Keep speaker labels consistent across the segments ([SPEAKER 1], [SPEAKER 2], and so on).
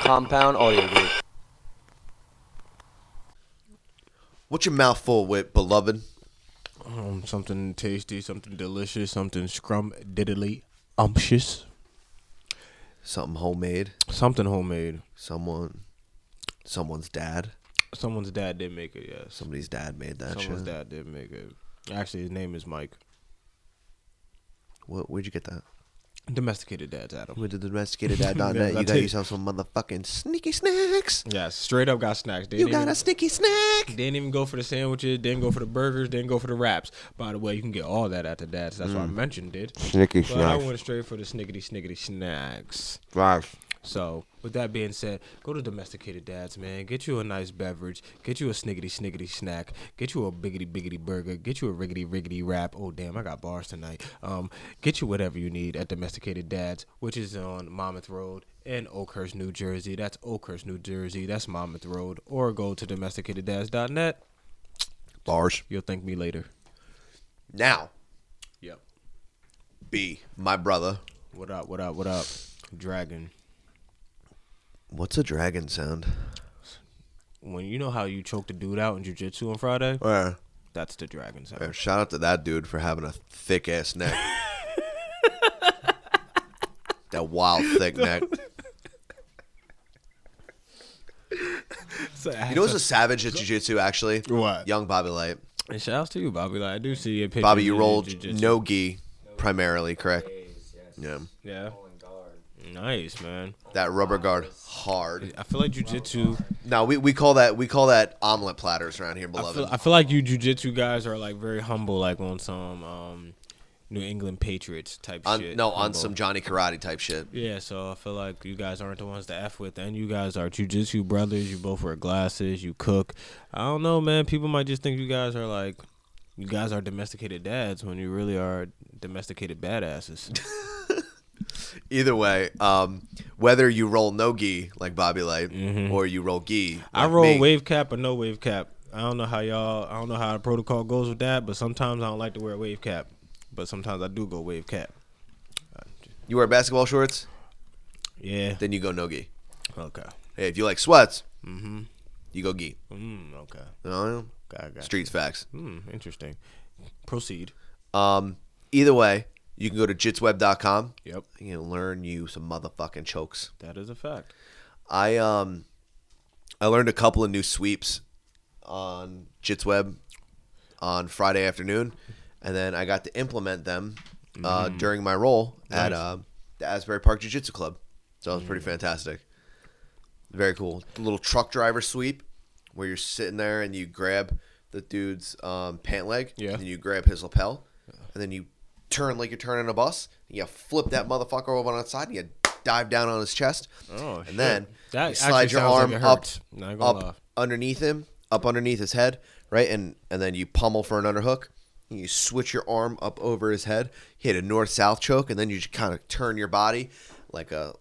[SPEAKER 1] Compound Audio Group.
[SPEAKER 2] What's your mouth full with, beloved?
[SPEAKER 3] Um, something tasty, something delicious, something scrum diddly umptious,
[SPEAKER 2] Something homemade.
[SPEAKER 3] something homemade.
[SPEAKER 2] Someone, someone's dad.
[SPEAKER 3] Someone's dad did make it. Yes,
[SPEAKER 2] Somebody's dad made that
[SPEAKER 3] someone's
[SPEAKER 2] shit.
[SPEAKER 3] dad did make it. Actually, his name is Mike.
[SPEAKER 2] What, where'd you get that?
[SPEAKER 3] Domesticated dads, Adam.
[SPEAKER 2] Went to domesticatedad.net.
[SPEAKER 3] Yeah,
[SPEAKER 2] you
[SPEAKER 3] that's
[SPEAKER 2] got
[SPEAKER 3] it.
[SPEAKER 2] yourself some motherfucking sneaky snacks.
[SPEAKER 3] Yeah, straight up got snacks. They
[SPEAKER 2] You
[SPEAKER 3] didn't
[SPEAKER 2] got
[SPEAKER 3] even-
[SPEAKER 2] a sneaky snack.
[SPEAKER 3] Didn't even go for the sandwiches, didn't go for the burgers, didn't go for the wraps. By the way, you can get all that at the dad's. That's what I mentioned it.
[SPEAKER 2] Snicky
[SPEAKER 3] But I went straight for the snickety snickety snacks. So, with that being said, go to Domesticated Dads, man. Get you a nice beverage. Get you a snickety snickety snack. Get you a biggity biggity burger. Get you a riggedy riggedy wrap. Oh, damn, I got bars tonight. Um, Get you whatever you need at Domesticated Dads, which is on Monmouth Road in Oakhurst, New Jersey. That's Oakhurst, New Jersey. That's Monmouth Road. Or go to domesticateddads.net.
[SPEAKER 2] Bars.
[SPEAKER 3] You'll thank me later.
[SPEAKER 2] Now,
[SPEAKER 3] Yep.
[SPEAKER 2] B, my brother.
[SPEAKER 3] What up, what up, what up? Dragon.
[SPEAKER 2] What's a dragon sound?
[SPEAKER 3] When you know how you choked a dude out in jujitsu on Friday,
[SPEAKER 2] Where?
[SPEAKER 3] that's the dragon sound.
[SPEAKER 2] Where? Shout out to that dude for having a thick ass neck. that wild thick neck. You know what's a savage at jiu-jitsu actually?
[SPEAKER 3] What?
[SPEAKER 2] Young Bobby Light.
[SPEAKER 3] And shouts to you, Bobby. Like I do see your picture.
[SPEAKER 2] Bobby, you rolled no gi primarily, correct? Yeah.
[SPEAKER 3] Yeah. Nice man.
[SPEAKER 2] That rubber guard hard.
[SPEAKER 3] I feel like jujitsu.
[SPEAKER 2] Now we, we call that we call that omelet platters around here,
[SPEAKER 3] I feel,
[SPEAKER 2] beloved.
[SPEAKER 3] I feel like you jujitsu guys are like very humble, like on some um, New England Patriots type
[SPEAKER 2] On,
[SPEAKER 3] shit.
[SPEAKER 2] no, on
[SPEAKER 3] Humble.
[SPEAKER 2] some Johnny Karate type shit.
[SPEAKER 3] Yeah, so I feel like you guys aren't the ones to f with, and you guys are jujitsu brothers. You both wear glasses. You cook. I don't know, man. People might just think you guys are like, you guys are domesticated dads when you really are domesticated badasses.
[SPEAKER 2] Either way, um, whether you roll no gi like Bobby Light or you roll gi,
[SPEAKER 3] Mm-hmm. I
[SPEAKER 2] like
[SPEAKER 3] roll
[SPEAKER 2] me,
[SPEAKER 3] wave cap or no wave cap. I don't know how y'all. I don't know how the protocol goes with that, but sometimes I don't like to wear a wave cap. But sometimes I do go wave cap.
[SPEAKER 2] You wear basketball shorts,
[SPEAKER 3] Yeah.
[SPEAKER 2] then you go no gi.
[SPEAKER 3] Okay.
[SPEAKER 2] Hey, if you like sweats,
[SPEAKER 3] Mm-hmm.
[SPEAKER 2] you go gi.
[SPEAKER 3] Mm, okay.
[SPEAKER 2] You know?
[SPEAKER 3] Got, got.
[SPEAKER 2] Streets facts.
[SPEAKER 3] Mm, interesting. Proceed.
[SPEAKER 2] Um, either way, you can go to jitsweb.com.
[SPEAKER 3] Yep.
[SPEAKER 2] You can learn you some motherfucking chokes.
[SPEAKER 3] That is a fact.
[SPEAKER 2] I um, I learned a couple of new sweeps on Jitsweb on Friday afternoon, and then I got to implement them uh,
[SPEAKER 3] Mm.
[SPEAKER 2] during my role at uh, the Asbury Park Jiu Jitsu Club. So it was
[SPEAKER 3] Mm.
[SPEAKER 2] pretty fantastic. Very cool. The little truck driver sweep where you're sitting there and you grab the dude's um, pant leg
[SPEAKER 3] Yeah.
[SPEAKER 2] and you grab his lapel and then you turn like you're turning a bus and you flip that motherfucker over on its side and you dive down on his chest
[SPEAKER 3] Oh,
[SPEAKER 2] and
[SPEAKER 3] shit.
[SPEAKER 2] then
[SPEAKER 3] That
[SPEAKER 2] you
[SPEAKER 3] actually
[SPEAKER 2] slide your
[SPEAKER 3] sounds like
[SPEAKER 2] arm
[SPEAKER 3] it
[SPEAKER 2] up,
[SPEAKER 3] hurts. Not gonna lie.
[SPEAKER 2] up underneath him, up underneath his head, right, and and then you pummel for an underhook. And you switch your arm up over his head, hit a north south choke, and then you just kind of turn your body like a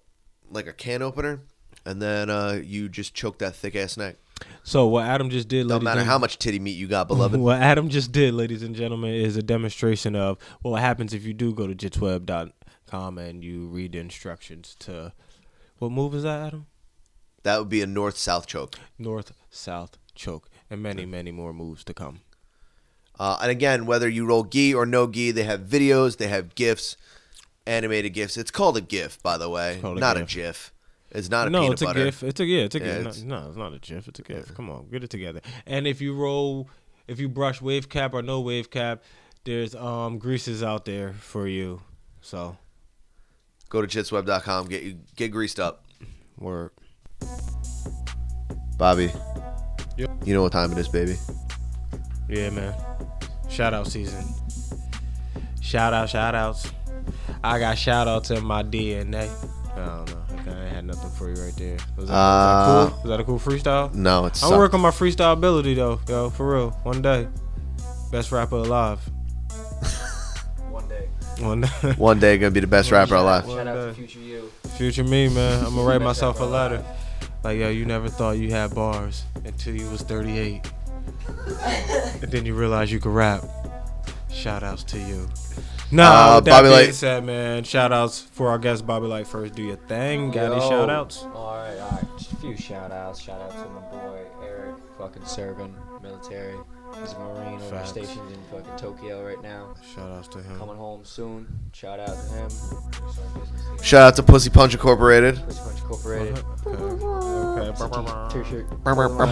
[SPEAKER 2] like a can opener, and then uh, you just choke that thick ass neck.
[SPEAKER 3] So what Adam just did,
[SPEAKER 2] No
[SPEAKER 3] ladies
[SPEAKER 2] matter
[SPEAKER 3] and-
[SPEAKER 2] how much titty meat you got, beloved.
[SPEAKER 3] What Adam just did, ladies and gentlemen, is a demonstration of what happens if you do go to jitsweb.com and you read the instructions to what move is that, Adam?
[SPEAKER 2] That would be a north south choke.
[SPEAKER 3] North, south, choke, and many, many more moves to come.
[SPEAKER 2] Uh, and again, whether you roll gi or no gi, they have videos, they have gifs, animated gifs. It's called a gif, by the way,
[SPEAKER 3] called a
[SPEAKER 2] not
[SPEAKER 3] gif.
[SPEAKER 2] a gif. It's not a
[SPEAKER 3] no,
[SPEAKER 2] peanut
[SPEAKER 3] it's
[SPEAKER 2] butter.
[SPEAKER 3] a gif. It's a yeah, it's a
[SPEAKER 2] Yeah,
[SPEAKER 3] gif.
[SPEAKER 2] it's-
[SPEAKER 3] no, no, it's not a gif. It's a gif. Come on, get it together. And if you roll, if you brush wave cap or no wave cap, there's um greases out there for you. So
[SPEAKER 2] Go to chitsweb.com. Get you get greased up,
[SPEAKER 3] word.
[SPEAKER 2] Bobby.
[SPEAKER 3] Yep.
[SPEAKER 2] You know what time it is, baby.
[SPEAKER 3] Yeah, man. Shout out season. Shout out, shout outs. I got shout outs in my DNA. I don't know. Okay, I ain't had nothing for you right there. Was that, was that
[SPEAKER 2] Uh,
[SPEAKER 3] cool? Was that a cool freestyle?
[SPEAKER 2] No, it's.
[SPEAKER 3] I'm gonna work on my freestyle ability though, yo, for real. One day. Best rapper alive.
[SPEAKER 1] One day.
[SPEAKER 3] One day.
[SPEAKER 2] One day, gonna be the best rapper alive.
[SPEAKER 1] Shout out
[SPEAKER 3] One
[SPEAKER 1] to
[SPEAKER 3] day.
[SPEAKER 1] Future You.
[SPEAKER 3] Future me, man. I'm gonna write myself a letter. Like, yo, you never thought you had bars until you was 38. and then you realize you could rap. Shout outs to you. No,
[SPEAKER 2] Uh,
[SPEAKER 3] with that
[SPEAKER 2] Bobby
[SPEAKER 3] being
[SPEAKER 2] Light.
[SPEAKER 3] said, man. Shout outs for our guest Bobby Light first. Do your thing. Got any
[SPEAKER 1] Yo.
[SPEAKER 3] shout outs?
[SPEAKER 4] All right, all right. Just a few shout outs. Shout out to my boy Eric, fucking serving military. He's a Marine over
[SPEAKER 3] Facts.
[SPEAKER 4] stationed in fucking Tokyo right now.
[SPEAKER 3] Shout outs to him.
[SPEAKER 4] Coming home soon. Shout out to him. Sorry, business team.
[SPEAKER 2] Shout out to Pussy Punch Incorporated.
[SPEAKER 4] Pretty much incorporated.
[SPEAKER 3] Okay.
[SPEAKER 4] It's a
[SPEAKER 3] Okay.
[SPEAKER 4] t- T-shirt.
[SPEAKER 3] Okay,
[SPEAKER 4] It's gonna
[SPEAKER 3] punch-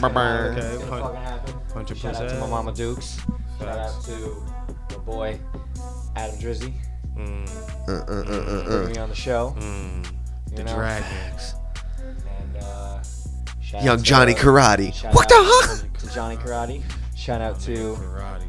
[SPEAKER 4] fucking happen.
[SPEAKER 3] punch your
[SPEAKER 4] Shout out
[SPEAKER 3] pussy.
[SPEAKER 4] to my mama Dukes. Shout out
[SPEAKER 3] Facts.
[SPEAKER 4] to my boy Adam Drizzy
[SPEAKER 3] Mm,
[SPEAKER 2] Uh, uh, uh, uh,
[SPEAKER 4] for
[SPEAKER 2] uh.
[SPEAKER 4] me on the show.
[SPEAKER 3] mm.
[SPEAKER 4] you
[SPEAKER 3] The
[SPEAKER 4] know?
[SPEAKER 3] dragon.
[SPEAKER 4] And, uh, shout out
[SPEAKER 2] Young
[SPEAKER 4] to- uh,
[SPEAKER 2] Johnny Karate.
[SPEAKER 4] Shout
[SPEAKER 2] What the
[SPEAKER 4] out
[SPEAKER 2] huh?
[SPEAKER 4] To Johnny Karate. Shout out to
[SPEAKER 3] Karate.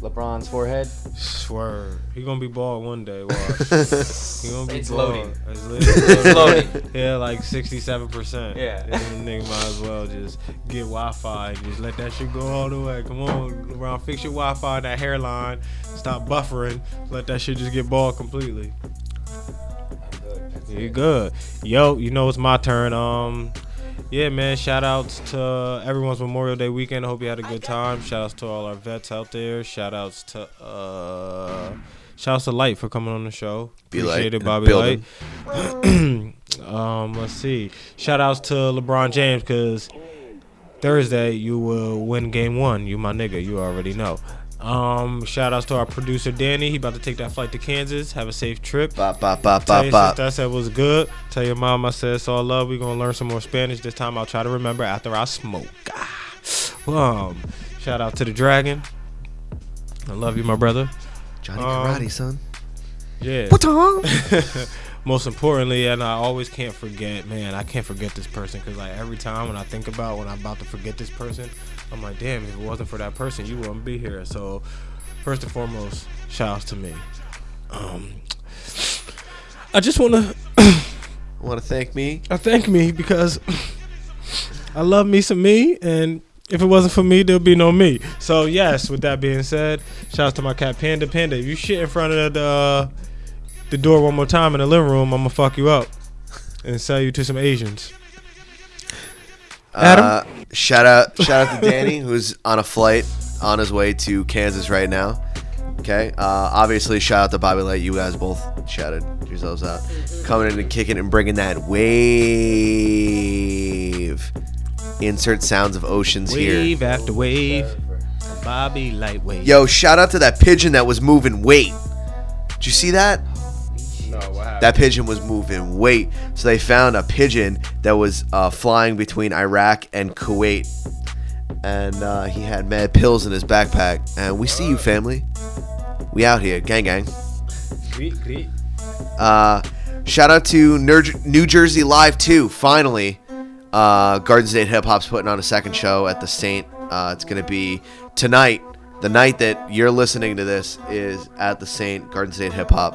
[SPEAKER 4] LeBron's forehead.
[SPEAKER 3] Swerve. He gonna be bald one day. Watch. He gonna be
[SPEAKER 4] It's
[SPEAKER 3] bald.
[SPEAKER 4] loading.
[SPEAKER 3] It's literally
[SPEAKER 4] It's loading.
[SPEAKER 3] Yeah, like sixty-seven percent.
[SPEAKER 4] Yeah.
[SPEAKER 3] nigga might as well just get Wi-Fi and just let that shit go all the way. Come on, LeBron, fix your Wi-Fi, that hairline, stop buffering, let that shit just get bald completely.
[SPEAKER 4] I'm good. That's
[SPEAKER 3] You
[SPEAKER 4] it.
[SPEAKER 3] good? Yo, you know it's my turn. Um, yeah, man. Shout outs to everyone's Memorial Day weekend. I hope you had a good time. Shout outs to all our vets out there. Shout outs to uh, shout outs to Light for coming on the show.
[SPEAKER 2] Be Light
[SPEAKER 3] Appreciate
[SPEAKER 2] in the
[SPEAKER 3] it, Bobby Light. um, let's see. Shout outs to LeBron James because Thursday you will win game one. You my nigga. You already know. Um, shout outs to our producer Danny. He about to take that flight to Kansas. Have a safe trip.
[SPEAKER 2] Bop, bop, bop,
[SPEAKER 3] Tell
[SPEAKER 2] bop,
[SPEAKER 3] your
[SPEAKER 2] bop.
[SPEAKER 3] sister I said was good. Tell your mom I said it's all love. We're gonna learn some more Spanish. This time I'll try to remember after I smoke. Ah. Um, shout out to the dragon. I love you, my brother.
[SPEAKER 2] Johnny
[SPEAKER 3] Um,
[SPEAKER 2] Karate, son.
[SPEAKER 3] Yeah. Most importantly, and I always can't forget, man, I can't forget this person because like every time when I think about when I'm about to forget this person, I'm like, damn, if it wasn't for that person, you wouldn't be here. So, first and foremost, shout outs to me. Um, I just want to
[SPEAKER 2] Want to thank me?
[SPEAKER 3] I thank me because I love me some me, and if it wasn't for me, there'd be no me. So yes, with that being said, shout out to my cat Panda Panda. If you shit in front of the uh, the door one more time in the living room, I'm gonna fuck you up and sell you to some Asians. Adam?
[SPEAKER 2] Uh, shout out, shout out to Danny, who's on a flight on his way to Kansas right now. Okay. Uh, obviously, shout out to Bobby Light. You guys both shouted yourselves out, coming in and kicking and bringing that wave. Insert sounds of oceans here.
[SPEAKER 3] Wave after wave, Bobby Lightweight.
[SPEAKER 2] Yo, shout out to that pigeon that was moving weight. Did you see that?
[SPEAKER 1] No, what happened?
[SPEAKER 2] That pigeon was moving weight. So they found a pigeon that was uh, flying between Iraq and Kuwait. And uh, he had mad pills in his backpack. And we see you,
[SPEAKER 1] Uh,
[SPEAKER 2] family. We out here. Gang, gang.
[SPEAKER 1] Greet, greet.
[SPEAKER 2] Uh, shout out to Ner- New Jersey Live 2, finally. Uh, Garden State Hip Hop's putting on a second show at the Saint. Uh, it's going to be tonight. The night that you're listening to this is at the Saint Garden State Hip Hop.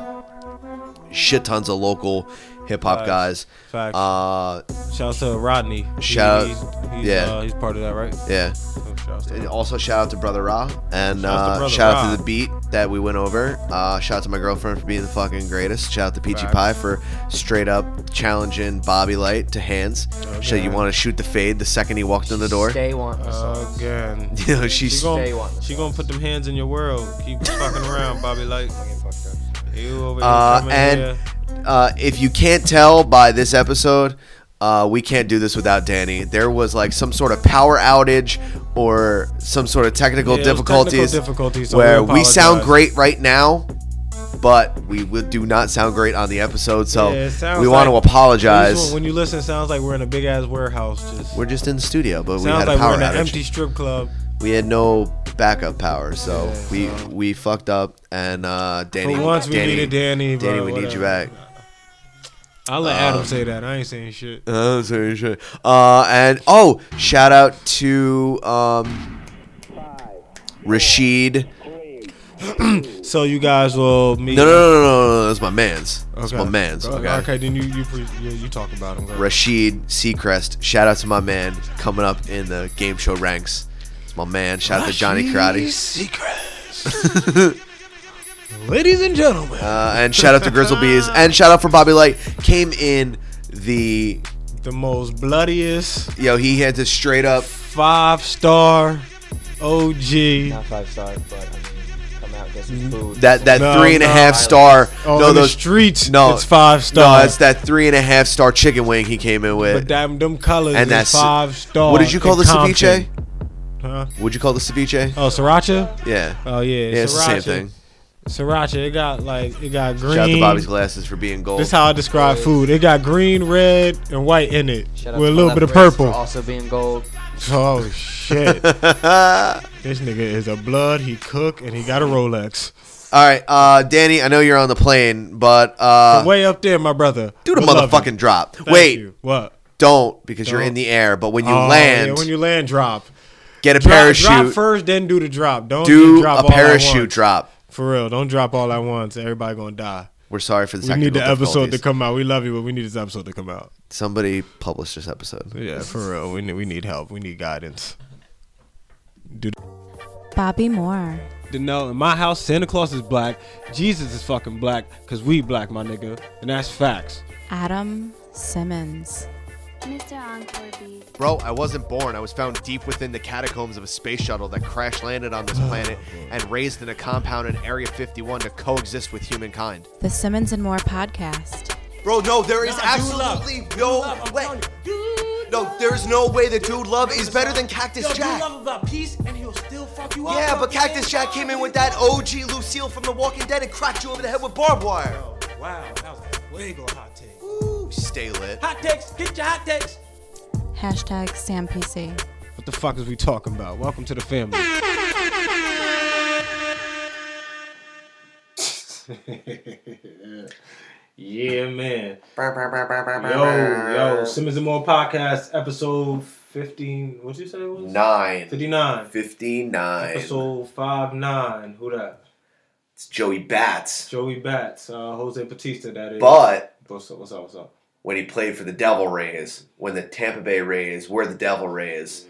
[SPEAKER 2] Shit tons of local hip hop
[SPEAKER 3] Facts.
[SPEAKER 2] guys.
[SPEAKER 3] Facts.
[SPEAKER 2] Uh,
[SPEAKER 3] shout out to Rodney. He-
[SPEAKER 2] Shout out-
[SPEAKER 3] he's, he's,
[SPEAKER 2] yeah.
[SPEAKER 3] uh, he's part of that, right?
[SPEAKER 2] yeah.
[SPEAKER 3] So shout outs to
[SPEAKER 2] And
[SPEAKER 3] him.
[SPEAKER 2] also shout out to Brother Ra and
[SPEAKER 3] Shout out to
[SPEAKER 2] uh,
[SPEAKER 3] Brother
[SPEAKER 2] shout out
[SPEAKER 3] Ra.
[SPEAKER 2] to the beat that we went over. Uh, shout out to my girlfriend for being the fucking greatest. Shout out to Peachy
[SPEAKER 3] Facts.
[SPEAKER 2] Pie for straight up challenging Bobby Light to hands. She said you
[SPEAKER 3] Okay.
[SPEAKER 2] want to shoot the fade the second he walked in the door.
[SPEAKER 4] Stay wanting
[SPEAKER 3] Uh,
[SPEAKER 4] sauce.
[SPEAKER 3] Again.
[SPEAKER 2] You know she's
[SPEAKER 3] She
[SPEAKER 4] gon- Stay
[SPEAKER 3] gonna,
[SPEAKER 4] wanting
[SPEAKER 3] she gonna put them hands in your world. Keep fucking around, Bobby. Like
[SPEAKER 4] I'm getting fucked up.
[SPEAKER 3] you over here
[SPEAKER 2] Uh,
[SPEAKER 3] coming
[SPEAKER 2] and
[SPEAKER 3] here.
[SPEAKER 2] uh, if you can't tell by this episode, uh, we can't do this without Danny. There was like some sort of power outage or some sort of technical
[SPEAKER 3] Yeah, it was technical
[SPEAKER 2] difficulties,
[SPEAKER 3] difficulties, so
[SPEAKER 2] where
[SPEAKER 3] we
[SPEAKER 2] we sound
[SPEAKER 3] apologize.
[SPEAKER 2] great right now, but we will, do not sound great on the episode. So
[SPEAKER 3] Yeah, it sounds
[SPEAKER 2] we want
[SPEAKER 3] like-
[SPEAKER 2] to
[SPEAKER 3] This
[SPEAKER 2] apologize.
[SPEAKER 3] one, when you listen, it sounds like we're in a big ass warehouse. Just
[SPEAKER 2] We're just in the studio, but we
[SPEAKER 3] sounds
[SPEAKER 2] had a
[SPEAKER 3] like
[SPEAKER 2] power
[SPEAKER 3] we're in an
[SPEAKER 2] outage.
[SPEAKER 3] empty strip club.
[SPEAKER 2] We had no backup power, so
[SPEAKER 3] Yeah,
[SPEAKER 2] we
[SPEAKER 3] so-
[SPEAKER 2] we fucked up. And uh, Danny,
[SPEAKER 3] For once, we
[SPEAKER 2] Danny,
[SPEAKER 3] needed Danny.
[SPEAKER 2] Danny,
[SPEAKER 3] bro,
[SPEAKER 2] we need you back.
[SPEAKER 3] whatever.
[SPEAKER 2] Um,
[SPEAKER 3] I'll let Adam say that. I ain't saying shit.
[SPEAKER 2] Oh, sorry, sorry. Uh, and oh, shout out to um, Rashid.
[SPEAKER 3] So you guys will meet.
[SPEAKER 2] No, no, no, no, no, no, that's my man's. That's my man's.
[SPEAKER 3] Okay.
[SPEAKER 2] Okay.
[SPEAKER 3] Okay, Then you you pre- you, you talk about him. Go.
[SPEAKER 2] Rashid Seacrest. Shout out to my man coming up in the game show ranks. It's my man. Shout out to Johnny Karate.
[SPEAKER 3] Secrets. Ladies and gentlemen.
[SPEAKER 2] Uh, and shout out to Grizzlebees. And shout out for Bobby Light. Came in the
[SPEAKER 3] the most bloodiest
[SPEAKER 2] yo. He had to straight up.
[SPEAKER 3] five star OG.
[SPEAKER 4] Not five stars, but I mean, come podcast was food.
[SPEAKER 2] Mm-hmm. That that
[SPEAKER 3] No,
[SPEAKER 2] three and a
[SPEAKER 3] no.
[SPEAKER 2] half star.
[SPEAKER 3] Oh,
[SPEAKER 2] no,
[SPEAKER 3] in the
[SPEAKER 2] those
[SPEAKER 3] streets.
[SPEAKER 2] No,
[SPEAKER 3] it's five
[SPEAKER 2] No,
[SPEAKER 3] stars.
[SPEAKER 2] it's that three and a half star chicken wing he came in with.
[SPEAKER 3] But damn, them colors
[SPEAKER 2] and
[SPEAKER 3] and
[SPEAKER 2] that's
[SPEAKER 3] that's five stars.
[SPEAKER 2] what did you call
[SPEAKER 3] in
[SPEAKER 2] the ceviche?
[SPEAKER 3] Compton. Huh?
[SPEAKER 2] Would you call the ceviche?
[SPEAKER 3] Oh, sriracha.
[SPEAKER 2] Yeah.
[SPEAKER 3] Oh yeah,
[SPEAKER 2] yeah, it's the same
[SPEAKER 3] sriracha.
[SPEAKER 2] thing.
[SPEAKER 3] Sriracha. It got like it got green.
[SPEAKER 2] Shout out to Bobby's glasses for being gold.
[SPEAKER 3] This is how I describe food. It got green, red, and white in it,
[SPEAKER 4] Shout out
[SPEAKER 3] with a
[SPEAKER 4] to
[SPEAKER 3] little
[SPEAKER 4] my
[SPEAKER 3] bit of
[SPEAKER 4] left wrist for
[SPEAKER 3] purple.
[SPEAKER 4] Also being gold.
[SPEAKER 3] Oh shit! this nigga is a blood. He cook and he got a Rolex.
[SPEAKER 2] All right, uh, Danny, I know you're on the plane, but uh,
[SPEAKER 3] Way up there, my brother.
[SPEAKER 2] do the
[SPEAKER 3] We love you.
[SPEAKER 2] motherfucking drop.
[SPEAKER 3] Thank
[SPEAKER 2] Wait,
[SPEAKER 3] you. what?
[SPEAKER 2] don't because you're
[SPEAKER 3] Don't.
[SPEAKER 2] in the air. But when you
[SPEAKER 3] Oh, yeah,
[SPEAKER 2] land,
[SPEAKER 3] when you land, drop.
[SPEAKER 2] get a
[SPEAKER 3] Drop,
[SPEAKER 2] parachute.
[SPEAKER 3] drop first, then do the drop. Don't
[SPEAKER 2] do
[SPEAKER 3] just drop
[SPEAKER 2] a
[SPEAKER 3] all at
[SPEAKER 2] parachute
[SPEAKER 3] once.
[SPEAKER 2] drop.
[SPEAKER 3] For real, don't drop all at once. Everybody gonna die.
[SPEAKER 2] We're sorry for the
[SPEAKER 3] We
[SPEAKER 2] technical
[SPEAKER 3] need the episode to
[SPEAKER 2] difficulties.
[SPEAKER 3] come out. We love you, but we need this episode to come out.
[SPEAKER 2] Somebody publish this episode.
[SPEAKER 3] Yeah, for real. We need we need help. We need guidance.
[SPEAKER 5] Bobby Moore.
[SPEAKER 3] to know in my house Santa Claus is black, Jesus is fucking black, cause we black, my nigga, and that's facts.
[SPEAKER 5] Adam Simmons.
[SPEAKER 6] Mr. Encore Beat.
[SPEAKER 2] Bro, I wasn't born. I was found deep within the catacombs of a space shuttle that crash landed on this planet and raised in a compound in Area 51 to coexist with humankind.
[SPEAKER 5] The Simmons and More podcast.
[SPEAKER 2] Bro, no, there is absolutely no way. No, there's no way that Dude Love is better than Cactus Jack.
[SPEAKER 7] about peace, and he'll still fuck you
[SPEAKER 2] Yeah, but Cactus Jack came in with that OG Lucille from The Walking Dead and cracked you over the head with barbed wire.
[SPEAKER 7] Wow, that was a way go hot take.
[SPEAKER 2] Stay lit.
[SPEAKER 7] Hot takes, get your hot takes.
[SPEAKER 5] Hashtag SamPC.
[SPEAKER 3] What the fuck is we talking about? Welcome to the family. yeah, man. Yo, yo, Simmons and More podcast, episode fifteen. What you say it was?
[SPEAKER 2] Nine.
[SPEAKER 3] Fifty nine.
[SPEAKER 2] 59.
[SPEAKER 3] Episode five nine. Who that?
[SPEAKER 2] It's Joey Bats.
[SPEAKER 3] Joey Bats, uh, Jose Batista. That is. What's up? What's up? What's up?
[SPEAKER 2] when he played for the Devil Rays, when the Tampa Bay Rays were the Devil Rays,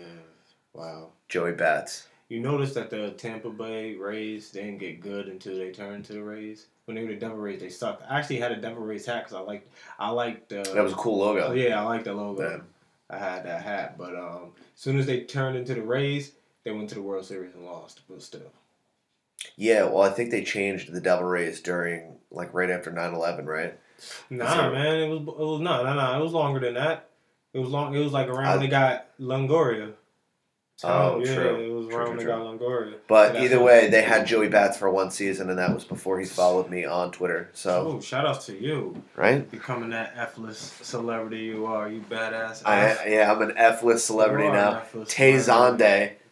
[SPEAKER 3] Wow.
[SPEAKER 2] Joey Bats.
[SPEAKER 3] You notice that the Tampa Bay Rays they didn't get good until they turned to the Rays. When they were the Devil Rays, they sucked. I actually had a Devil Rays hat because I liked I liked the
[SPEAKER 2] That was a cool logo.
[SPEAKER 3] oh, yeah I liked the logo.
[SPEAKER 2] Yeah.
[SPEAKER 3] I had that hat, but um, as soon as they turned into the Rays, they went to the World Series and lost. But still,
[SPEAKER 2] Yeah, well, I think they changed the Devil Rays during, like, right after 9 11, right?
[SPEAKER 3] nah, man, it was it was no no no, it was longer than that. It was long. It was like around
[SPEAKER 2] I-
[SPEAKER 3] they got Longoria.
[SPEAKER 2] Oh,
[SPEAKER 3] yeah,
[SPEAKER 2] true.
[SPEAKER 3] It was
[SPEAKER 2] True,
[SPEAKER 3] around
[SPEAKER 2] true,
[SPEAKER 3] they got Longoria.
[SPEAKER 2] But
[SPEAKER 3] So that's
[SPEAKER 2] either
[SPEAKER 3] what-
[SPEAKER 2] way, they had Joey Bats for one season, and that was before he followed me on Twitter. So,
[SPEAKER 3] Oh, shout outs to you.
[SPEAKER 2] right?
[SPEAKER 3] Becoming that effortless celebrity you are, you badass.
[SPEAKER 2] I, yeah, I'm an F-list celebrity
[SPEAKER 3] You are an
[SPEAKER 2] now.
[SPEAKER 3] F-list
[SPEAKER 2] Tay
[SPEAKER 3] celebrity.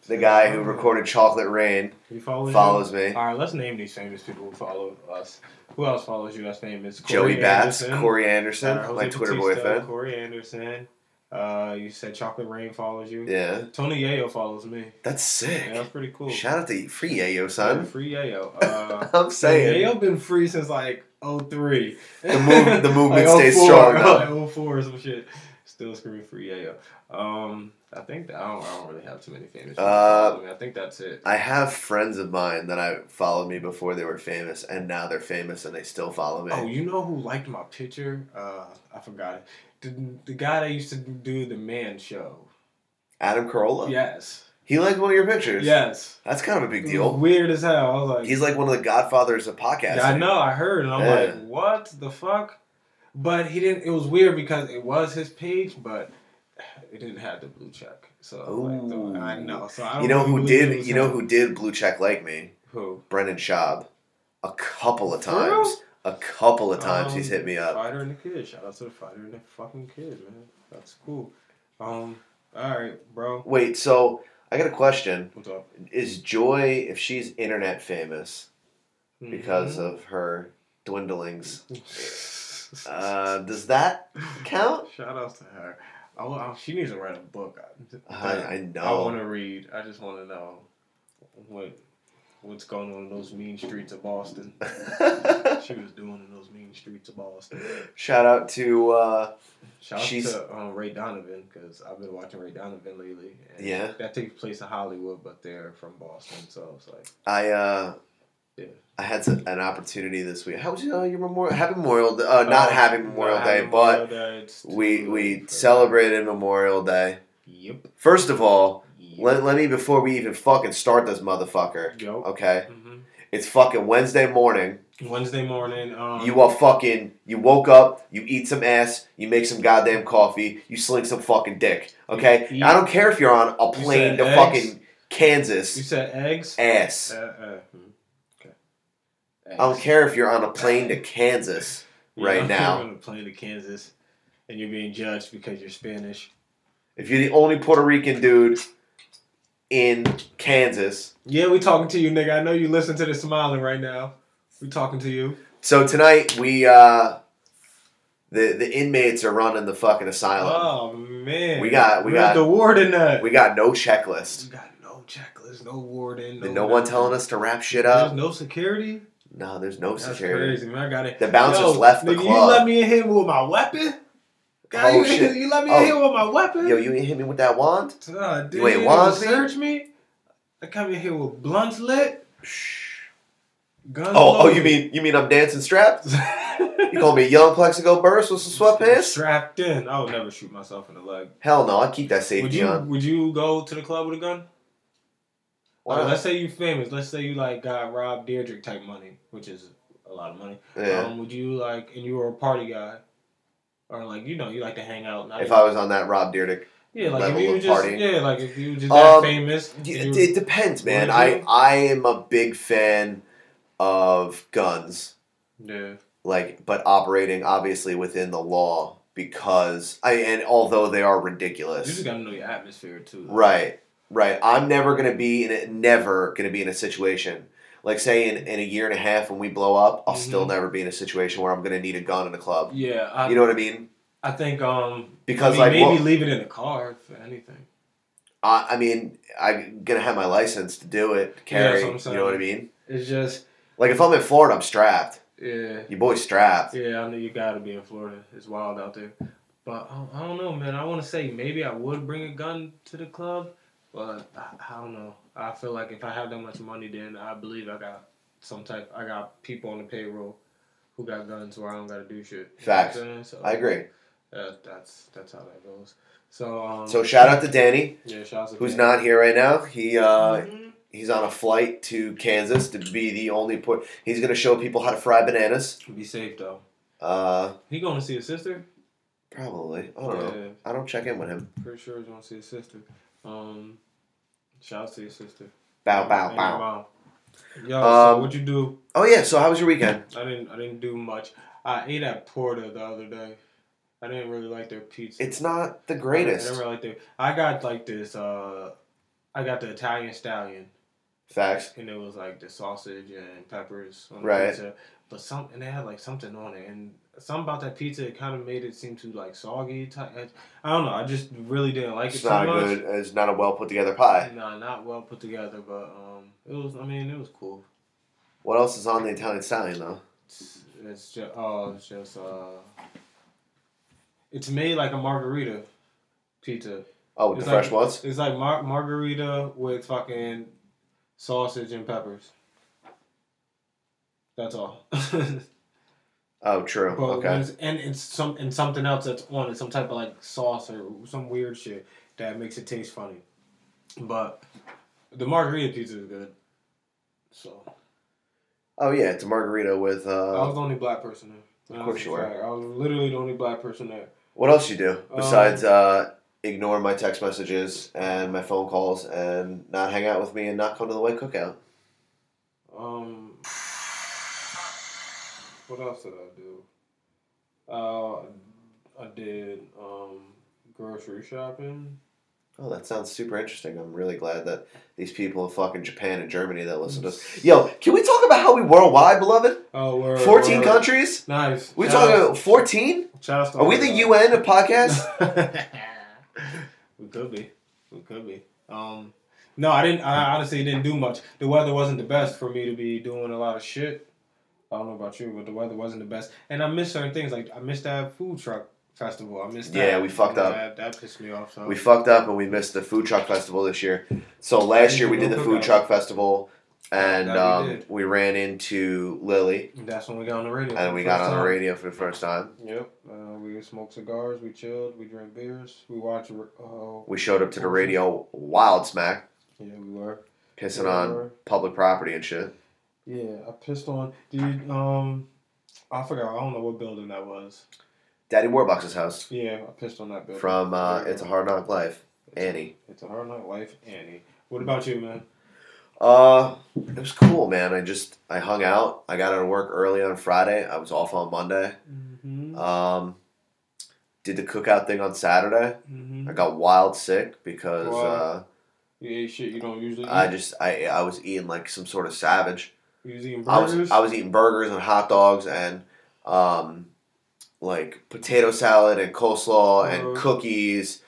[SPEAKER 2] Zonde, the guy who recorded Chocolate Rain,
[SPEAKER 3] Um, You follow him?
[SPEAKER 2] follows me.
[SPEAKER 3] All right, let's name these famous people who follow us. Who else follows you? That's famous.
[SPEAKER 2] Joey Bats,
[SPEAKER 3] Anderson.
[SPEAKER 2] Corey
[SPEAKER 3] Uh,
[SPEAKER 2] Anderson,
[SPEAKER 3] Jose
[SPEAKER 2] my Twitter boy
[SPEAKER 3] Batista,
[SPEAKER 2] fan.
[SPEAKER 3] Corey Anderson. Uh, you said Chocolate Rain follows you.
[SPEAKER 2] Yeah,
[SPEAKER 3] Tony Yayo follows me.
[SPEAKER 2] that's sick.
[SPEAKER 3] Yeah, that's pretty cool.
[SPEAKER 2] Shout out to Free Yayo, son.
[SPEAKER 3] Free Yayo. Uh,
[SPEAKER 2] I'm saying.
[SPEAKER 3] Yayo been free since like 03.
[SPEAKER 2] The move- the movement
[SPEAKER 3] like
[SPEAKER 2] stays
[SPEAKER 3] 04,
[SPEAKER 2] strong, though.
[SPEAKER 3] Like 04 or some shit. Still screaming free Yayo. Um, I think that, I don't, I don't really have too many famous. people
[SPEAKER 2] Uh,
[SPEAKER 3] following me. I think that's it.
[SPEAKER 2] I have friends of mine that I followed me before they were famous, and now they're famous and they still follow me.
[SPEAKER 3] Oh, you know who liked my picture? Uh, I forgot it. The, the guy that used to do the man show.
[SPEAKER 2] Adam Carolla.
[SPEAKER 3] Yes.
[SPEAKER 2] He liked one of your pictures.
[SPEAKER 3] Yes.
[SPEAKER 2] That's kind of a big
[SPEAKER 3] It was
[SPEAKER 2] deal.
[SPEAKER 3] Weird as hell. I was like,
[SPEAKER 2] He's like one of the godfathers of podcasting.
[SPEAKER 3] yeah, I know. I heard, and I'm
[SPEAKER 2] Yeah.
[SPEAKER 3] like, what the fuck? But he didn't. It was weird because it was his page, but it didn't have the blue check. So like,
[SPEAKER 2] Ooh.
[SPEAKER 3] the, I know. So I
[SPEAKER 2] You know
[SPEAKER 3] don't
[SPEAKER 2] who
[SPEAKER 3] really
[SPEAKER 2] did?
[SPEAKER 3] believe
[SPEAKER 2] You know
[SPEAKER 3] him.
[SPEAKER 2] who did blue check like me?
[SPEAKER 3] Who?
[SPEAKER 2] Brendan Schaub. A couple of
[SPEAKER 3] For real?
[SPEAKER 2] times. A couple of times
[SPEAKER 3] Um,
[SPEAKER 2] he's hit me up.
[SPEAKER 3] Fighter and the kid. Shout out to the fighter and the fucking kid, man. That's cool. Um. All right, bro.
[SPEAKER 2] Wait, so I got a question.
[SPEAKER 3] What's up?
[SPEAKER 2] Is Joy, if she's internet famous because
[SPEAKER 3] Mm-hmm.
[SPEAKER 2] of her dwindlings, uh, does that count?
[SPEAKER 3] Shout outs to her. I, wa- I- she needs to write a book. I,
[SPEAKER 2] I- I know.
[SPEAKER 3] I want to read. I just want to know what what's going on in those mean streets of Boston. she was doing in those mean streets of Boston.
[SPEAKER 2] Shout out to uh,
[SPEAKER 3] Shout
[SPEAKER 2] She's-
[SPEAKER 3] out to um, Ray Donovan because I've been watching Ray Donovan lately. And
[SPEAKER 2] Yeah.
[SPEAKER 3] That takes place in Hollywood, but they're from Boston, so it's like
[SPEAKER 2] I. Uh,
[SPEAKER 3] Yeah.
[SPEAKER 2] I had some, an opportunity this week. How was uh, your memorial? Happy Memorial Day. Uh, not
[SPEAKER 3] Um,
[SPEAKER 2] Happy Memorial
[SPEAKER 3] not
[SPEAKER 2] Day,
[SPEAKER 3] Happy
[SPEAKER 2] but
[SPEAKER 3] Memorial Day, it's
[SPEAKER 2] we
[SPEAKER 3] too
[SPEAKER 2] we
[SPEAKER 3] late for-
[SPEAKER 2] celebrated Memorial Day.
[SPEAKER 3] Yep.
[SPEAKER 2] First of all,
[SPEAKER 3] yep.
[SPEAKER 2] let, let me before we even fucking start this motherfucker.
[SPEAKER 3] Yo.
[SPEAKER 2] Okay,
[SPEAKER 3] Mhm.
[SPEAKER 2] It's fucking Wednesday morning.
[SPEAKER 3] Wednesday morning. Um,
[SPEAKER 2] You are fucking. You woke up. You eat some ass. You make some goddamn coffee. You sling some fucking dick. Okay.
[SPEAKER 3] You eat-
[SPEAKER 2] I don't care if you're on a
[SPEAKER 3] said
[SPEAKER 2] plane to
[SPEAKER 3] eggs?
[SPEAKER 2] fucking Kansas.
[SPEAKER 3] You said eggs.
[SPEAKER 2] ass.
[SPEAKER 3] Uh, uh, mm.
[SPEAKER 2] I don't care if you're on a plane to Kansas.
[SPEAKER 3] You
[SPEAKER 2] Right
[SPEAKER 3] know,
[SPEAKER 2] now.
[SPEAKER 3] you're on a plane to Kansas, and you're being judged because you're Spanish.
[SPEAKER 2] If you're the only Puerto Rican dude in Kansas.
[SPEAKER 3] Yeah, we talking to you, nigga. I know you listen to this smiling right now. We talking to you.
[SPEAKER 2] So tonight we uh the the inmates are running the fucking asylum.
[SPEAKER 3] Oh man,
[SPEAKER 2] Um, We got- we
[SPEAKER 3] Where's
[SPEAKER 2] got-
[SPEAKER 3] the warden. At?
[SPEAKER 2] We got no checklist.
[SPEAKER 3] We got no checklist, no warden,
[SPEAKER 2] No one telling us to wrap shit up.
[SPEAKER 3] There's no security.
[SPEAKER 2] No, there's no
[SPEAKER 3] That's
[SPEAKER 2] security.
[SPEAKER 3] crazy, man. I got it.
[SPEAKER 2] The bouncers
[SPEAKER 3] Yo,
[SPEAKER 2] left the
[SPEAKER 3] nigga, You
[SPEAKER 2] club.
[SPEAKER 3] let me in here with my weapon. God,
[SPEAKER 2] Oh,
[SPEAKER 3] you,
[SPEAKER 2] shit.
[SPEAKER 3] you let me
[SPEAKER 2] Oh.
[SPEAKER 3] in here with my weapon.
[SPEAKER 2] Yo, you ain't hit me with that wand?
[SPEAKER 3] Nah, dude,
[SPEAKER 2] You ain't
[SPEAKER 3] you
[SPEAKER 2] want
[SPEAKER 3] want
[SPEAKER 2] me?
[SPEAKER 3] search me? I come in here with blunts lit. Guns
[SPEAKER 2] Oh, oh,
[SPEAKER 3] loaded.
[SPEAKER 2] you mean you mean I'm dancing strapped? You call me a young plexico burst with some sweatpants?
[SPEAKER 3] strapped in? I would never shoot myself in the leg.
[SPEAKER 2] Hell no, I keep that
[SPEAKER 3] Would
[SPEAKER 2] safety
[SPEAKER 3] you?
[SPEAKER 2] on.
[SPEAKER 3] Would you go to the club with a gun?
[SPEAKER 2] Why
[SPEAKER 3] Like,
[SPEAKER 2] not?
[SPEAKER 3] let's say you famous. Let's say you like got Rob Deirdrick type money, which is a lot of money.
[SPEAKER 2] Yeah.
[SPEAKER 3] Um, would you like, and you were a party guy, or like you know you like to hang out? Not
[SPEAKER 2] if
[SPEAKER 3] even-
[SPEAKER 2] I was on that Rob Dyrdek.
[SPEAKER 3] yeah, like
[SPEAKER 2] level
[SPEAKER 3] if you were
[SPEAKER 2] of
[SPEAKER 3] just
[SPEAKER 2] partying.
[SPEAKER 3] yeah, like if you were just
[SPEAKER 2] Um,
[SPEAKER 3] that famous, if you
[SPEAKER 2] It,
[SPEAKER 3] were-
[SPEAKER 2] it depends, man.
[SPEAKER 3] Would
[SPEAKER 2] I
[SPEAKER 3] you?
[SPEAKER 2] I am a big fan of guns,
[SPEAKER 3] yeah,
[SPEAKER 2] like, but operating obviously within the law because I and although they are
[SPEAKER 3] you
[SPEAKER 2] ridiculous,
[SPEAKER 3] just gotta know your atmosphere too.
[SPEAKER 2] right, right. I'm never gonna be in a, never gonna be in a situation like say in, in a year and a half when we blow up, I'll still
[SPEAKER 3] Mhm.
[SPEAKER 2] never be in a situation where I'm gonna need a gun in a club.
[SPEAKER 3] Yeah, I,
[SPEAKER 2] You know what I mean?
[SPEAKER 3] I think um
[SPEAKER 2] Because,
[SPEAKER 3] I mean,
[SPEAKER 2] like,
[SPEAKER 3] maybe
[SPEAKER 2] what-
[SPEAKER 3] leave it in the car for anything.
[SPEAKER 2] I, I mean, I'm gonna have my license to do it, carry.
[SPEAKER 3] that's what I'm
[SPEAKER 2] you know what I
[SPEAKER 3] saying.
[SPEAKER 2] mean?
[SPEAKER 3] It's just
[SPEAKER 2] Like if I'm in Florida, I'm strapped.
[SPEAKER 3] yeah,
[SPEAKER 2] Your boy's strapped.
[SPEAKER 3] yeah. I know you gotta be in Florida. It's wild out there, but I, I don't know, man. I want to say maybe I would bring a gun to the club, but I, I don't know. I feel like if I have that much money, then I believe I got some type. I got people on the payroll who got guns where I don't gotta do shit. You know what
[SPEAKER 2] Facts.
[SPEAKER 3] I'm saying? So,
[SPEAKER 2] I agree.
[SPEAKER 3] That, that's that's how that goes. So um,
[SPEAKER 2] So shout out to Danny,
[SPEAKER 3] yeah, shout out to
[SPEAKER 2] who's
[SPEAKER 3] Dad.
[SPEAKER 2] not here right now. He uh,
[SPEAKER 3] Mhm.
[SPEAKER 2] he's on a flight to Kansas to be the only port. He's gonna show people how to fry bananas.
[SPEAKER 3] Be safe though.
[SPEAKER 2] Uh,
[SPEAKER 3] He going to see his sister.
[SPEAKER 2] probably. I don't know.
[SPEAKER 3] Yeah.
[SPEAKER 2] I don't check in with him.
[SPEAKER 3] Pretty sure he's gonna see his sister. Um, shout out to your sister.
[SPEAKER 2] Bow bow
[SPEAKER 3] And your
[SPEAKER 2] bow.
[SPEAKER 3] mom. Yo, so
[SPEAKER 2] Um,
[SPEAKER 3] what you do?
[SPEAKER 2] Oh yeah. So how was your weekend?
[SPEAKER 3] I didn't. I didn't do much. I ate at Porta the other day. I didn't really like their pizza.
[SPEAKER 2] It's not the
[SPEAKER 3] I didn't
[SPEAKER 2] greatest.
[SPEAKER 3] really like their. I got like this. Uh, I got the Italian stallion,
[SPEAKER 2] Facts.
[SPEAKER 3] and it was like the sausage and peppers on the
[SPEAKER 2] Right.
[SPEAKER 3] pizza. But some and they had like something on it, and something about that pizza it kind of made it seem too like soggy. Type. I don't know. I just really didn't like
[SPEAKER 2] It's
[SPEAKER 3] it
[SPEAKER 2] not
[SPEAKER 3] too
[SPEAKER 2] a
[SPEAKER 3] much. Mm.
[SPEAKER 2] good. It's not a well put together pie.
[SPEAKER 3] No, not well put together, but um, it was. I mean, it was cool.
[SPEAKER 2] What else is on the Italian stallion though?
[SPEAKER 3] It's, it's just oh, it's just uh, it's made like a margarita pizza.
[SPEAKER 2] Oh, with
[SPEAKER 3] It's
[SPEAKER 2] the fresh
[SPEAKER 3] like,
[SPEAKER 2] ones.
[SPEAKER 3] It's like mar- margarita with fucking sausage and peppers. That's all. but
[SPEAKER 2] Oh, true.
[SPEAKER 3] when
[SPEAKER 2] Okay.
[SPEAKER 3] it's, and it's some and something else that's on it, some type of like sauce or some weird shit that makes it taste funny. But the margarita pizza is good. So.
[SPEAKER 2] Oh yeah, it's a margarita with.
[SPEAKER 3] I was
[SPEAKER 2] Uh,
[SPEAKER 3] the only black person there.
[SPEAKER 2] Of course you were.
[SPEAKER 3] I was literally the only black person there.
[SPEAKER 2] what else you do
[SPEAKER 3] Um,
[SPEAKER 2] besides uh, ignore my text messages and my phone calls and not hang out with me and not come to the white cookout?
[SPEAKER 3] Um, what else did I do? Uh, I did um, grocery shopping.
[SPEAKER 2] Oh, that sounds super interesting. I'm really glad that these people in fucking Japan and Germany that listen to
[SPEAKER 3] Mm.
[SPEAKER 2] us. Yo, can we talk about how we worldwide, beloved?
[SPEAKER 3] Oh, we're
[SPEAKER 2] 14
[SPEAKER 3] we're-
[SPEAKER 2] countries?
[SPEAKER 3] Nice.
[SPEAKER 2] We
[SPEAKER 3] Shout
[SPEAKER 2] talking
[SPEAKER 3] out-
[SPEAKER 2] about 14?
[SPEAKER 3] shout out to
[SPEAKER 2] Are we
[SPEAKER 3] all
[SPEAKER 2] the
[SPEAKER 3] y'all.
[SPEAKER 2] UN of podcasts?
[SPEAKER 3] we could be. We could be. Um, no, I didn't. I honestly didn't do much. The weather wasn't the best for me to be doing a lot of shit. I don't know about you, but the weather wasn't the best, and I missed certain things. Like I missed that food truck festival. I missed.
[SPEAKER 2] Yeah,
[SPEAKER 3] that.
[SPEAKER 2] we fucked up.
[SPEAKER 3] That, that pissed me off. So
[SPEAKER 2] We fucked up and we missed the food truck festival this year. So last year we did the food truck festival and
[SPEAKER 3] That we
[SPEAKER 2] um,
[SPEAKER 3] did.
[SPEAKER 2] we ran into Lily
[SPEAKER 3] that's when we got on the radio.
[SPEAKER 2] and we got on the radio for the first time.
[SPEAKER 3] Yep. Uh, we smoked cigars. We chilled. We drank beers. We watched. Uh,
[SPEAKER 2] We showed up to the radio wild smack,
[SPEAKER 3] yeah, we were.
[SPEAKER 2] pissing on public property and shit.
[SPEAKER 8] Yeah, I pissed on dude. Um, I forgot. I don't know what building that was.
[SPEAKER 2] Daddy Warbucks' house
[SPEAKER 8] Yeah, I pissed on that building.
[SPEAKER 2] from uh, It's a Hard Knock Life. Annie.
[SPEAKER 8] It's a hard night, life, Annie. What about you, man?
[SPEAKER 2] Uh, it was cool, man. I just I hung out. I got out of work early on Friday. I was off on Monday.
[SPEAKER 8] Mm-hmm.
[SPEAKER 2] Um, did the cookout thing on Saturday.
[SPEAKER 8] Mm-hmm.
[SPEAKER 2] I got wild sick because
[SPEAKER 8] Wow.
[SPEAKER 2] uh,
[SPEAKER 8] You ate shit you don't usually. Eat.
[SPEAKER 2] I just I I was eating like some sort of savage.
[SPEAKER 8] you was eating
[SPEAKER 2] I was
[SPEAKER 8] burgers?
[SPEAKER 2] I was eating burgers and hot dogs and um like potato salad and coleslaw and
[SPEAKER 8] Mhm.
[SPEAKER 2] cookies.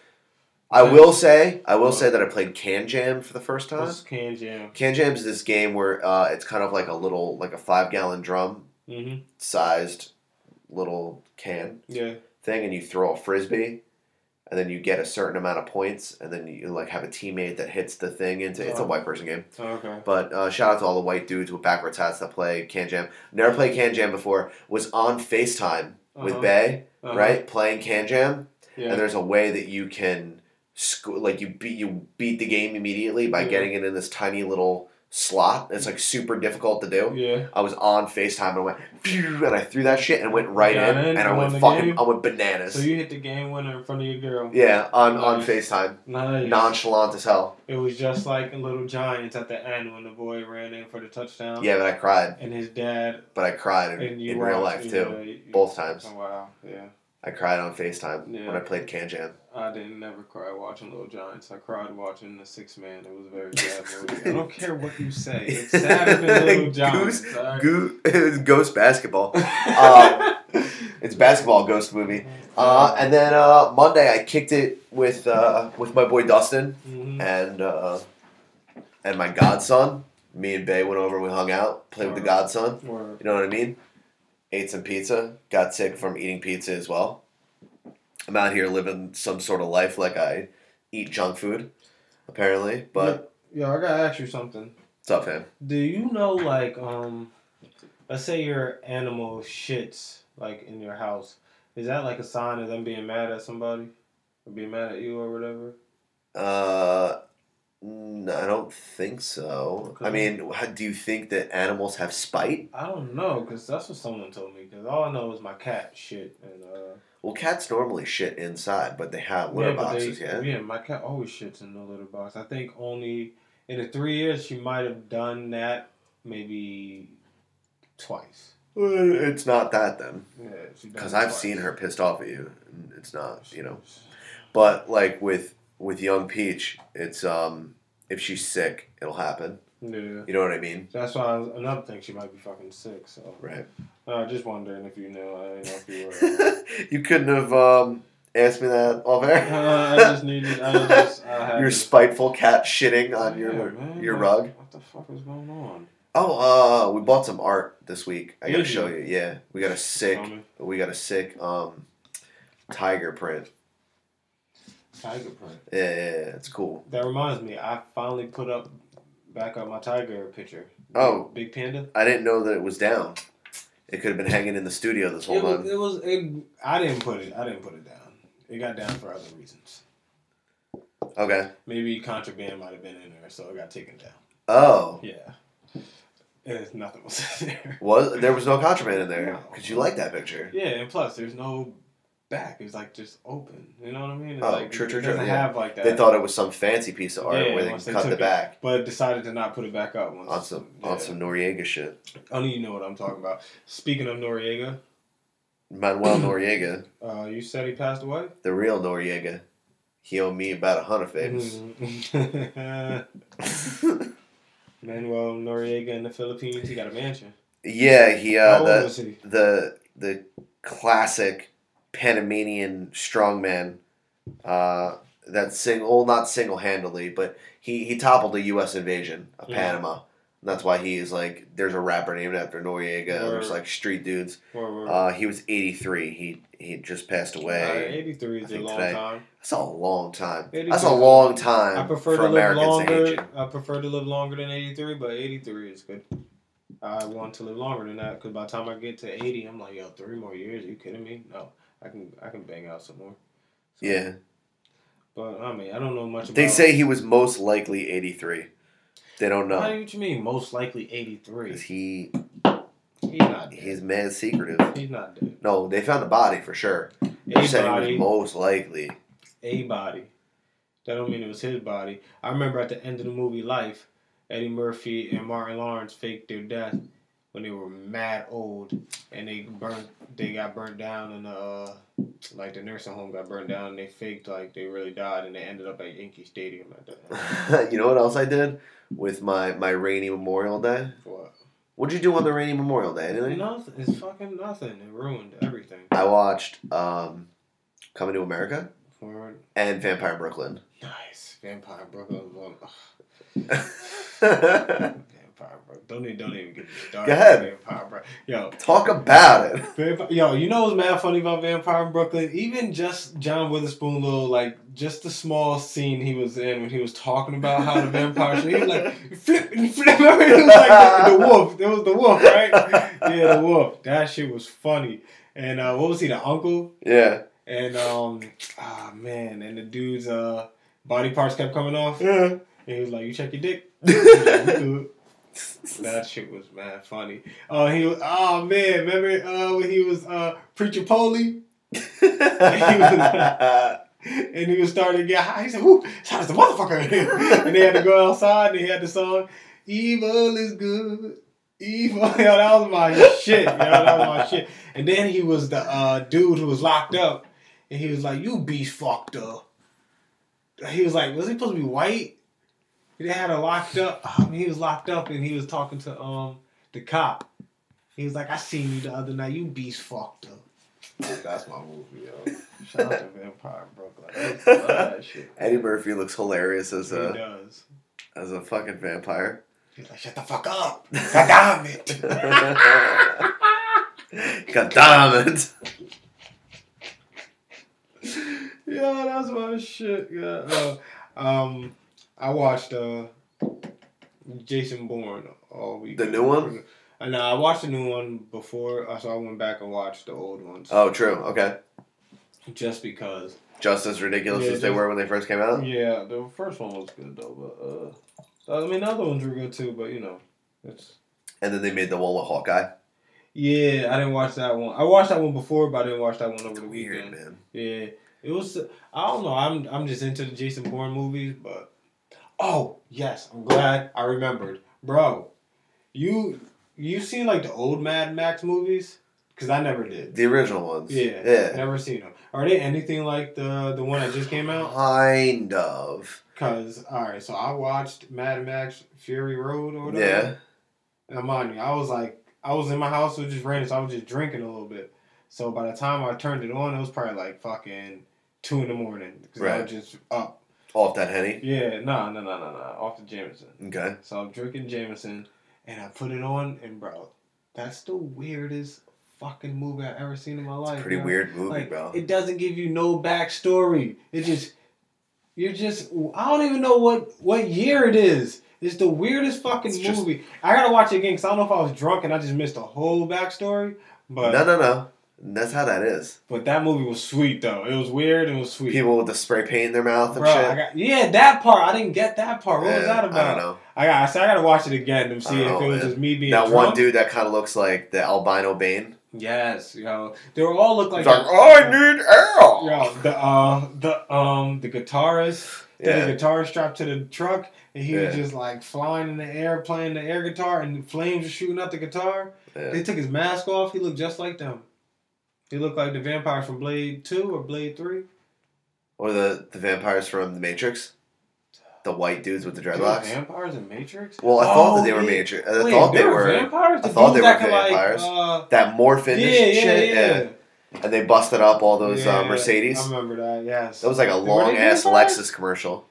[SPEAKER 2] I
[SPEAKER 8] Nice.
[SPEAKER 2] will say I will
[SPEAKER 8] Mhm.
[SPEAKER 2] say that I played Can Jam for the first time.
[SPEAKER 8] What's canned jam.
[SPEAKER 2] Can Jam is this game where uh, it's kind of like a little like a five gallon drum
[SPEAKER 8] Mm-hmm.
[SPEAKER 2] sized little can
[SPEAKER 8] Yeah.
[SPEAKER 2] thing and you throw a frisbee and then you get a certain amount of points and then you like have a teammate that hits the thing into it's a
[SPEAKER 8] Oh.
[SPEAKER 2] white person game
[SPEAKER 8] Oh, okay.
[SPEAKER 2] but uh, shout out to all the white dudes with backwards hats that play can jam never played can jam before was on facetime with
[SPEAKER 8] Uh-huh.
[SPEAKER 2] bay
[SPEAKER 8] Uh-huh.
[SPEAKER 2] right playing can jam
[SPEAKER 8] Yeah.
[SPEAKER 2] and there's a way that you can sc- like you beat you beat the game immediately by
[SPEAKER 8] Yeah.
[SPEAKER 2] getting it in this tiny little slot it's like super difficult to do
[SPEAKER 8] yeah.
[SPEAKER 2] I was on FaceTime and I went, "Phew," and I threw that shit and went right
[SPEAKER 8] Got
[SPEAKER 2] in,
[SPEAKER 8] in,
[SPEAKER 2] and I
[SPEAKER 8] you
[SPEAKER 2] went
[SPEAKER 8] won the
[SPEAKER 2] fucking,
[SPEAKER 8] game?
[SPEAKER 2] I went bananas.
[SPEAKER 8] So you hit the game winner in front of your girl.
[SPEAKER 2] yeah, on on
[SPEAKER 8] Nice.
[SPEAKER 2] FaceTime,
[SPEAKER 8] Nice.
[SPEAKER 2] nonchalant as hell.
[SPEAKER 8] It was just like Little Giants at the end when the boy ran in for the touchdown.
[SPEAKER 2] Yeah, but I cried,
[SPEAKER 8] And his dad
[SPEAKER 2] but I cried in,
[SPEAKER 8] and you
[SPEAKER 2] in
[SPEAKER 8] were
[SPEAKER 2] real
[SPEAKER 8] out-
[SPEAKER 2] life
[SPEAKER 8] yeah,
[SPEAKER 2] too.
[SPEAKER 8] you-
[SPEAKER 2] Both times,
[SPEAKER 8] Oh, wow. Yeah.
[SPEAKER 2] I cried on FaceTime
[SPEAKER 8] Yeah.
[SPEAKER 2] when I played Can Jam.
[SPEAKER 8] I didn't never cry watching Little Giants. I cried watching The Six Man. It was a very sad movie. I don't care what you say. It's sadder than Little Giants.
[SPEAKER 2] Goose,
[SPEAKER 8] all right?
[SPEAKER 2] Goo- it's Ghost Basketball. Uh, it's basketball ghost movie. Uh, and then uh, Monday, I kicked it with uh, with my boy Dustin.
[SPEAKER 8] Mhm.
[SPEAKER 2] and uh, and my godson. Me and Bay went over. We hung out, played with the godson.
[SPEAKER 8] Word.
[SPEAKER 2] You know what I mean? Ate some pizza. Got sick from eating pizza as well. I'm out here living some sort of life like I eat junk food, apparently. But
[SPEAKER 8] Yo, I gotta ask you something.
[SPEAKER 2] it's up, fam.
[SPEAKER 8] Do you know, like, um, let's say your animal shits, like, in your house. Is that, like, a sign of them being mad at somebody? Or being mad at you or whatever?
[SPEAKER 2] Uh, n- I don't think so. I mean, how, do you think that animals have spite?
[SPEAKER 8] I don't know, because that's what someone told me. Because all I know is my cat shit. And, uh,
[SPEAKER 2] Well, cats normally shit inside, but they have litter
[SPEAKER 8] but
[SPEAKER 2] boxes.
[SPEAKER 8] they-
[SPEAKER 2] yeah.
[SPEAKER 8] my cat always shits in the litter box. I think only in the three years she might have done that maybe twice.
[SPEAKER 2] Well, It's not that then.
[SPEAKER 8] Yeah, she done
[SPEAKER 2] because
[SPEAKER 8] it
[SPEAKER 2] I've
[SPEAKER 8] twice.
[SPEAKER 2] seen her pissed off at you. and It's not, you know. But like with with young Peach, it's um if she's sick, it'll happen.
[SPEAKER 8] Yeah,
[SPEAKER 2] You know what I mean?
[SPEAKER 8] that's why I was, another thing she might be fucking sick. So
[SPEAKER 2] Right.
[SPEAKER 8] uh, just wondering if you knew. I didn't know if you were.
[SPEAKER 2] you couldn't have um asked me that off
[SPEAKER 8] Uh, I just
[SPEAKER 2] air.
[SPEAKER 8] needed. I just. I had
[SPEAKER 2] Your
[SPEAKER 8] to-
[SPEAKER 2] spiteful cat shitting on your
[SPEAKER 8] Yeah, man,
[SPEAKER 2] your
[SPEAKER 8] like,
[SPEAKER 2] rug.
[SPEAKER 8] What the fuck is going on?
[SPEAKER 2] Oh, uh, we bought some art this week. I gotta
[SPEAKER 8] Did
[SPEAKER 2] show
[SPEAKER 8] you?
[SPEAKER 2] you. Yeah, we got a sick,
[SPEAKER 8] Show me.
[SPEAKER 2] we got a sick um tiger print.
[SPEAKER 8] Tiger print.
[SPEAKER 2] Yeah, yeah, yeah, it's cool.
[SPEAKER 8] That reminds me. I finally put up back up my tiger picture.
[SPEAKER 2] Oh.
[SPEAKER 8] big panda.
[SPEAKER 2] I didn't know that it was down. It could have been hanging in the studio this whole
[SPEAKER 8] It
[SPEAKER 2] time.
[SPEAKER 8] was, it was. It. I didn't put it. I didn't put it down. It got down for other reasons.
[SPEAKER 2] Okay.
[SPEAKER 8] Maybe contraband might have been in there, so it got taken down.
[SPEAKER 2] Oh,
[SPEAKER 8] Yeah. And nothing was in there.
[SPEAKER 2] was there was no contraband in there?
[SPEAKER 8] No.
[SPEAKER 2] Because you like that picture.
[SPEAKER 8] Yeah, and plus, there's no back. It's like just open. You know what I mean? It's
[SPEAKER 2] Oh,
[SPEAKER 8] like,
[SPEAKER 2] true,
[SPEAKER 8] it
[SPEAKER 2] true, true,
[SPEAKER 8] doesn't
[SPEAKER 2] yeah.
[SPEAKER 8] have like that.
[SPEAKER 2] They thought it was some fancy piece of art
[SPEAKER 8] Yeah,
[SPEAKER 2] where they
[SPEAKER 8] once
[SPEAKER 2] could cut
[SPEAKER 8] took
[SPEAKER 2] the
[SPEAKER 8] it,
[SPEAKER 2] back
[SPEAKER 8] but decided to not put it back up. Once,
[SPEAKER 2] on some
[SPEAKER 8] yeah.
[SPEAKER 2] on some Noriega shit.
[SPEAKER 8] Only you know what I'm talking about. Speaking of Noriega,
[SPEAKER 2] Manuel Noriega,
[SPEAKER 8] uh, you said he passed away.
[SPEAKER 2] the real Noriega, he owed me about a hundred favors.
[SPEAKER 8] Mm-hmm. Mm. Manuel Noriega in the Philippines. He got a mansion.
[SPEAKER 2] yeah, he
[SPEAKER 8] How
[SPEAKER 2] uh,
[SPEAKER 8] old
[SPEAKER 2] the
[SPEAKER 8] was he?
[SPEAKER 2] the the classic Panamanian strongman. Uh, that single, well, not single handedly, but he he toppled the U.S. invasion of
[SPEAKER 8] Yeah.
[SPEAKER 2] Panama. And that's why he is like. There's a rapper named after Noriega. There's
[SPEAKER 8] Word.
[SPEAKER 2] like street dudes.
[SPEAKER 8] Where were-
[SPEAKER 2] Uh, he was 83. He he just passed
[SPEAKER 8] Uh,
[SPEAKER 2] away.
[SPEAKER 8] 83
[SPEAKER 2] I
[SPEAKER 8] is a
[SPEAKER 2] think
[SPEAKER 8] long
[SPEAKER 2] today.
[SPEAKER 8] time.
[SPEAKER 2] That's a long time.
[SPEAKER 8] 83.
[SPEAKER 2] That's a long time
[SPEAKER 8] I prefer
[SPEAKER 2] for
[SPEAKER 8] to live
[SPEAKER 2] Americans to hate
[SPEAKER 8] longer.
[SPEAKER 2] you.
[SPEAKER 8] I prefer to live longer than 83, but 83 is good. I want to live longer than that because by the time I get to 80, I'm like, yo, three more years? Are you kidding me? No, I can I can bang out some more. So-
[SPEAKER 2] Yeah,
[SPEAKER 8] but I mean, I don't know much. about
[SPEAKER 2] they say he was most likely 83. They don't
[SPEAKER 8] How do
[SPEAKER 2] know.
[SPEAKER 8] you what you mean? Most likely eighty three.
[SPEAKER 2] 'Cause He
[SPEAKER 8] He's not dead.
[SPEAKER 2] he's mad secretive.
[SPEAKER 8] He's not dead.
[SPEAKER 2] No, they found the body for sure. They
[SPEAKER 8] A
[SPEAKER 2] said he
[SPEAKER 8] body,
[SPEAKER 2] was most likely.
[SPEAKER 8] a body. That don't mean it was his body. I remember at the end of the movie Life, Eddie Murphy and Martin Lawrence faked their death when they were mad old and they burnt. They got burnt down and uh, like the nursing home got burnt down and they faked like they really died and they ended up at Yankee Stadium at the end.
[SPEAKER 2] you know what else I did with my my rainy Memorial Day?
[SPEAKER 8] What?
[SPEAKER 2] What'd you do on the rainy Memorial Day? Anything?
[SPEAKER 8] Nothing. It's fucking nothing. It ruined everything.
[SPEAKER 2] I watched um, Coming to America
[SPEAKER 8] Forward.
[SPEAKER 2] and Vampire Brooklyn.
[SPEAKER 8] Nice. Vampire Brooklyn. was one-
[SPEAKER 2] Talk
[SPEAKER 8] Vampire Brooklyn. Don't even, don't even get me started.
[SPEAKER 2] Go ahead.
[SPEAKER 8] Vampire Brooklyn. Yo,
[SPEAKER 2] about it.
[SPEAKER 8] Vampire, yo, you know what's mad funny about Vampire in Brooklyn? Even just John Witherspoon, little like just the small scene he was in when he was talking about how the vampire, he was like flip and flip. It was like the, the wolf. It was the wolf, right? Yeah, the wolf. That shit was funny. And uh, what was he? The uncle.
[SPEAKER 2] Yeah.
[SPEAKER 8] And um, ah man, and the dude's uh body parts kept coming off. And
[SPEAKER 2] Yeah.
[SPEAKER 8] he was like, "You check your dick." He was like, "We good." That shit was mad funny. Oh, he was. Oh man, remember uh, when he was uh, preacher Polly and he was starting to get high. He said, "Whoo, sounds a motherfucker in here." And they had to go outside, and he had the song, "Evil is good." Evil, yo, that was my shit. Yo, that was my shit. And then he was the uh, dude who was locked up, and he was like, "You beast fucked up." He was like, "Was he supposed to be white?" They had her locked up. I mean, he was locked up, and he was talking to um the cop. He was like, "I seen you the other night. You beast fucked up." That's my movie, yo. Shout out to Vampire Brooklyn. I used to love that shit.
[SPEAKER 2] Eddie Murphy looks hilarious as
[SPEAKER 8] He
[SPEAKER 2] a
[SPEAKER 8] does.
[SPEAKER 2] as a fucking vampire.
[SPEAKER 8] He's like, shut the fuck up. God damn it.
[SPEAKER 2] God damn it!
[SPEAKER 8] yeah, that's my shit. Yeah. Uh, um, I watched uh, Jason Bourne all week.
[SPEAKER 2] The new one?
[SPEAKER 8] Uh, no, I watched the new one before, uh, so I went back and watched the old ones.
[SPEAKER 2] Oh, true. Okay.
[SPEAKER 8] Just because.
[SPEAKER 2] Just as ridiculous
[SPEAKER 8] Yeah,
[SPEAKER 2] as they
[SPEAKER 8] just-
[SPEAKER 2] were when they first came out.
[SPEAKER 8] Yeah, the first one was good though, but uh, I mean the other ones were good too, but you know, it's.
[SPEAKER 2] And then they made the one with Hawkeye.
[SPEAKER 8] Yeah, I didn't watch that one. I watched that one before, but I didn't watch that one over the
[SPEAKER 2] Weird,
[SPEAKER 8] weekend.
[SPEAKER 2] man.
[SPEAKER 8] Yeah, it was. I don't know. I'm I'm just into the Jason Bourne movies, but oh yes, I'm glad I remembered, bro. You you seen like the old Mad Max movies? Cause I never did.
[SPEAKER 2] The original ones.
[SPEAKER 8] Yeah,
[SPEAKER 2] Yeah.
[SPEAKER 8] never seen them. Are they anything like the the one that just came out?
[SPEAKER 2] Uh-huh. Kind of.
[SPEAKER 8] Cause all right, so I watched Mad Max Fury Road or whatever.
[SPEAKER 2] Yeah.
[SPEAKER 8] And mind you, I was like, I was in my house, it was just raining, so I was just drinking a little bit. So by the time I turned it on, it was probably like fucking two in the morning. Because I
[SPEAKER 2] Right.
[SPEAKER 8] was just up.
[SPEAKER 2] Off that henny.
[SPEAKER 8] Yeah, no, no, no, no, no. Off the Jameson.
[SPEAKER 2] Okay.
[SPEAKER 8] So I'm drinking Jameson, and I put it on, and bro, that's the weirdest fucking movie I've ever seen in my life.
[SPEAKER 2] Pretty
[SPEAKER 8] bro.
[SPEAKER 2] weird movie,
[SPEAKER 8] Like,
[SPEAKER 2] bro.
[SPEAKER 8] it doesn't give you no backstory. It just, you're just, I don't even know what what year it is. It's the weirdest fucking
[SPEAKER 2] It's just-
[SPEAKER 8] movie. I gotta watch it again because I don't know if I was drunk and I just missed the whole backstory. But
[SPEAKER 2] No, no, no. That's how that is.
[SPEAKER 8] but that movie was sweet though. It was weird and it was sweet.
[SPEAKER 2] People with the spray paint in their mouth and
[SPEAKER 8] Bro,
[SPEAKER 2] shit.
[SPEAKER 8] I got, yeah, that part I didn't get that part. What was
[SPEAKER 2] Yeah,
[SPEAKER 8] that about?
[SPEAKER 2] I don't know.
[SPEAKER 8] I got. I said I gotta watch it again to
[SPEAKER 2] I
[SPEAKER 8] see
[SPEAKER 2] don't know,
[SPEAKER 8] if it was
[SPEAKER 2] man.
[SPEAKER 8] just me being
[SPEAKER 2] that
[SPEAKER 8] drunk.
[SPEAKER 2] one dude that kind of looks like the albino Bane.
[SPEAKER 8] Yes, yo, they were all look like.
[SPEAKER 2] He's like, oh, I need air.
[SPEAKER 8] Yo, the uh, the um, the guitarist,
[SPEAKER 2] Yeah.
[SPEAKER 8] the guitar strapped to the truck, and he was
[SPEAKER 2] Yeah.
[SPEAKER 8] just like flying in the air, playing the air guitar, and the flames were shooting out the guitar. They
[SPEAKER 2] Yeah.
[SPEAKER 8] took his mask off. He looked just like them. He looked like the vampires from Blade Two or Blade Three.
[SPEAKER 2] Or the, the vampires from The Matrix. The white dudes with the
[SPEAKER 8] They were
[SPEAKER 2] dreadlocks.
[SPEAKER 8] Vampires in Matrix.
[SPEAKER 2] Well, I thought
[SPEAKER 8] Oh,
[SPEAKER 2] that they were
[SPEAKER 8] wait.
[SPEAKER 2] Matrix. I
[SPEAKER 8] Wait,
[SPEAKER 2] thought
[SPEAKER 8] they
[SPEAKER 2] they were.
[SPEAKER 8] vampires.
[SPEAKER 2] I thought they were
[SPEAKER 8] that could, like,
[SPEAKER 2] vampires.
[SPEAKER 8] uh,
[SPEAKER 2] That morph in
[SPEAKER 8] yeah,
[SPEAKER 2] this shit.
[SPEAKER 8] yeah, yeah.
[SPEAKER 2] yeah. And they busted up all those
[SPEAKER 8] Yeah,
[SPEAKER 2] uh, Mercedes.
[SPEAKER 8] I remember that. Yes,
[SPEAKER 2] That was like a
[SPEAKER 8] they
[SPEAKER 2] long ass
[SPEAKER 8] vampires?
[SPEAKER 2] Lexus commercial.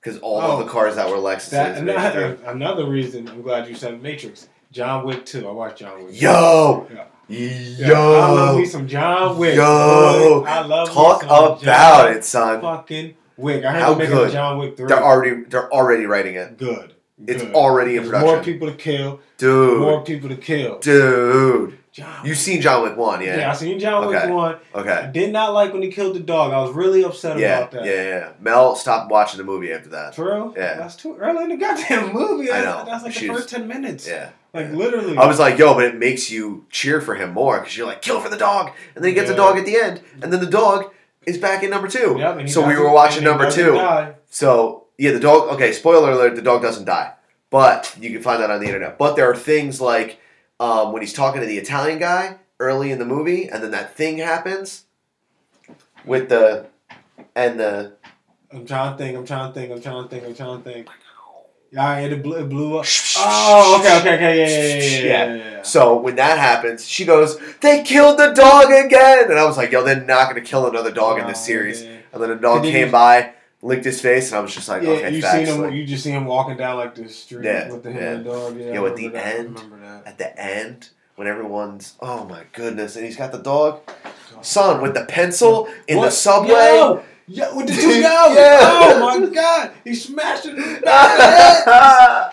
[SPEAKER 2] Because all of
[SPEAKER 8] Oh.
[SPEAKER 2] the cars that were Lexuses.
[SPEAKER 8] That,
[SPEAKER 2] made it
[SPEAKER 8] another,
[SPEAKER 2] through.
[SPEAKER 8] another reason I'm glad you said Matrix. John Wick 2. I watched John Wick.
[SPEAKER 2] Yo!
[SPEAKER 8] Yeah. Yeah, I love
[SPEAKER 2] Yo!
[SPEAKER 8] me some John Wick.
[SPEAKER 2] Yo!
[SPEAKER 8] boy. I love me
[SPEAKER 2] Talk
[SPEAKER 8] some John
[SPEAKER 2] about it, son.
[SPEAKER 8] Fucking Wick. I heard
[SPEAKER 2] How
[SPEAKER 8] they're making
[SPEAKER 2] good.
[SPEAKER 8] a John Wick 3.
[SPEAKER 2] They're already they're already writing it,
[SPEAKER 8] good.
[SPEAKER 2] It's
[SPEAKER 8] Good.
[SPEAKER 2] already in
[SPEAKER 8] There's
[SPEAKER 2] production.
[SPEAKER 8] More people to kill.
[SPEAKER 2] dude.
[SPEAKER 8] More people to kill.
[SPEAKER 2] dude,
[SPEAKER 8] John.
[SPEAKER 2] You've seen John Wick one,
[SPEAKER 8] yeah.
[SPEAKER 2] yeah?
[SPEAKER 8] I seen John Wick
[SPEAKER 2] Okay.
[SPEAKER 8] one. I
[SPEAKER 2] Okay.
[SPEAKER 8] did not like when he killed the dog. I was really upset
[SPEAKER 2] Yeah,
[SPEAKER 8] about
[SPEAKER 2] yeah,
[SPEAKER 8] that.
[SPEAKER 2] yeah, yeah. Mel stopped watching the movie after that.
[SPEAKER 8] For real?
[SPEAKER 2] Yeah.
[SPEAKER 8] That's too early in the goddamn movie.
[SPEAKER 2] I
[SPEAKER 8] That's,
[SPEAKER 2] know.
[SPEAKER 8] that's like
[SPEAKER 2] She
[SPEAKER 8] the
[SPEAKER 2] was-
[SPEAKER 8] first ten minutes.
[SPEAKER 2] Yeah.
[SPEAKER 8] Like literally.
[SPEAKER 2] I was like, yo, but it makes you cheer for him more because you're like, kill for the dog, and then he gets a
[SPEAKER 8] Yeah.
[SPEAKER 2] dog at the end, and then the dog is back in number two.
[SPEAKER 8] Yep, and he
[SPEAKER 2] so we
[SPEAKER 8] doesn't-
[SPEAKER 2] were watching
[SPEAKER 8] and he
[SPEAKER 2] number
[SPEAKER 8] doesn't
[SPEAKER 2] two.
[SPEAKER 8] die.
[SPEAKER 2] So yeah, the dog. Okay, spoiler alert: the dog doesn't die, but you can find that on the internet. But there are things like um, when he's talking to the Italian guy early in the movie, and then that thing happens with the and the
[SPEAKER 8] I'm trying to think. I'm trying to think. I'm trying to think. I'm trying to think. Yeah, all right, it blew, it blew up. Oh, okay, okay, okay, yeah, yeah, yeah, yeah. yeah, yeah.
[SPEAKER 2] so when that happens, she goes, "They killed the dog again," and I was like, "Yo, they're not gonna kill another dog in this
[SPEAKER 8] Oh,
[SPEAKER 2] series."
[SPEAKER 8] yeah.
[SPEAKER 2] And then a dog
[SPEAKER 8] Did
[SPEAKER 2] came
[SPEAKER 8] you-
[SPEAKER 2] by, licked his face, and I was just like,
[SPEAKER 8] Yeah,
[SPEAKER 2] "Okay,
[SPEAKER 8] you
[SPEAKER 2] facts."
[SPEAKER 8] seen him.
[SPEAKER 2] like,
[SPEAKER 8] you just see him walking down like the street
[SPEAKER 2] Yeah,
[SPEAKER 8] with the him
[SPEAKER 2] yeah.
[SPEAKER 8] and the dog. Yeah,
[SPEAKER 2] Yeah,
[SPEAKER 8] I
[SPEAKER 2] with the
[SPEAKER 8] remember that, I
[SPEAKER 2] end.
[SPEAKER 8] remember that.
[SPEAKER 2] at the end when everyone's oh my goodness and he's got the dog son with the pencil in the
[SPEAKER 8] What?
[SPEAKER 2] subway
[SPEAKER 8] Yo! Yeah, with the two dogs.
[SPEAKER 2] Yeah.
[SPEAKER 8] Oh my god, he smashed it. in the back of the head.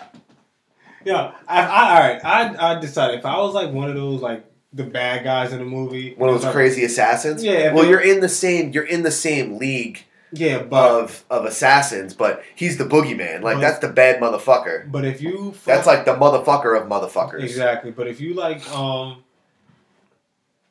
[SPEAKER 8] Yeah, I, I all right. I I decided if I was like one of those like the bad guys in the movie,
[SPEAKER 2] one of those
[SPEAKER 8] like-
[SPEAKER 2] crazy assassins
[SPEAKER 8] Yeah, if
[SPEAKER 2] well
[SPEAKER 8] it-
[SPEAKER 2] you're in the same you're in the same league
[SPEAKER 8] Yeah, but
[SPEAKER 2] of of assassins but he's the boogeyman like
[SPEAKER 8] But-
[SPEAKER 2] that's the bad motherfucker
[SPEAKER 8] but if you fuck,
[SPEAKER 2] that's like the motherfucker of motherfuckers
[SPEAKER 8] exactly. But if you like um,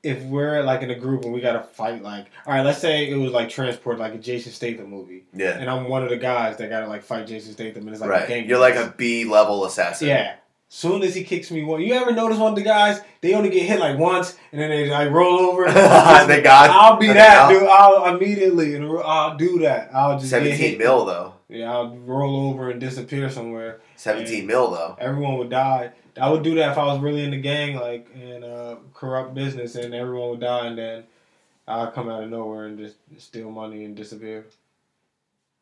[SPEAKER 8] if we're like in a group and we gotta fight, like all right, let's say it was like transport, like a Jason Statham movie,
[SPEAKER 2] yeah
[SPEAKER 8] and I'm one of the guys that gotta like fight Jason Statham, and it's like a
[SPEAKER 2] right
[SPEAKER 8] gang
[SPEAKER 2] you're like a b level assassin
[SPEAKER 8] yeah. Soon as he kicks me one, you ever notice one of the guys? They only get hit like once, and then they like roll over.
[SPEAKER 2] They got-
[SPEAKER 8] I'll be
[SPEAKER 2] they
[SPEAKER 8] that
[SPEAKER 2] got-
[SPEAKER 8] dude. I'll immediately, and I'll do that. I'll just get
[SPEAKER 2] 17
[SPEAKER 8] hit.
[SPEAKER 2] mil though
[SPEAKER 8] Yeah, I'll roll over and disappear somewhere.
[SPEAKER 2] 17
[SPEAKER 8] Yeah.
[SPEAKER 2] mil though
[SPEAKER 8] Everyone would die. I would do that if I was really in the gang, like in uh, corrupt business, and everyone would die, and then I'd come out of nowhere and just steal money and disappear.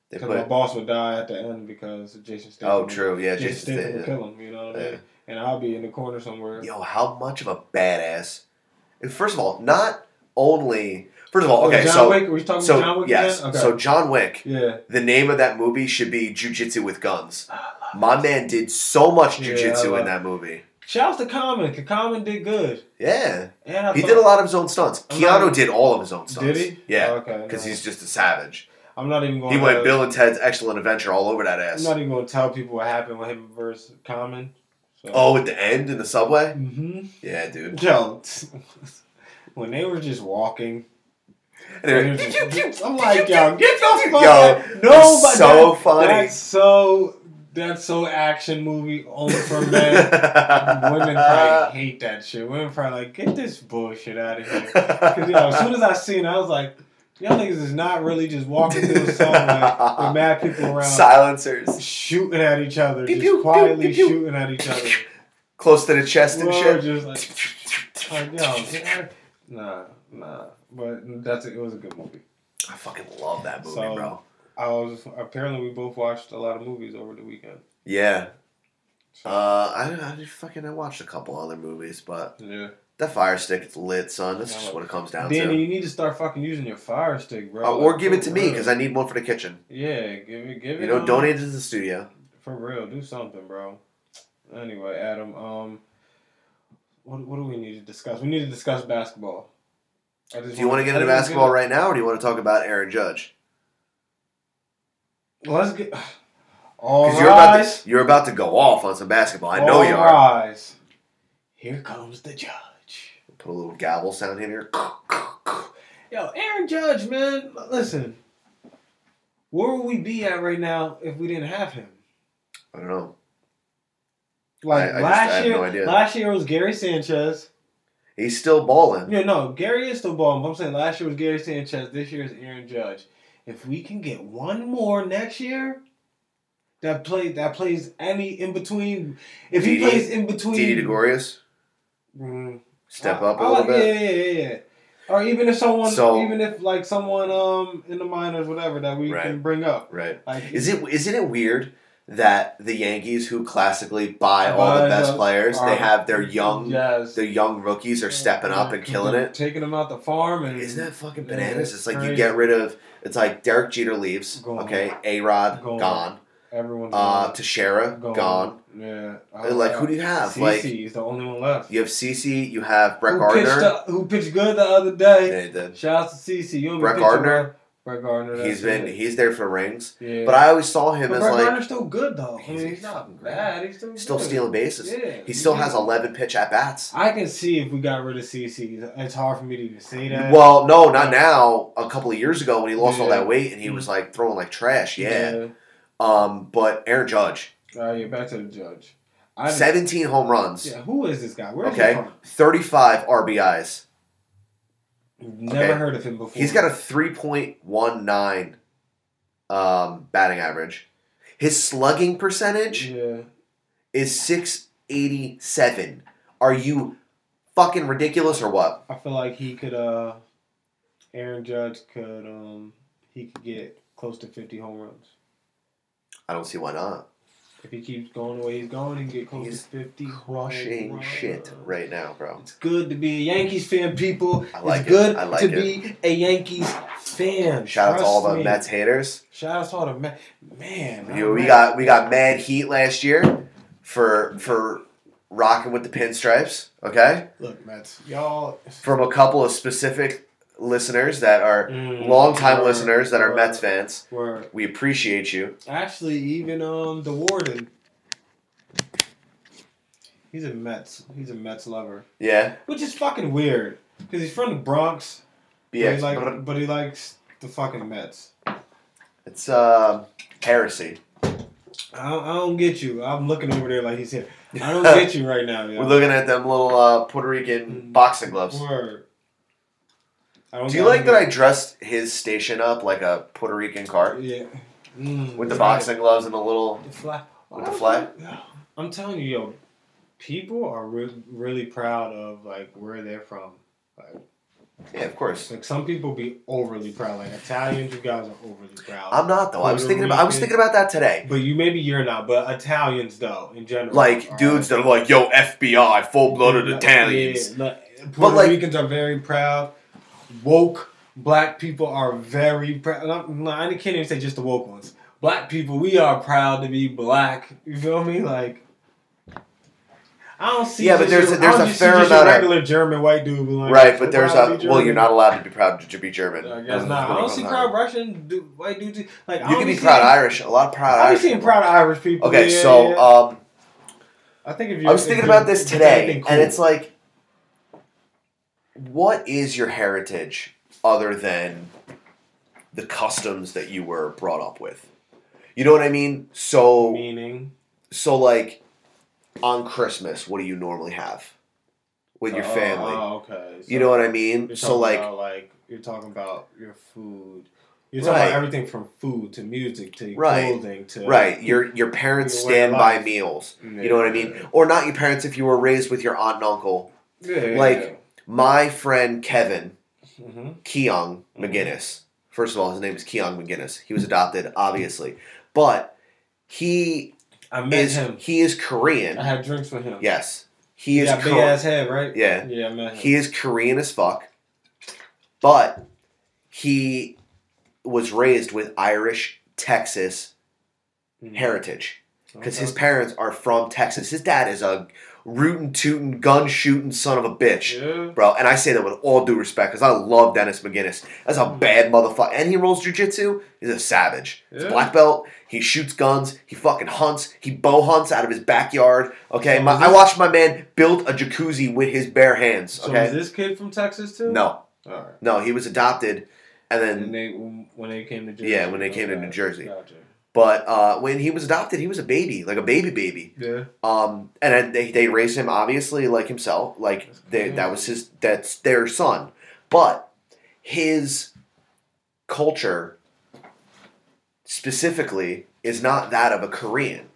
[SPEAKER 2] they
[SPEAKER 8] Because my
[SPEAKER 2] put
[SPEAKER 8] boss would die at the end because of Jason Statham.
[SPEAKER 2] oh true yeah
[SPEAKER 8] Jason
[SPEAKER 2] just
[SPEAKER 8] Statham would kill him. You know what I mean?
[SPEAKER 2] Yeah.
[SPEAKER 8] And I'll be in the corner somewhere.
[SPEAKER 2] Yo, how much of a badass? and First of all, not only first of all, okay,
[SPEAKER 8] Oh, John
[SPEAKER 2] so
[SPEAKER 8] Wick? Are we talking
[SPEAKER 2] so
[SPEAKER 8] John Wick
[SPEAKER 2] yes,
[SPEAKER 8] again? Okay.
[SPEAKER 2] so John Wick.
[SPEAKER 8] yeah,
[SPEAKER 2] The name of that movie should be Jujitsu with Guns. My man did so much
[SPEAKER 8] Yeah,
[SPEAKER 2] jujitsu
[SPEAKER 8] I
[SPEAKER 2] in
[SPEAKER 8] love-
[SPEAKER 2] that movie.
[SPEAKER 8] shouts to Common. 'cause Common did good.
[SPEAKER 2] Yeah,
[SPEAKER 8] And I
[SPEAKER 2] he
[SPEAKER 8] thought-
[SPEAKER 2] did a lot of his own stunts.
[SPEAKER 8] I'm
[SPEAKER 2] Keanu
[SPEAKER 8] not-
[SPEAKER 2] did all of his own stunts.
[SPEAKER 8] Did he?
[SPEAKER 2] Yeah,
[SPEAKER 8] Oh, okay.
[SPEAKER 2] because
[SPEAKER 8] no.
[SPEAKER 2] he's just a savage.
[SPEAKER 8] I'm not even going.
[SPEAKER 2] He
[SPEAKER 8] to,
[SPEAKER 2] went Bill and Ted's Excellent Adventure all over that
[SPEAKER 8] I'm
[SPEAKER 2] ass.
[SPEAKER 8] not even going to tell people what happened with him versus Common. So.
[SPEAKER 2] Oh, at the end in the subway.
[SPEAKER 8] hmm
[SPEAKER 2] Yeah, dude.
[SPEAKER 8] Yo, when they were just walking,
[SPEAKER 2] And they were-
[SPEAKER 8] they were just- I'm like, yo, get the fuck
[SPEAKER 2] Yo,
[SPEAKER 8] out. No, but
[SPEAKER 2] so
[SPEAKER 8] that-
[SPEAKER 2] funny.
[SPEAKER 8] That's so. That's so action movie only for men. Women probably hate that shit. Women probably like, get this bullshit out of here. Because you know, as soon as I seen, it, I was like, y'all niggas is not really just walking through the subway with mad people around,
[SPEAKER 2] Silencers.
[SPEAKER 8] shooting at each other,
[SPEAKER 2] Pew,
[SPEAKER 8] just
[SPEAKER 2] pew, pew,
[SPEAKER 8] quietly
[SPEAKER 2] pew, pew.
[SPEAKER 8] shooting at each other.
[SPEAKER 2] Close to the chest and
[SPEAKER 8] Whoa,
[SPEAKER 2] shit.
[SPEAKER 8] just like, like, yo, get out. nah, nah. But that's it was a good movie.
[SPEAKER 2] I fucking love that movie,
[SPEAKER 8] So-
[SPEAKER 2] bro.
[SPEAKER 8] I was apparently we both watched a lot of movies over the weekend.
[SPEAKER 2] Yeah. Uh, I I did fucking I watched a couple other movies, but
[SPEAKER 8] Yeah,
[SPEAKER 2] that fire stick it's lit, son. That's just what it comes down
[SPEAKER 8] Danny,
[SPEAKER 2] to.
[SPEAKER 8] you need to start fucking using your fire stick, bro.
[SPEAKER 2] Uh, or
[SPEAKER 8] Like,
[SPEAKER 2] give it
[SPEAKER 8] for
[SPEAKER 2] to me
[SPEAKER 8] real.
[SPEAKER 2] because I need one for the kitchen.
[SPEAKER 8] yeah, give it, give it.
[SPEAKER 2] You know,
[SPEAKER 8] um,
[SPEAKER 2] donate it to the studio.
[SPEAKER 8] For real, do something, bro. Anyway, Adam, um, what what do we need to discuss? We need to discuss basketball. I just
[SPEAKER 2] Do you want to get into
[SPEAKER 8] I just
[SPEAKER 2] basketball
[SPEAKER 8] wanna
[SPEAKER 2] right now, or do you want to talk about Aaron Judge?
[SPEAKER 8] get- Let's get. All
[SPEAKER 2] Because
[SPEAKER 8] rise.
[SPEAKER 2] you're about to, you're about to go off on some basketball. I know
[SPEAKER 8] all
[SPEAKER 2] you are.
[SPEAKER 8] rise. Here comes the judge.
[SPEAKER 2] Put a little gavel sound in here.
[SPEAKER 8] Yo, Aaron Judge, man, listen. Where would we be at right now if we didn't have him?
[SPEAKER 2] I don't know. I- I
[SPEAKER 8] Like
[SPEAKER 2] just- I
[SPEAKER 8] last
[SPEAKER 2] have
[SPEAKER 8] year,
[SPEAKER 2] no idea.
[SPEAKER 8] last year was Gary Sanchez.
[SPEAKER 2] He's still balling.
[SPEAKER 8] Yeah, no, Gary is still balling. But I'm saying last year was Gary Sanchez. This year is Aaron Judge. If we can get one more next year, that play that plays any in between. If he
[SPEAKER 2] Didi-
[SPEAKER 8] plays in between,
[SPEAKER 2] Didi DeGorius,
[SPEAKER 8] Mm,
[SPEAKER 2] step
[SPEAKER 8] I-
[SPEAKER 2] up a
[SPEAKER 8] I
[SPEAKER 2] little
[SPEAKER 8] like-
[SPEAKER 2] bit.
[SPEAKER 8] Yeah, yeah, yeah, yeah. Or even if someone,
[SPEAKER 2] So-
[SPEAKER 8] even if like someone um in the minors, whatever that we can
[SPEAKER 2] Right.
[SPEAKER 8] bring up.
[SPEAKER 2] Right.
[SPEAKER 8] Like,
[SPEAKER 2] Is it isn't it weird that the Yankees, who classically buy all the
[SPEAKER 8] Buy
[SPEAKER 2] best
[SPEAKER 8] the-
[SPEAKER 2] players, they
[SPEAKER 8] are-
[SPEAKER 2] have their young
[SPEAKER 8] yes. Mm-hmm.
[SPEAKER 2] their young rookies are stepping up and killing it?
[SPEAKER 8] taking them out the farm, and
[SPEAKER 2] Isn't that fucking
[SPEAKER 8] Yeah,
[SPEAKER 2] bananas?
[SPEAKER 8] it's
[SPEAKER 2] It's like you
[SPEAKER 8] crazy.
[SPEAKER 2] get rid of it's like Derek Jeter leaves,
[SPEAKER 8] Gone.
[SPEAKER 2] okay, A Rod
[SPEAKER 8] Gone.
[SPEAKER 2] gone.
[SPEAKER 8] Everyone.
[SPEAKER 2] Uh, Teixeira gone.
[SPEAKER 8] Yeah.
[SPEAKER 2] And, like, who do you have?
[SPEAKER 8] Cece
[SPEAKER 2] Like-
[SPEAKER 8] is the only one left.
[SPEAKER 2] You have Cece. You have Brett
[SPEAKER 8] who Pitched
[SPEAKER 2] Gardner.
[SPEAKER 8] up, who pitched good the other day?
[SPEAKER 2] Yeah, he did.
[SPEAKER 8] Shout out to CC. You don't be
[SPEAKER 2] Brett
[SPEAKER 8] pitching
[SPEAKER 2] Gardner?
[SPEAKER 8] well. Brett Gardner.
[SPEAKER 2] He's
[SPEAKER 8] that's
[SPEAKER 2] been
[SPEAKER 8] it.
[SPEAKER 2] he's there for rings.
[SPEAKER 8] Yeah.
[SPEAKER 2] But I always saw him
[SPEAKER 8] But
[SPEAKER 2] as
[SPEAKER 8] Brett
[SPEAKER 2] like
[SPEAKER 8] Gardner's still good though. I
[SPEAKER 2] He's-
[SPEAKER 8] mean,
[SPEAKER 2] he's
[SPEAKER 8] he's
[SPEAKER 2] fucking
[SPEAKER 8] not
[SPEAKER 2] great.
[SPEAKER 8] bad. He's still
[SPEAKER 2] still
[SPEAKER 8] good.
[SPEAKER 2] stealing bases.
[SPEAKER 8] Yeah,
[SPEAKER 2] He still
[SPEAKER 8] yeah.
[SPEAKER 2] has eleven pitch at bats.
[SPEAKER 8] I can see if we got rid of CC. It's hard for me to even say that.
[SPEAKER 2] Well, no, not now. A couple of years ago when he lost all
[SPEAKER 8] Yeah.
[SPEAKER 2] that weight and he was like throwing like trash. Yeah.
[SPEAKER 8] yeah.
[SPEAKER 2] Um, but Aaron Judge,
[SPEAKER 8] All right, back to the judge. I
[SPEAKER 2] seventeen home runs.
[SPEAKER 8] Yeah, who is this guy? Where is he
[SPEAKER 2] Okay,
[SPEAKER 8] from?
[SPEAKER 2] thirty-five RBIs.
[SPEAKER 8] Never
[SPEAKER 2] Okay.
[SPEAKER 8] heard of him before.
[SPEAKER 2] He's got a three point one nine um, batting average. His slugging percentage
[SPEAKER 8] yeah.
[SPEAKER 2] is six eighty seven. Are you fucking ridiculous or what?
[SPEAKER 8] I feel like he could. uh Aaron Judge could. um He could get close to fifty home runs
[SPEAKER 2] I don't see why not.
[SPEAKER 8] if he keeps going the way he's going. He can get close
[SPEAKER 2] He's
[SPEAKER 8] to fifty. home
[SPEAKER 2] Crushing
[SPEAKER 8] runs.
[SPEAKER 2] shit right now, bro.
[SPEAKER 8] It's good to be a Yankees fan, people.
[SPEAKER 2] I like
[SPEAKER 8] it's
[SPEAKER 2] it.
[SPEAKER 8] good
[SPEAKER 2] I like
[SPEAKER 8] to
[SPEAKER 2] it.
[SPEAKER 8] be a Yankees fan.
[SPEAKER 2] Shout out to
[SPEAKER 8] Trust
[SPEAKER 2] all the
[SPEAKER 8] me.
[SPEAKER 2] Mets haters.
[SPEAKER 8] Shout out to all the Mets. Man,
[SPEAKER 2] We-
[SPEAKER 8] I'm
[SPEAKER 2] we
[SPEAKER 8] mad.
[SPEAKER 2] got we got mad heat last year for for rocking with the pinstripes. Okay,
[SPEAKER 8] Look, Mets, y'all.
[SPEAKER 2] from a couple of specific listeners that are
[SPEAKER 8] Mm.
[SPEAKER 2] longtime listeners that are
[SPEAKER 8] Word.
[SPEAKER 2] Mets fans.
[SPEAKER 8] Were
[SPEAKER 2] We appreciate you.
[SPEAKER 8] Actually, even um the warden. He's a Mets. He's a Mets lover,
[SPEAKER 2] Yeah,
[SPEAKER 8] which is fucking weird because he's from the Bronx.
[SPEAKER 2] yeah.
[SPEAKER 8] But he, like, but he likes the fucking Mets.
[SPEAKER 2] it's um heresy.
[SPEAKER 8] I don't, I don't get you. I'm looking over there like he's here. I don't get you right now, yo.
[SPEAKER 2] We're looking at them little uh, Puerto
[SPEAKER 8] Mm.
[SPEAKER 2] Rican boxing gloves.
[SPEAKER 8] Word. I don't
[SPEAKER 2] Do you
[SPEAKER 8] got
[SPEAKER 2] like that I
[SPEAKER 8] it.
[SPEAKER 2] dressed his station up like a Puerto Rican cart
[SPEAKER 8] Yeah. Mm,
[SPEAKER 2] with the
[SPEAKER 8] right.
[SPEAKER 2] boxing gloves and the little?
[SPEAKER 8] The flag.
[SPEAKER 2] With the flag?
[SPEAKER 8] I'm telling you, yo, people are re- really proud of like where they're from. Like,
[SPEAKER 2] Yeah, of course.
[SPEAKER 8] Like some people be overly proud. Like Italians, you guys are overly proud.
[SPEAKER 2] I'm not though. I was
[SPEAKER 8] Puerto
[SPEAKER 2] thinking about. I was
[SPEAKER 8] Rican.
[SPEAKER 2] thinking about that today.
[SPEAKER 8] but you maybe you're not. But Italians though, in general,
[SPEAKER 2] Like
[SPEAKER 8] are-
[SPEAKER 2] dudes that are like, "Yo, FBI, full blooded Italians."
[SPEAKER 8] Yeah, like, Puerto
[SPEAKER 2] like-
[SPEAKER 8] Ricans are very proud. Woke black people are very proud. No, no, I can't even say just the woke ones. Black people, we are proud to be black. You feel me? Like. I don't see.
[SPEAKER 2] Yeah, but
[SPEAKER 8] just
[SPEAKER 2] there's
[SPEAKER 8] your-
[SPEAKER 2] a- there's
[SPEAKER 8] I don't
[SPEAKER 2] a
[SPEAKER 8] just
[SPEAKER 2] fair
[SPEAKER 8] see just your
[SPEAKER 2] amount of-
[SPEAKER 8] regular German white dude. being Like,
[SPEAKER 2] Right, but
[SPEAKER 8] "We're
[SPEAKER 2] there's
[SPEAKER 8] proud to
[SPEAKER 2] a
[SPEAKER 8] be
[SPEAKER 2] well, you're
[SPEAKER 8] German."
[SPEAKER 2] not allowed to be proud to be German.
[SPEAKER 8] I guess not. I don't see proud Russian du- white dudes. Like I
[SPEAKER 2] You
[SPEAKER 8] don't
[SPEAKER 2] can be
[SPEAKER 8] see-
[SPEAKER 2] proud Irish. A lot of proud
[SPEAKER 8] I've
[SPEAKER 2] Irish.
[SPEAKER 8] seen
[SPEAKER 2] people.
[SPEAKER 8] proud Irish people.
[SPEAKER 2] Okay,
[SPEAKER 8] yeah,
[SPEAKER 2] so
[SPEAKER 8] yeah.
[SPEAKER 2] um,
[SPEAKER 8] I think if you,
[SPEAKER 2] I was thinking about this today, and it's like, what is your heritage other than the customs that you were brought up with? You know what I mean? So,
[SPEAKER 8] meaning
[SPEAKER 2] so like, on Christmas, what do you normally have with your
[SPEAKER 8] Oh,
[SPEAKER 2] family?
[SPEAKER 8] Oh, okay.
[SPEAKER 2] You know what I
[SPEAKER 8] You're
[SPEAKER 2] mean? So
[SPEAKER 8] talking
[SPEAKER 2] like,
[SPEAKER 8] about, like you're talking about your food. You're talking
[SPEAKER 2] Right.
[SPEAKER 8] about everything from food to music to
[SPEAKER 2] Right.
[SPEAKER 8] clothing to
[SPEAKER 2] right? Your your parents
[SPEAKER 8] Your way of
[SPEAKER 2] stand by
[SPEAKER 8] life.
[SPEAKER 2] meals.
[SPEAKER 8] Yeah.
[SPEAKER 2] You know what I mean? Or not your parents if you were raised with your aunt and uncle.
[SPEAKER 8] Yeah,
[SPEAKER 2] Like my friend Kevin.
[SPEAKER 8] hmm
[SPEAKER 2] Keong McGinnis. First of all, his name is Keong McGinnis. He was adopted, obviously, but he
[SPEAKER 8] I met
[SPEAKER 2] is
[SPEAKER 8] him.
[SPEAKER 2] he is
[SPEAKER 8] I
[SPEAKER 2] Korean.
[SPEAKER 8] had drinks with him.
[SPEAKER 2] Yes, he
[SPEAKER 8] he
[SPEAKER 2] is
[SPEAKER 8] got big
[SPEAKER 2] Kor-
[SPEAKER 8] ass head, right?
[SPEAKER 2] Yeah.
[SPEAKER 8] yeah. I met him.
[SPEAKER 2] he is Korean as fuck, but he was raised with Irish Texas
[SPEAKER 8] Mhm.
[SPEAKER 2] heritage because his
[SPEAKER 8] Okay.
[SPEAKER 2] parents are from Texas. His dad is a rootin' tootin' gun shooting son of a bitch.
[SPEAKER 8] Yeah.
[SPEAKER 2] Bro, and I say that with all due respect because I love Dennis McGinnis. That's a
[SPEAKER 8] Hmm.
[SPEAKER 2] bad motherfucker. And he rolls jujitsu. He's a savage. He's a
[SPEAKER 8] Yeah.
[SPEAKER 2] black belt. He shoots guns. He fucking hunts. He bow hunts out of his backyard. Okay.
[SPEAKER 8] So
[SPEAKER 2] my,
[SPEAKER 8] is
[SPEAKER 2] I
[SPEAKER 8] this-
[SPEAKER 2] watched my man build a jacuzzi with his bare hands.
[SPEAKER 8] So is
[SPEAKER 2] Okay.
[SPEAKER 8] this kid from Texas too?
[SPEAKER 2] no,
[SPEAKER 8] All right.
[SPEAKER 2] no, he was adopted. And then,
[SPEAKER 8] And they when they came to Jersey.
[SPEAKER 2] Yeah, when they came to New Jersey.
[SPEAKER 8] Gotcha.
[SPEAKER 2] but uh, when he was adopted, he was a baby, like a baby baby.
[SPEAKER 8] Yeah.
[SPEAKER 2] Um, and then they, they raised him obviously like himself, like they, that was his that's their son, but his culture specifically is not that of a Korean,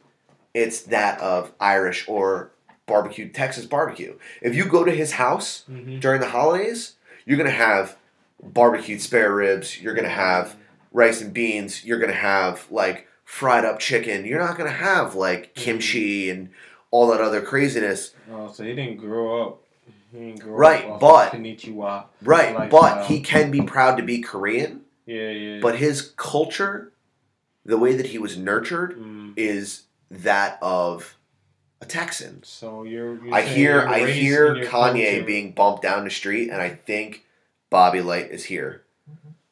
[SPEAKER 2] it's that of Irish or barbecue Texas barbecue. If you go to his house during the holidays, you're gonna have barbecued spare ribs, you're gonna have rice and beans, you're gonna have like fried up chicken, you're not gonna have like kimchi and all that other craziness.
[SPEAKER 8] Oh, so he didn't grow up. He didn't grow
[SPEAKER 2] Right,
[SPEAKER 8] up
[SPEAKER 2] but-
[SPEAKER 8] Konnichiwa.
[SPEAKER 2] Right,
[SPEAKER 8] Like,
[SPEAKER 2] but
[SPEAKER 8] um,
[SPEAKER 2] he can be proud to be Korean,
[SPEAKER 8] Yeah, yeah.
[SPEAKER 2] but his culture the way that he was nurtured
[SPEAKER 8] Mm.
[SPEAKER 2] is that of a Texan.
[SPEAKER 8] So you're. you're
[SPEAKER 2] I
[SPEAKER 8] saying
[SPEAKER 2] hear
[SPEAKER 8] your
[SPEAKER 2] I
[SPEAKER 8] race
[SPEAKER 2] hear
[SPEAKER 8] and your
[SPEAKER 2] Kanye
[SPEAKER 8] culture-
[SPEAKER 2] being bumped down the street, and I think Bobby Light is here.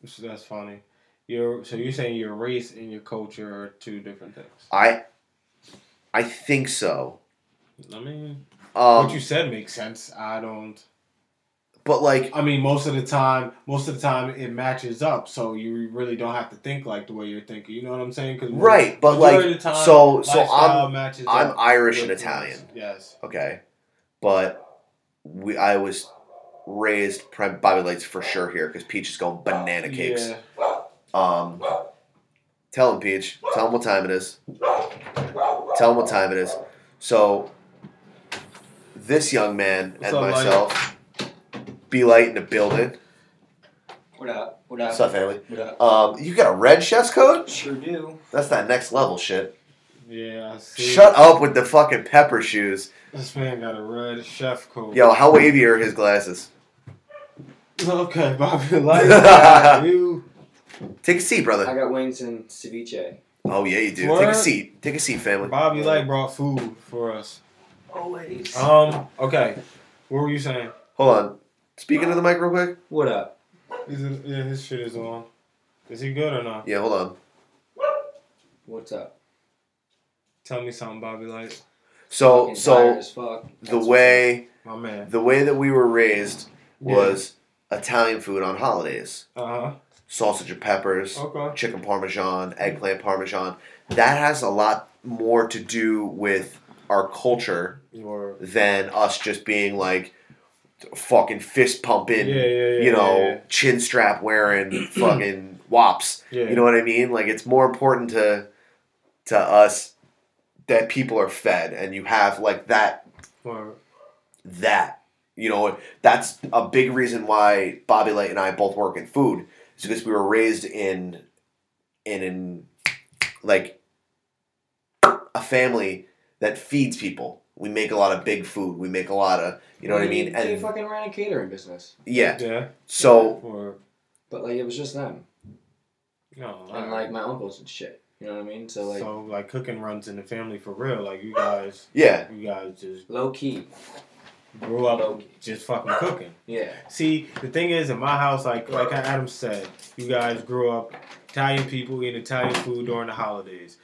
[SPEAKER 8] So that's funny. You're so you're saying your race and your culture are two different things.
[SPEAKER 2] I I think so.
[SPEAKER 8] I mean,
[SPEAKER 2] Um,
[SPEAKER 8] what you said makes sense. I don't.
[SPEAKER 2] but like
[SPEAKER 8] I mean, most of the time, most of the time, it matches up. So you really don't have to think like the way you're thinking. You know what I'm saying? Cause
[SPEAKER 2] Right, but,
[SPEAKER 8] majority
[SPEAKER 2] like,
[SPEAKER 8] of the time,
[SPEAKER 2] so- so
[SPEAKER 8] lifestyle
[SPEAKER 2] I'm-
[SPEAKER 8] matches
[SPEAKER 2] I'm
[SPEAKER 8] up
[SPEAKER 2] Irish and
[SPEAKER 8] with-
[SPEAKER 2] Italian.
[SPEAKER 8] Yes.
[SPEAKER 2] Okay, but we I was raised prim- Bobby Light's for sure here because Peach is going banana cakes.
[SPEAKER 8] Yeah.
[SPEAKER 2] Um, tell him, Peach. Tell him what time it is. Tell him what time it is. So, this young man
[SPEAKER 8] What's
[SPEAKER 2] and
[SPEAKER 8] up, Light?
[SPEAKER 2] myself, be light in the building.
[SPEAKER 4] What up? What up?
[SPEAKER 2] What's up, family?
[SPEAKER 4] What up?
[SPEAKER 2] Um, you got a red chef's code?
[SPEAKER 4] Sure do.
[SPEAKER 2] That's that next level shit.
[SPEAKER 8] Yeah. I see.
[SPEAKER 2] Shut up with the fucking pepper shoes.
[SPEAKER 8] This man got a red chef coat.
[SPEAKER 2] Yo, how wavy are his glasses?
[SPEAKER 8] Okay, Bobby Light. you.
[SPEAKER 2] Take a seat,
[SPEAKER 4] I
[SPEAKER 2] brother.
[SPEAKER 4] got wings and ceviche.
[SPEAKER 2] Oh yeah, you do. Take a
[SPEAKER 8] Word.
[SPEAKER 2] seat. Take a seat, family.
[SPEAKER 8] Bobby Light brought food for us.
[SPEAKER 4] Always.
[SPEAKER 8] Um. Okay. What were you saying?
[SPEAKER 2] Hold on. Speaking to the mic real quick.
[SPEAKER 4] What up?
[SPEAKER 8] Is it, yeah, his shit is on. Is he good or not?
[SPEAKER 2] Yeah, hold on.
[SPEAKER 4] What's up?
[SPEAKER 8] Tell me something, Bobby Light.
[SPEAKER 2] So,
[SPEAKER 4] Fucking tired
[SPEAKER 2] so
[SPEAKER 4] as fuck.
[SPEAKER 2] the
[SPEAKER 4] That's
[SPEAKER 2] way.
[SPEAKER 8] My man.
[SPEAKER 2] the way that we were raised was Italian food on holidays.
[SPEAKER 8] Uh
[SPEAKER 2] Sausage and peppers,
[SPEAKER 8] huh. Okay.
[SPEAKER 2] chicken parmesan, eggplant parmesan. That has a lot more to do with our culture
[SPEAKER 8] Or
[SPEAKER 2] than us just being like fucking fist pumping,
[SPEAKER 8] Yeah, yeah, yeah,
[SPEAKER 2] you know,
[SPEAKER 8] yeah, yeah.
[SPEAKER 2] chin strap wearing fucking wops.
[SPEAKER 8] yeah.
[SPEAKER 2] You know what I mean? Like it's more important to to us that people are fed and you have like that
[SPEAKER 8] Or,
[SPEAKER 2] that. You know, that's a big reason why Bobby Light and I both work in food is because we were raised in in in like a family that feeds people. We make a lot of big food. We make a lot of you know what I mean?
[SPEAKER 4] They
[SPEAKER 2] And
[SPEAKER 4] fucking ran a catering business,
[SPEAKER 2] yeah.
[SPEAKER 8] yeah.
[SPEAKER 2] So
[SPEAKER 8] Or
[SPEAKER 4] but like it was just them
[SPEAKER 8] no. uh,
[SPEAKER 4] and like my uncles and shit. You know what I mean? So like
[SPEAKER 8] so like cooking runs in the family for real. Like you guys,
[SPEAKER 2] yeah.
[SPEAKER 8] you guys just
[SPEAKER 4] low key.
[SPEAKER 8] grew up just fucking cooking.
[SPEAKER 4] Yeah.
[SPEAKER 8] See, the thing is, in my house, like like Adam said, you guys grew up Italian people eating Italian food during the holidays.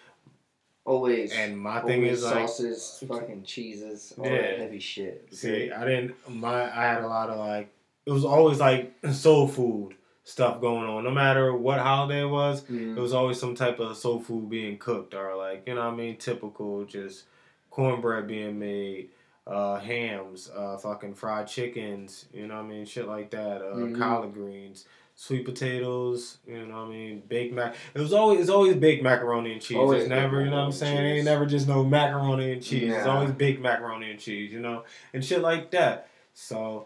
[SPEAKER 4] Always.
[SPEAKER 8] And my
[SPEAKER 4] always
[SPEAKER 8] thing is like,
[SPEAKER 4] sauces, fucking cheeses, all
[SPEAKER 8] Yeah.
[SPEAKER 4] that heavy shit.
[SPEAKER 8] See, I didn't. My I had a lot of like. It was always like soul food stuff going on. No matter what holiday it was,
[SPEAKER 4] Mm.
[SPEAKER 8] it was always some type of soul food being cooked or like you know what I mean typical just cornbread being made, uh, hams, uh, fucking fried chickens. You know what I mean shit like that. Uh,
[SPEAKER 4] Mhm.
[SPEAKER 8] Collard greens. Sweet potatoes, you know what I mean. Baked mac. It was always it's always baked macaroni and cheese.
[SPEAKER 4] Always
[SPEAKER 8] it's never,
[SPEAKER 4] baked
[SPEAKER 8] you know what I'm
[SPEAKER 4] macaroni
[SPEAKER 8] saying.
[SPEAKER 4] and
[SPEAKER 8] It ain't
[SPEAKER 4] cheese.
[SPEAKER 8] never just no macaroni and cheese. It's
[SPEAKER 4] Nah.
[SPEAKER 8] always baked macaroni and cheese, you know, and shit like that. So,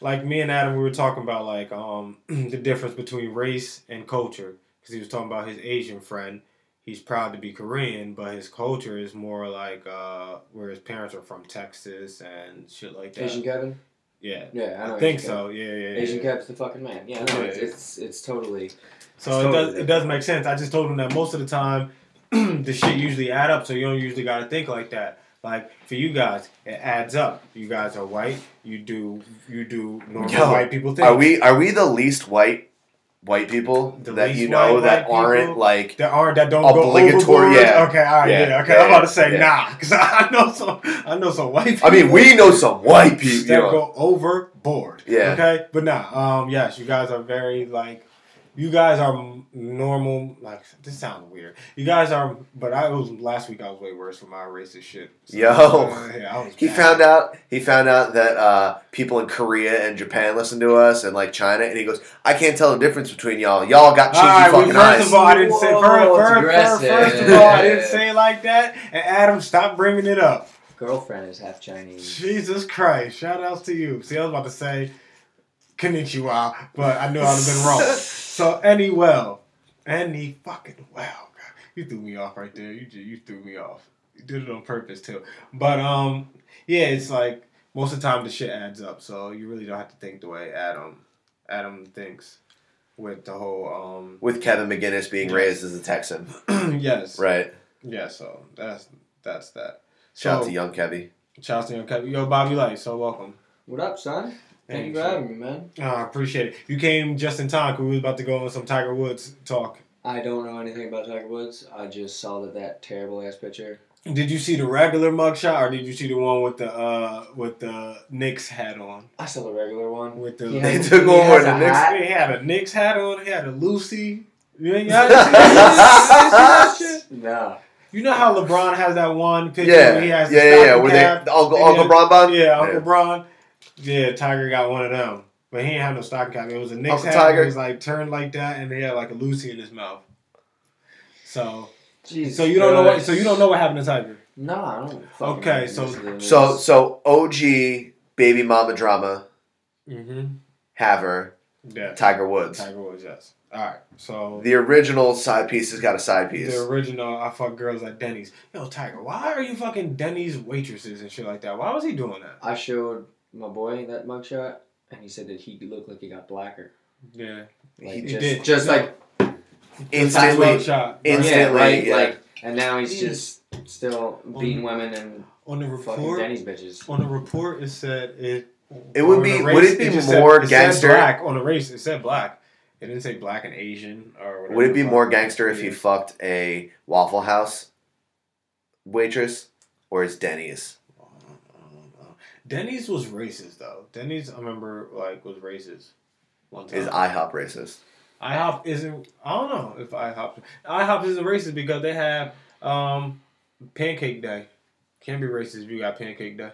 [SPEAKER 8] like me and Adam, we were talking about like um the difference between race and culture because he was talking about his Asian friend. He's proud to be Korean, but his culture is more like uh where his parents are from, Texas and shit like that.
[SPEAKER 4] Asian Kevin?
[SPEAKER 8] yeah,
[SPEAKER 4] Yeah, I,
[SPEAKER 8] I,
[SPEAKER 4] know
[SPEAKER 8] think
[SPEAKER 4] Asian Kevin.
[SPEAKER 8] so. Yeah, yeah. yeah.
[SPEAKER 4] Asian Kev's the fucking man. Yeah, no,
[SPEAKER 8] Yeah.
[SPEAKER 4] it's, it's it's totally.
[SPEAKER 8] So it does it does make sense. I just told him that most of the time the shit usually add up, so you don't usually gotta think like that. Like for you guys, it adds up. You guys are white. You do you do normal
[SPEAKER 2] Yo,
[SPEAKER 8] white people things.
[SPEAKER 2] Are we are we the least white white people
[SPEAKER 8] The
[SPEAKER 2] that
[SPEAKER 8] least
[SPEAKER 2] you know
[SPEAKER 8] white
[SPEAKER 2] that
[SPEAKER 8] white
[SPEAKER 2] aren't
[SPEAKER 8] people?
[SPEAKER 2] like
[SPEAKER 8] that aren't that don't
[SPEAKER 2] Obligatory,
[SPEAKER 8] go overboard?
[SPEAKER 2] yeah.
[SPEAKER 8] Okay, all right,
[SPEAKER 2] Yeah,
[SPEAKER 8] yeah. okay,
[SPEAKER 2] yeah,
[SPEAKER 8] I'm about to say
[SPEAKER 2] yeah.
[SPEAKER 8] nah, because I know some I know some white. People
[SPEAKER 2] I mean we know some white people.
[SPEAKER 8] that go overboard.
[SPEAKER 2] Yeah.
[SPEAKER 8] Okay, but nah. Um. Yes, you guys are very like, you guys are m- normal. Like this sounds weird. You guys are, but I it was last week. I was way worse for my racist shit.
[SPEAKER 2] Yo.
[SPEAKER 8] uh, yeah, I was
[SPEAKER 2] He
[SPEAKER 8] bad.
[SPEAKER 2] found out. He found out that uh, people in Korea and Japan listen to us, and like China. And he goes, "I can't tell the difference between y'all. Y'all got cheeky
[SPEAKER 8] All right, well,
[SPEAKER 2] fucking
[SPEAKER 8] first
[SPEAKER 2] eyes."
[SPEAKER 8] of all, I didn't say.
[SPEAKER 4] Whoa,
[SPEAKER 8] First,
[SPEAKER 4] it's
[SPEAKER 8] first, first, first of
[SPEAKER 4] aggressive.
[SPEAKER 8] all, I didn't say it like that. And Adam, stop bringing it up.
[SPEAKER 4] Girlfriend is half Chinese.
[SPEAKER 8] Jesus Christ! Shout outs to you. See, I was about to say konnichiwa, but I knew I'd have been wrong. So any well, any fucking well. God, you threw me off right there. You ju- you threw me off. You did it on purpose too. But um, yeah, it's like most of the time the shit adds up. So you really don't have to think the way Adam Adam thinks. with the whole
[SPEAKER 2] with Kevin McGinnis being raised as a Texan,
[SPEAKER 8] um yes
[SPEAKER 2] right?
[SPEAKER 8] yeah so that's that's that
[SPEAKER 2] Shout out
[SPEAKER 8] So-
[SPEAKER 2] to young Kevy.
[SPEAKER 8] shout out to you okay? yo Bobby Light so welcome
[SPEAKER 4] What up, son? Thank you
[SPEAKER 8] Thanks,
[SPEAKER 4] for
[SPEAKER 8] son.
[SPEAKER 4] having me, man.
[SPEAKER 8] Ah, I appreciate it you came just in time because we was about to go on some Tiger Woods talk
[SPEAKER 4] I don't know anything about Tiger Woods. I just saw that that terrible ass picture.
[SPEAKER 8] did you see the regular mugshot or did you see the one with the uh with the Knicks hat on
[SPEAKER 4] I saw the regular one.
[SPEAKER 8] with the
[SPEAKER 4] He
[SPEAKER 2] They
[SPEAKER 4] has-
[SPEAKER 2] took
[SPEAKER 4] he
[SPEAKER 2] over
[SPEAKER 4] has
[SPEAKER 2] the
[SPEAKER 4] a
[SPEAKER 2] Knicks.
[SPEAKER 4] hat.
[SPEAKER 8] He had a Knicks hat on. He had a Lucy. You ain't y'all didn't see that shit? You didn't see that shit?
[SPEAKER 4] No.
[SPEAKER 8] You know how LeBron has that one picture
[SPEAKER 2] Yeah,
[SPEAKER 8] where he
[SPEAKER 2] yeah,
[SPEAKER 8] has
[SPEAKER 2] yeah,
[SPEAKER 8] the
[SPEAKER 2] yeah. Where
[SPEAKER 8] cap?
[SPEAKER 2] they Uncle
[SPEAKER 8] and
[SPEAKER 2] Uncle
[SPEAKER 8] then-
[SPEAKER 2] Bron Bond?
[SPEAKER 8] Yeah, Uncle Bron. Yeah, Tiger got one of them, but he ain't have no stocking cap. It was a Knicks
[SPEAKER 2] Uncle
[SPEAKER 8] hat.
[SPEAKER 2] Tiger.
[SPEAKER 8] It was like turned like that, and he had like a Lucy in his mouth. So,
[SPEAKER 4] Jesus
[SPEAKER 8] so you don't know what.
[SPEAKER 4] Christ.
[SPEAKER 8] So you don't know what happened to Tiger.
[SPEAKER 4] No, I don't. fucking
[SPEAKER 8] Okay,
[SPEAKER 4] know
[SPEAKER 8] so-
[SPEAKER 4] this is-
[SPEAKER 2] So so OG baby mama drama
[SPEAKER 8] Mm-hmm.
[SPEAKER 2] haver
[SPEAKER 8] Yeah,
[SPEAKER 2] Tiger Woods.
[SPEAKER 8] Tiger Woods. Yes. All right. So
[SPEAKER 2] The original side piece has got a side piece.
[SPEAKER 8] The original I fuck girls at Denny's. Yo, Tiger, why are you fucking Denny's waitresses and shit like that? Why was he doing that?
[SPEAKER 4] I showed my boy that mugshot, and he said that he looked like he got blacker.
[SPEAKER 8] Yeah.
[SPEAKER 4] Like,
[SPEAKER 2] He
[SPEAKER 4] just,
[SPEAKER 8] did.
[SPEAKER 4] just
[SPEAKER 8] No.
[SPEAKER 4] like
[SPEAKER 2] Instantly,
[SPEAKER 8] shot.
[SPEAKER 4] yeah,
[SPEAKER 2] instantly,
[SPEAKER 4] right,
[SPEAKER 2] yeah.
[SPEAKER 4] like, and now he's
[SPEAKER 8] Jeez.
[SPEAKER 4] just still beating women and
[SPEAKER 8] On the
[SPEAKER 4] fucking
[SPEAKER 8] report,
[SPEAKER 4] Denny's bitches.
[SPEAKER 8] on the report, it said it.
[SPEAKER 2] It would
[SPEAKER 8] on
[SPEAKER 2] be-
[SPEAKER 8] the
[SPEAKER 2] would it be
[SPEAKER 8] just
[SPEAKER 2] more
[SPEAKER 8] said
[SPEAKER 2] gangster?
[SPEAKER 8] black on the race. It said black. It didn't say black and Asian or. Whatever
[SPEAKER 2] would it be
[SPEAKER 8] the
[SPEAKER 2] more
[SPEAKER 8] fuck.
[SPEAKER 2] gangster if he
[SPEAKER 8] Yeah.
[SPEAKER 2] fucked a Waffle House waitress or his Denny's?
[SPEAKER 8] I don't know. Denny's was racist though. Denny's, I remember, like was racist. One time.
[SPEAKER 2] Is IHOP racist?
[SPEAKER 8] IHOP isn't. I don't know if IHOP. IHOP isn't racist because they have um, Pancake Day. Can't be racist if you got Pancake Day.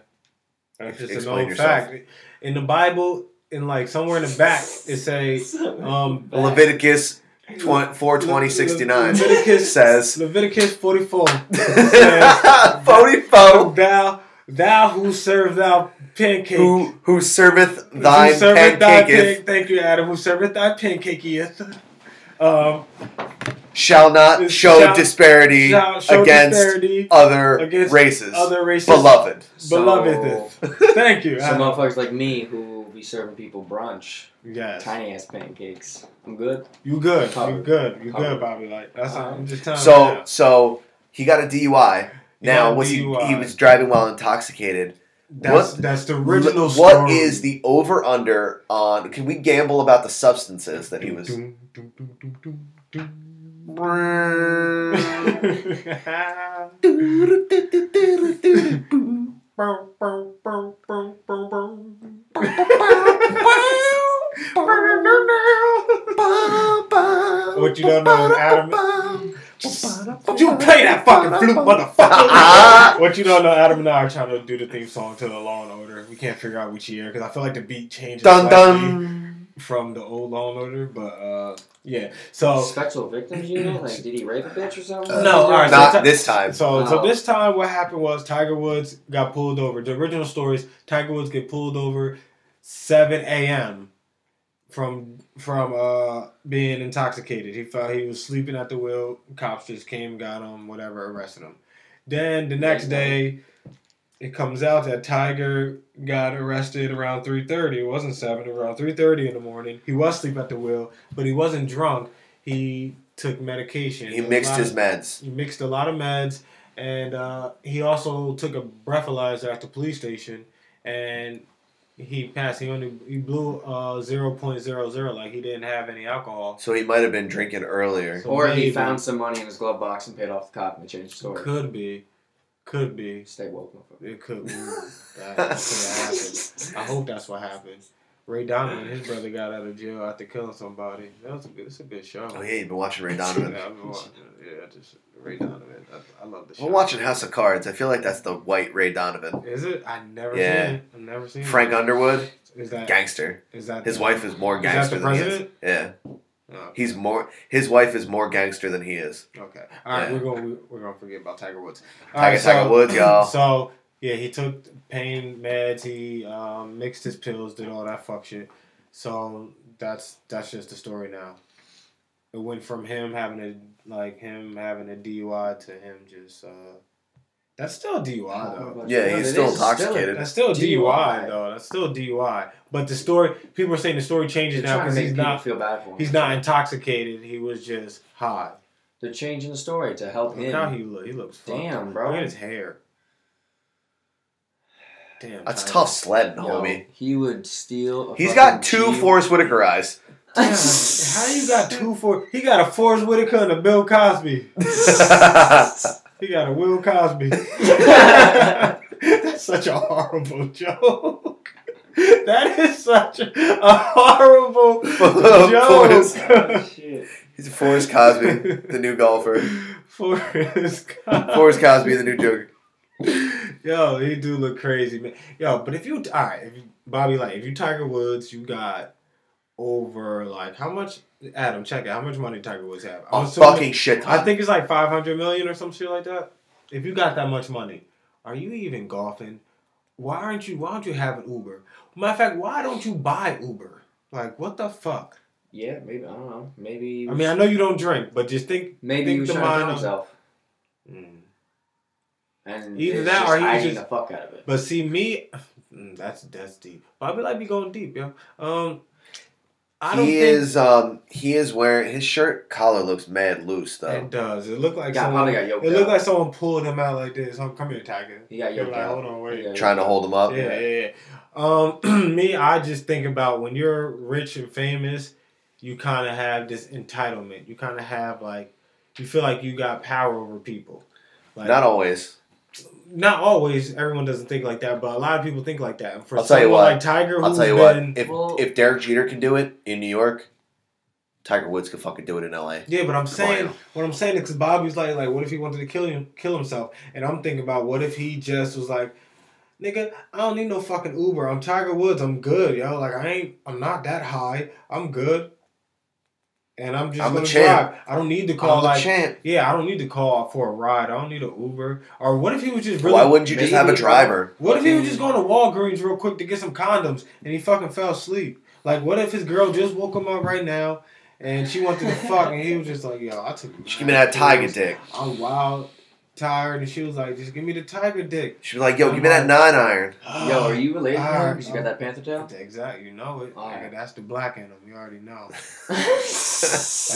[SPEAKER 8] That's just a
[SPEAKER 2] Explain
[SPEAKER 8] known
[SPEAKER 2] yourself.
[SPEAKER 8] fact. In the Bible, in like somewhere in the back, it say um,
[SPEAKER 2] Leviticus tw- four twenty sixty nine
[SPEAKER 8] Leviticus-
[SPEAKER 2] says.
[SPEAKER 8] Leviticus forty four.
[SPEAKER 2] Forty four.
[SPEAKER 8] thou thou who serve thou pancake.
[SPEAKER 2] Who who serveth thine
[SPEAKER 8] who serveth thy
[SPEAKER 2] pancaketh
[SPEAKER 8] pan- Thank you, Adam. Who serveth thy pancakeeth? Um,
[SPEAKER 2] shall not
[SPEAKER 8] Is-
[SPEAKER 2] show
[SPEAKER 8] shall-
[SPEAKER 2] disparity
[SPEAKER 8] shall show
[SPEAKER 2] against
[SPEAKER 8] disparity
[SPEAKER 2] other
[SPEAKER 8] against
[SPEAKER 2] races.
[SPEAKER 8] other races.
[SPEAKER 2] Beloved.
[SPEAKER 8] Beloved. Thank you.
[SPEAKER 4] So
[SPEAKER 8] Adam.
[SPEAKER 4] motherfuckers like me who be serving people brunch,
[SPEAKER 8] Yes.
[SPEAKER 4] tiny ass pancakes. I'm good.
[SPEAKER 8] You good. You
[SPEAKER 4] Covered.
[SPEAKER 8] good. You
[SPEAKER 4] Covered.
[SPEAKER 8] good, Bobby. Like that's what I'm just telling you.
[SPEAKER 2] So
[SPEAKER 8] now.
[SPEAKER 2] so he got a DUI.
[SPEAKER 8] Oh, He
[SPEAKER 2] Now
[SPEAKER 8] got a
[SPEAKER 2] was he
[SPEAKER 8] DUI.
[SPEAKER 2] he was driving while intoxicated.
[SPEAKER 8] that's
[SPEAKER 2] what-
[SPEAKER 8] that's the original
[SPEAKER 2] What is
[SPEAKER 8] story.
[SPEAKER 2] the over under on can we gamble about the substances that he was
[SPEAKER 8] What you don't know is Adam. You play that fucking flute, motherfucker. what you don't know, Adam and I are trying to do the theme song to the Law and Order. We can't figure out which year because I feel like the beat changes
[SPEAKER 2] Dun
[SPEAKER 8] slightly
[SPEAKER 2] dun
[SPEAKER 8] from the old Law and Order. But uh, yeah,
[SPEAKER 2] Oh.
[SPEAKER 8] so
[SPEAKER 4] Special victims unit? Like, did he rape a bitch or something?
[SPEAKER 8] Uh, No, all right, so
[SPEAKER 2] Not
[SPEAKER 8] it's a-
[SPEAKER 2] this time.
[SPEAKER 8] So,
[SPEAKER 4] Wow.
[SPEAKER 8] so this time, what happened was Tiger Woods got pulled over. The original stories: Tiger Woods get pulled over 7 a.m. from from uh, being intoxicated. He felt he was sleeping at the wheel. Cops just came, got him, whatever, arrested him. Then the next day, it comes out that Tiger got arrested around 3:30. It wasn't seven, around 3:30 in the morning. He was asleep at the wheel, but he wasn't drunk. He took medication.
[SPEAKER 2] He mixed his
[SPEAKER 8] meds.
[SPEAKER 2] meds.
[SPEAKER 8] He mixed a lot of meds, and uh, he also took a breathalyzer at the police station, and he passed. He only he blew uh, 0.00, like he didn't have any alcohol.
[SPEAKER 2] So he might have been drinking earlier.
[SPEAKER 8] So
[SPEAKER 4] Or he
[SPEAKER 8] maybe-
[SPEAKER 4] found some money in his glove box and paid off the cop and changed the story.
[SPEAKER 8] Could be, could be,
[SPEAKER 4] Stay woke, motherfucker.
[SPEAKER 8] it could be. That- that could've happened. I hope that's what happened. Ray Donovan, his brother got out of jail after killing somebody. That was a good. It's a good show.
[SPEAKER 2] Oh yeah, you've been watching Ray
[SPEAKER 8] Yeah, I've
[SPEAKER 2] Donovan.
[SPEAKER 8] been watching it. Yeah, I just Ray Donovan. I, I love the show.
[SPEAKER 2] We're watching House of Cards. I feel like that's the white Ray Donovan.
[SPEAKER 8] Is it? I never
[SPEAKER 2] Yeah.
[SPEAKER 8] seen it. I've never seen
[SPEAKER 2] Frank
[SPEAKER 8] it.
[SPEAKER 2] Underwood,
[SPEAKER 8] Is that
[SPEAKER 2] gangster.
[SPEAKER 8] Is that
[SPEAKER 2] His
[SPEAKER 8] the-
[SPEAKER 2] wife is more
[SPEAKER 8] Is that
[SPEAKER 2] gangster
[SPEAKER 8] the
[SPEAKER 2] than he is.
[SPEAKER 8] president?
[SPEAKER 2] Yeah,
[SPEAKER 8] Oh,
[SPEAKER 2] he's more. His wife is more gangster than he is.
[SPEAKER 8] okay. All right,
[SPEAKER 2] Yeah.
[SPEAKER 8] we're gonna we're gonna forget about Tiger Woods. All
[SPEAKER 2] Tiger,
[SPEAKER 8] right,
[SPEAKER 2] Tiger Woods, y'all.
[SPEAKER 8] So yeah, he took pain meds. He um, mixed his pills, did all that fuck shit. So that's that's just the story now. It went from him having a like him having a DUI to him just uh, That's still DUI though.
[SPEAKER 2] Uh, Yeah, he's still intoxicated.
[SPEAKER 8] That's still DUI,
[SPEAKER 4] DUI.
[SPEAKER 8] though. That's still DUI. But the story, people are saying the story changes
[SPEAKER 4] They're
[SPEAKER 8] now
[SPEAKER 4] trying to
[SPEAKER 8] because
[SPEAKER 4] make
[SPEAKER 8] he's
[SPEAKER 4] people
[SPEAKER 8] not
[SPEAKER 4] feel bad for him.
[SPEAKER 8] he's not intoxicated. He was just high.
[SPEAKER 4] They're changing the story to help
[SPEAKER 8] Look how
[SPEAKER 4] him.
[SPEAKER 8] he look. He looks fucked
[SPEAKER 4] Damn,
[SPEAKER 8] up.
[SPEAKER 4] bro.
[SPEAKER 8] Look at his hair. Damn,
[SPEAKER 2] That's
[SPEAKER 8] Tyler.
[SPEAKER 2] tough sledding,
[SPEAKER 4] Yo,
[SPEAKER 2] homie.
[SPEAKER 4] he would steal. A
[SPEAKER 2] He's got
[SPEAKER 4] fucking
[SPEAKER 2] two
[SPEAKER 4] Jeep.
[SPEAKER 2] Forrest Whitaker eyes.
[SPEAKER 8] Damn, how you got two for? He got a Forrest Whitaker and a Bill Cosby. He got a Will Cosby. That's such a horrible joke. That is such a horrible
[SPEAKER 2] Forrest.
[SPEAKER 8] joke.
[SPEAKER 4] Shit.
[SPEAKER 2] He's Forrest Cosby, the new golfer.
[SPEAKER 8] Forrest Cosby.
[SPEAKER 2] Forrest Cosby, the new Joker.
[SPEAKER 8] Yo, he do look crazy, man. Yo, but if you all right, if you, Bobby, like if you Tiger Woods, you got over like how much? Adam, check it. How much money Tiger Woods have? I'm
[SPEAKER 2] A
[SPEAKER 8] assuming-
[SPEAKER 2] fucking shit ton.
[SPEAKER 8] I think it's like five hundred million or some shit like that. If you got that much money, are you even golfing? Why aren't you? Why don't you have an Uber? Matter of fact, why don't you buy Uber? Like what the fuck?
[SPEAKER 4] Yeah, maybe I don't know. Maybe. he
[SPEAKER 8] I
[SPEAKER 4] was-
[SPEAKER 8] mean, I know you don't drink, but just think.
[SPEAKER 4] maybe he
[SPEAKER 8] think
[SPEAKER 4] was
[SPEAKER 8] the
[SPEAKER 4] trying to kill
[SPEAKER 8] mind of-
[SPEAKER 4] himself.
[SPEAKER 8] Mm.
[SPEAKER 4] And it
[SPEAKER 8] Either
[SPEAKER 4] was
[SPEAKER 8] that
[SPEAKER 4] just
[SPEAKER 8] or he was
[SPEAKER 4] hiding
[SPEAKER 8] just-
[SPEAKER 4] the fuck out of it.
[SPEAKER 8] But see me, Mm, that's that's deep. But I be like be going deep, yo. Um, I don't
[SPEAKER 2] he
[SPEAKER 8] think
[SPEAKER 2] is um he is wearing his shirt collar looks mad loose though.
[SPEAKER 8] it does. It looked like
[SPEAKER 4] Got-
[SPEAKER 8] someone.
[SPEAKER 4] probably got yoked
[SPEAKER 8] It looked
[SPEAKER 4] up.
[SPEAKER 8] like someone pulled him out like this. Oh, come here, Tiger.
[SPEAKER 4] He got
[SPEAKER 8] You're
[SPEAKER 4] yoked
[SPEAKER 8] like,
[SPEAKER 4] out.
[SPEAKER 8] hold on, wait.
[SPEAKER 4] He got
[SPEAKER 2] Trying to hold him up.
[SPEAKER 8] Yeah, yeah, yeah. Um, me, I just think about when you're rich and famous, you kind of have this entitlement. You kind of have like, you feel like you got power over people. Like,
[SPEAKER 2] Not always.
[SPEAKER 8] not always. Everyone doesn't think like that, but a lot of people think like that. And for
[SPEAKER 2] I'll tell you
[SPEAKER 8] someone
[SPEAKER 2] what.
[SPEAKER 8] like Tiger, who's
[SPEAKER 2] I'll tell you
[SPEAKER 8] been,
[SPEAKER 2] what, if
[SPEAKER 4] Well-
[SPEAKER 2] if Derek Jeter can do it in New York, Tiger Woods could fucking do it in LA.
[SPEAKER 8] Yeah, but I'm saying
[SPEAKER 2] now.
[SPEAKER 8] what I'm saying is 'cause Bobby's like, like, what if he wanted to kill him, kill himself? And I'm thinking about what if he just was like, nigga, I don't need no fucking Uber. I'm Tiger Woods. I'm good, yo. Like I ain't, I'm not that high. I'm good. And I'm just
[SPEAKER 2] I'm a
[SPEAKER 8] gonna
[SPEAKER 2] champ.
[SPEAKER 8] drive. I don't need to
[SPEAKER 2] Call
[SPEAKER 8] call
[SPEAKER 2] the
[SPEAKER 8] like,
[SPEAKER 2] champ.
[SPEAKER 8] yeah, I don't need to call for a ride. I don't need an Uber. Or what if he was just really?
[SPEAKER 2] Why wouldn't you just have a
[SPEAKER 4] Maybe-
[SPEAKER 2] driver?
[SPEAKER 8] What if he was just going to Walgreens real quick to get some condoms and he fucking fell asleep? Like, what if his girl just woke him up right now and she wanted to fuck and he was just like, yo, I took
[SPEAKER 2] Just give me that tiger dick.
[SPEAKER 8] I'm wild, tired, and she was like, just give me the tiger dick.
[SPEAKER 2] She'd be like, yo, give me that nine iron.
[SPEAKER 4] Yo, are you related to
[SPEAKER 8] Alright,
[SPEAKER 4] him? Because you got that panther tail.
[SPEAKER 8] Exactly, you know it.
[SPEAKER 4] All right.
[SPEAKER 8] Nigga, that's the black in him. You already know.
[SPEAKER 2] That's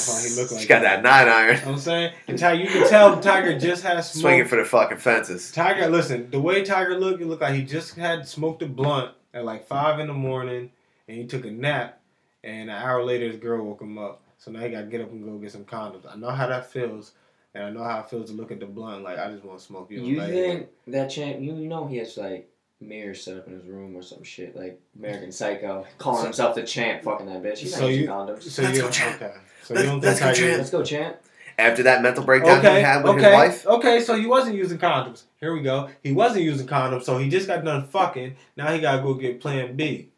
[SPEAKER 8] why he look like
[SPEAKER 2] She got that nine iron.
[SPEAKER 8] You know what I'm saying? And Tiger, you can tell Tiger just had smoke.
[SPEAKER 2] Swinging for the fucking fences.
[SPEAKER 8] Tiger, listen, the way Tiger looked, it looked like he just had smoked a blunt at like five in the morning, and he took a nap, and an hour later his girl woke him up. So now he got to get up and go get some condoms. I know how that feels, and I know how it feels to look at the blunt like I just want to smoke you.
[SPEAKER 4] You
[SPEAKER 8] Like,
[SPEAKER 4] think that champ? You know he has like mirrors set up in his room or some shit like American Psycho, calling himself the champ, fucking that bitch. He's
[SPEAKER 8] So
[SPEAKER 4] not using
[SPEAKER 8] you-
[SPEAKER 4] condoms.
[SPEAKER 8] So
[SPEAKER 2] Let's
[SPEAKER 8] you
[SPEAKER 2] go, champ.
[SPEAKER 8] okay. So
[SPEAKER 2] Let's-
[SPEAKER 8] you don't
[SPEAKER 2] let's
[SPEAKER 8] think
[SPEAKER 2] go,
[SPEAKER 8] Tiger?
[SPEAKER 2] champ.
[SPEAKER 4] Let's go, champ.
[SPEAKER 2] After that mental breakdown he
[SPEAKER 8] Okay,
[SPEAKER 2] had with
[SPEAKER 8] okay,
[SPEAKER 2] his wife,
[SPEAKER 8] okay. So he wasn't using condoms. Here we go. He wasn't using condoms, so he just got done fucking. Now he gotta go get Plan B.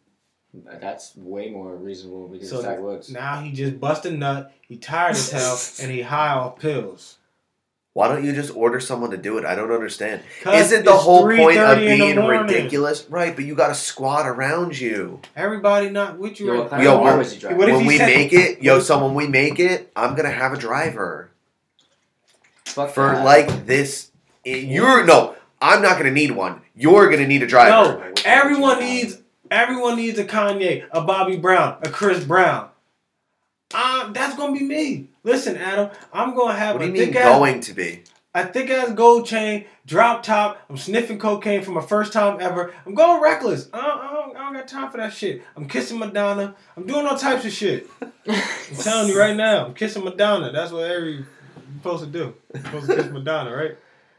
[SPEAKER 4] That's way more reasonable because
[SPEAKER 8] So-
[SPEAKER 4] Tiger Woods.
[SPEAKER 8] Now he just bust a nut. He tired as hell, and he high off pills.
[SPEAKER 2] why don't you just order someone to do it? I don't understand.
[SPEAKER 8] 'Cause
[SPEAKER 2] Isn't the
[SPEAKER 8] it's
[SPEAKER 2] whole point of
[SPEAKER 8] 3:30 in the
[SPEAKER 2] being
[SPEAKER 8] morning.
[SPEAKER 2] ridiculous? Right, but you got a squad around you.
[SPEAKER 8] Everybody not with you.
[SPEAKER 4] Yo,
[SPEAKER 8] right
[SPEAKER 4] what
[SPEAKER 8] now.
[SPEAKER 4] kind
[SPEAKER 2] Yo,
[SPEAKER 4] of car
[SPEAKER 2] we're-
[SPEAKER 4] was he driving?
[SPEAKER 8] What if
[SPEAKER 2] when
[SPEAKER 8] he
[SPEAKER 2] we
[SPEAKER 8] said-
[SPEAKER 2] make it, yo, so when we make it, I'm gonna have a driver
[SPEAKER 4] Fuck
[SPEAKER 2] for
[SPEAKER 4] that.
[SPEAKER 2] like this. You're no, I'm not gonna need one. You're gonna need a driver.
[SPEAKER 8] No, everyone needs everyone needs a Kanye, a Bobby Brown, a Chris Brown. Um, that's gonna be me. Listen, Adam, I'm gonna have
[SPEAKER 2] What do
[SPEAKER 8] a
[SPEAKER 2] you mean
[SPEAKER 8] thick ass,
[SPEAKER 2] going to be?
[SPEAKER 8] a thick ass gold chain, drop top. I'm sniffing cocaine for my first time ever. I'm going reckless. I don't, I don't, I don't got time for that shit. I'm kissing Madonna. I'm doing all types of shit. I'm telling you right now, I'm kissing Madonna. That's what every you're supposed to do. You're supposed to kiss Madonna, right?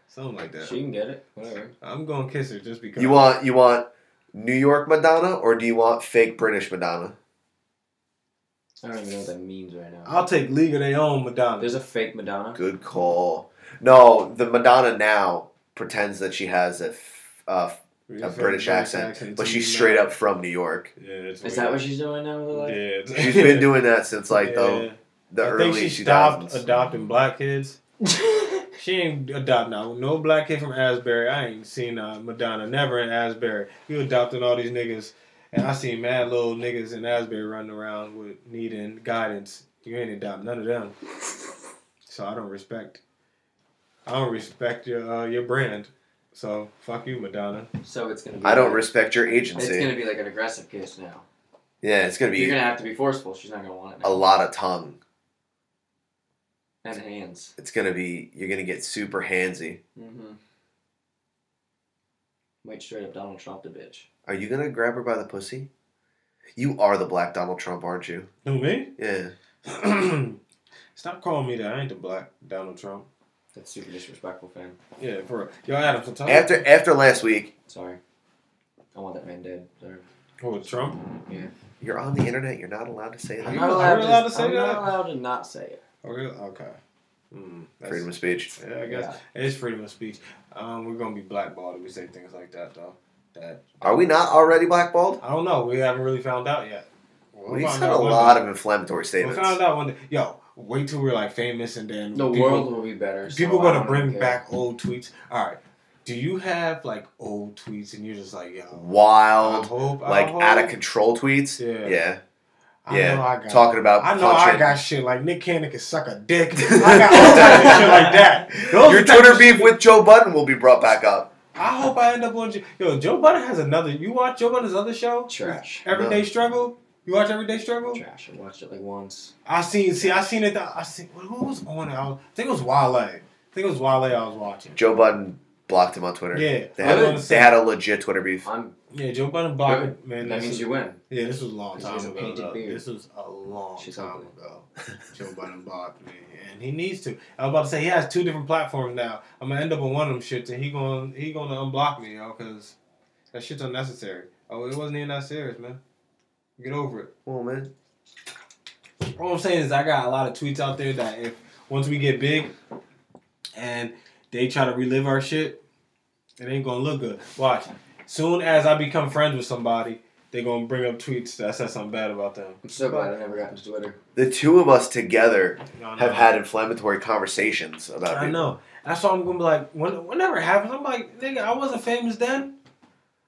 [SPEAKER 8] Something like that.
[SPEAKER 4] She can get it. Whatever.
[SPEAKER 8] I'm gonna kiss her just because.
[SPEAKER 2] You want you want New York Madonna or do you want fake British Madonna?
[SPEAKER 4] I don't even know what that means right now.
[SPEAKER 8] I'll take League of Their Own Madonna.
[SPEAKER 4] There's a fake Madonna.
[SPEAKER 2] Good call. No, the Madonna now pretends that she has a, f- uh, a British accent, but she's straight up from New York.
[SPEAKER 8] Yeah, it's
[SPEAKER 4] Is that what she's doing now with her life?
[SPEAKER 8] weird. Yeah,
[SPEAKER 2] She's been doing that since like
[SPEAKER 8] Yeah.
[SPEAKER 2] the the
[SPEAKER 8] I
[SPEAKER 2] early
[SPEAKER 8] think she
[SPEAKER 2] 2000s.
[SPEAKER 8] stopped adopting black kids. she ain't adopting no, no black kid from Asbury. I ain't seen uh, Madonna never in Asbury. You adopting all these niggas, and I seen mad little niggas in Asbury running around with needing guidance. You ain't adopting none of them. So I don't respect. I don't respect your uh, your brand. So fuck you, Madonna.
[SPEAKER 4] So it's gonna. Be
[SPEAKER 2] I don't
[SPEAKER 4] like-
[SPEAKER 2] respect your
[SPEAKER 4] It's
[SPEAKER 2] agency.
[SPEAKER 4] gonna be like an aggressive kiss now.
[SPEAKER 2] yeah, it's gonna be
[SPEAKER 4] You're gonna have to be forceful. She's not gonna want it. Now.
[SPEAKER 2] a lot of tongue.
[SPEAKER 4] And hands.
[SPEAKER 2] It's gonna be you're gonna get super handsy.
[SPEAKER 4] Mm-hmm. Might straight up Donald Trump the bitch.
[SPEAKER 2] Are you gonna grab her by the pussy? You are the black Donald Trump, aren't you?
[SPEAKER 8] Who me?
[SPEAKER 2] Yeah.
[SPEAKER 8] Stop calling me that. I ain't the black Donald Trump.
[SPEAKER 4] That's super disrespectful, fam.
[SPEAKER 8] Yeah, for real. Yo, Adam, for talking
[SPEAKER 2] After after last week,
[SPEAKER 4] Sorry. I want that man dead. Sorry.
[SPEAKER 8] oh, Trump.
[SPEAKER 4] Yeah.
[SPEAKER 2] you're on the internet. You're not allowed to say
[SPEAKER 4] I'm
[SPEAKER 2] that.
[SPEAKER 4] not
[SPEAKER 8] you
[SPEAKER 4] allowed,
[SPEAKER 8] allowed
[SPEAKER 4] to,
[SPEAKER 8] to say
[SPEAKER 4] I'm
[SPEAKER 8] that?
[SPEAKER 4] not allowed to not say it.
[SPEAKER 8] Oh, really? Okay. Mm, that's-
[SPEAKER 2] Freedom of speech.
[SPEAKER 8] Yeah, I guess it's freedom of speech. Um, we're gonna be blackballed if we say things like that, though. That
[SPEAKER 2] Are we not already blackballed?
[SPEAKER 8] I don't know. We haven't really found out yet. We'll
[SPEAKER 2] We
[SPEAKER 8] find
[SPEAKER 2] said a
[SPEAKER 8] out one
[SPEAKER 2] lot
[SPEAKER 8] day.
[SPEAKER 2] of inflammatory
[SPEAKER 8] We
[SPEAKER 2] statements.
[SPEAKER 8] found out one day. Yo, wait till we're like famous and then
[SPEAKER 4] The
[SPEAKER 8] people-
[SPEAKER 4] world will be better. so
[SPEAKER 8] People
[SPEAKER 4] I
[SPEAKER 8] gonna
[SPEAKER 4] don't
[SPEAKER 8] bring
[SPEAKER 4] care.
[SPEAKER 8] back old tweets. All right. Do you have like old tweets and you're just like, yo, I
[SPEAKER 2] Wild,
[SPEAKER 8] hope, I
[SPEAKER 2] like
[SPEAKER 8] hope-
[SPEAKER 2] out of control tweets.
[SPEAKER 8] Yeah.
[SPEAKER 2] yeah.
[SPEAKER 8] I
[SPEAKER 2] yeah.
[SPEAKER 8] know I got
[SPEAKER 2] Talking about
[SPEAKER 8] I know I
[SPEAKER 2] punching.
[SPEAKER 8] got shit like Nick Cannon can suck a dick. I got all types of shit like that. Those
[SPEAKER 2] Your
[SPEAKER 8] type of
[SPEAKER 2] Twitter
[SPEAKER 8] shit-
[SPEAKER 2] beef with Joe Budden will be brought back up.
[SPEAKER 8] I hope I end up on. J- Yo, Joe Budden has another. You watch Joe Budden's other show?
[SPEAKER 4] Trash.
[SPEAKER 8] Everyday
[SPEAKER 2] No.
[SPEAKER 8] Struggle. You watch Everyday Struggle?
[SPEAKER 4] Trash. I watched it like once.
[SPEAKER 8] I seen. See, I seen it. th- I seen. Who was on it? I, was, I think it was Wale. I think it was Wale. I was watching.
[SPEAKER 2] Joe Budden blocked him on Twitter.
[SPEAKER 8] Yeah.
[SPEAKER 2] They
[SPEAKER 8] I
[SPEAKER 2] had,
[SPEAKER 8] was
[SPEAKER 2] a,
[SPEAKER 8] gonna
[SPEAKER 2] they
[SPEAKER 8] say-
[SPEAKER 2] had a legit Twitter beef.
[SPEAKER 4] I'm
[SPEAKER 8] Yeah, Joe Budden blocked it, man.
[SPEAKER 4] that
[SPEAKER 8] this
[SPEAKER 4] means
[SPEAKER 8] is-
[SPEAKER 4] you win.
[SPEAKER 8] Yeah, this was a long
[SPEAKER 4] 'Cause
[SPEAKER 8] time
[SPEAKER 4] he's a
[SPEAKER 8] ago.
[SPEAKER 4] painted
[SPEAKER 8] though.
[SPEAKER 4] beard.
[SPEAKER 8] This was a long
[SPEAKER 4] She's
[SPEAKER 8] time
[SPEAKER 4] ugly.
[SPEAKER 8] ago. Joe Budden blocked me, and he needs to. I was about to say he has two different platforms now. I'm gonna end up on one of them shits, and he going he gonna unblock me, yo, because that shit's unnecessary. Oh, it wasn't even that serious, man. Get over it.
[SPEAKER 2] Well, man.
[SPEAKER 8] All I'm saying is I got a lot of tweets out there that if once we get big, and they try to relive our shit, it ain't gonna look good. Watch. Soon as I become friends with somebody, they gonna bring up tweets that said something bad about them.
[SPEAKER 4] I'm so glad I never got into Twitter.
[SPEAKER 2] The two of us together
[SPEAKER 8] No, no.
[SPEAKER 2] have had inflammatory conversations about
[SPEAKER 8] I
[SPEAKER 2] people.
[SPEAKER 8] know. That's why I'm gonna be like, when, whenever it happens, I'm like, nigga, I wasn't famous then.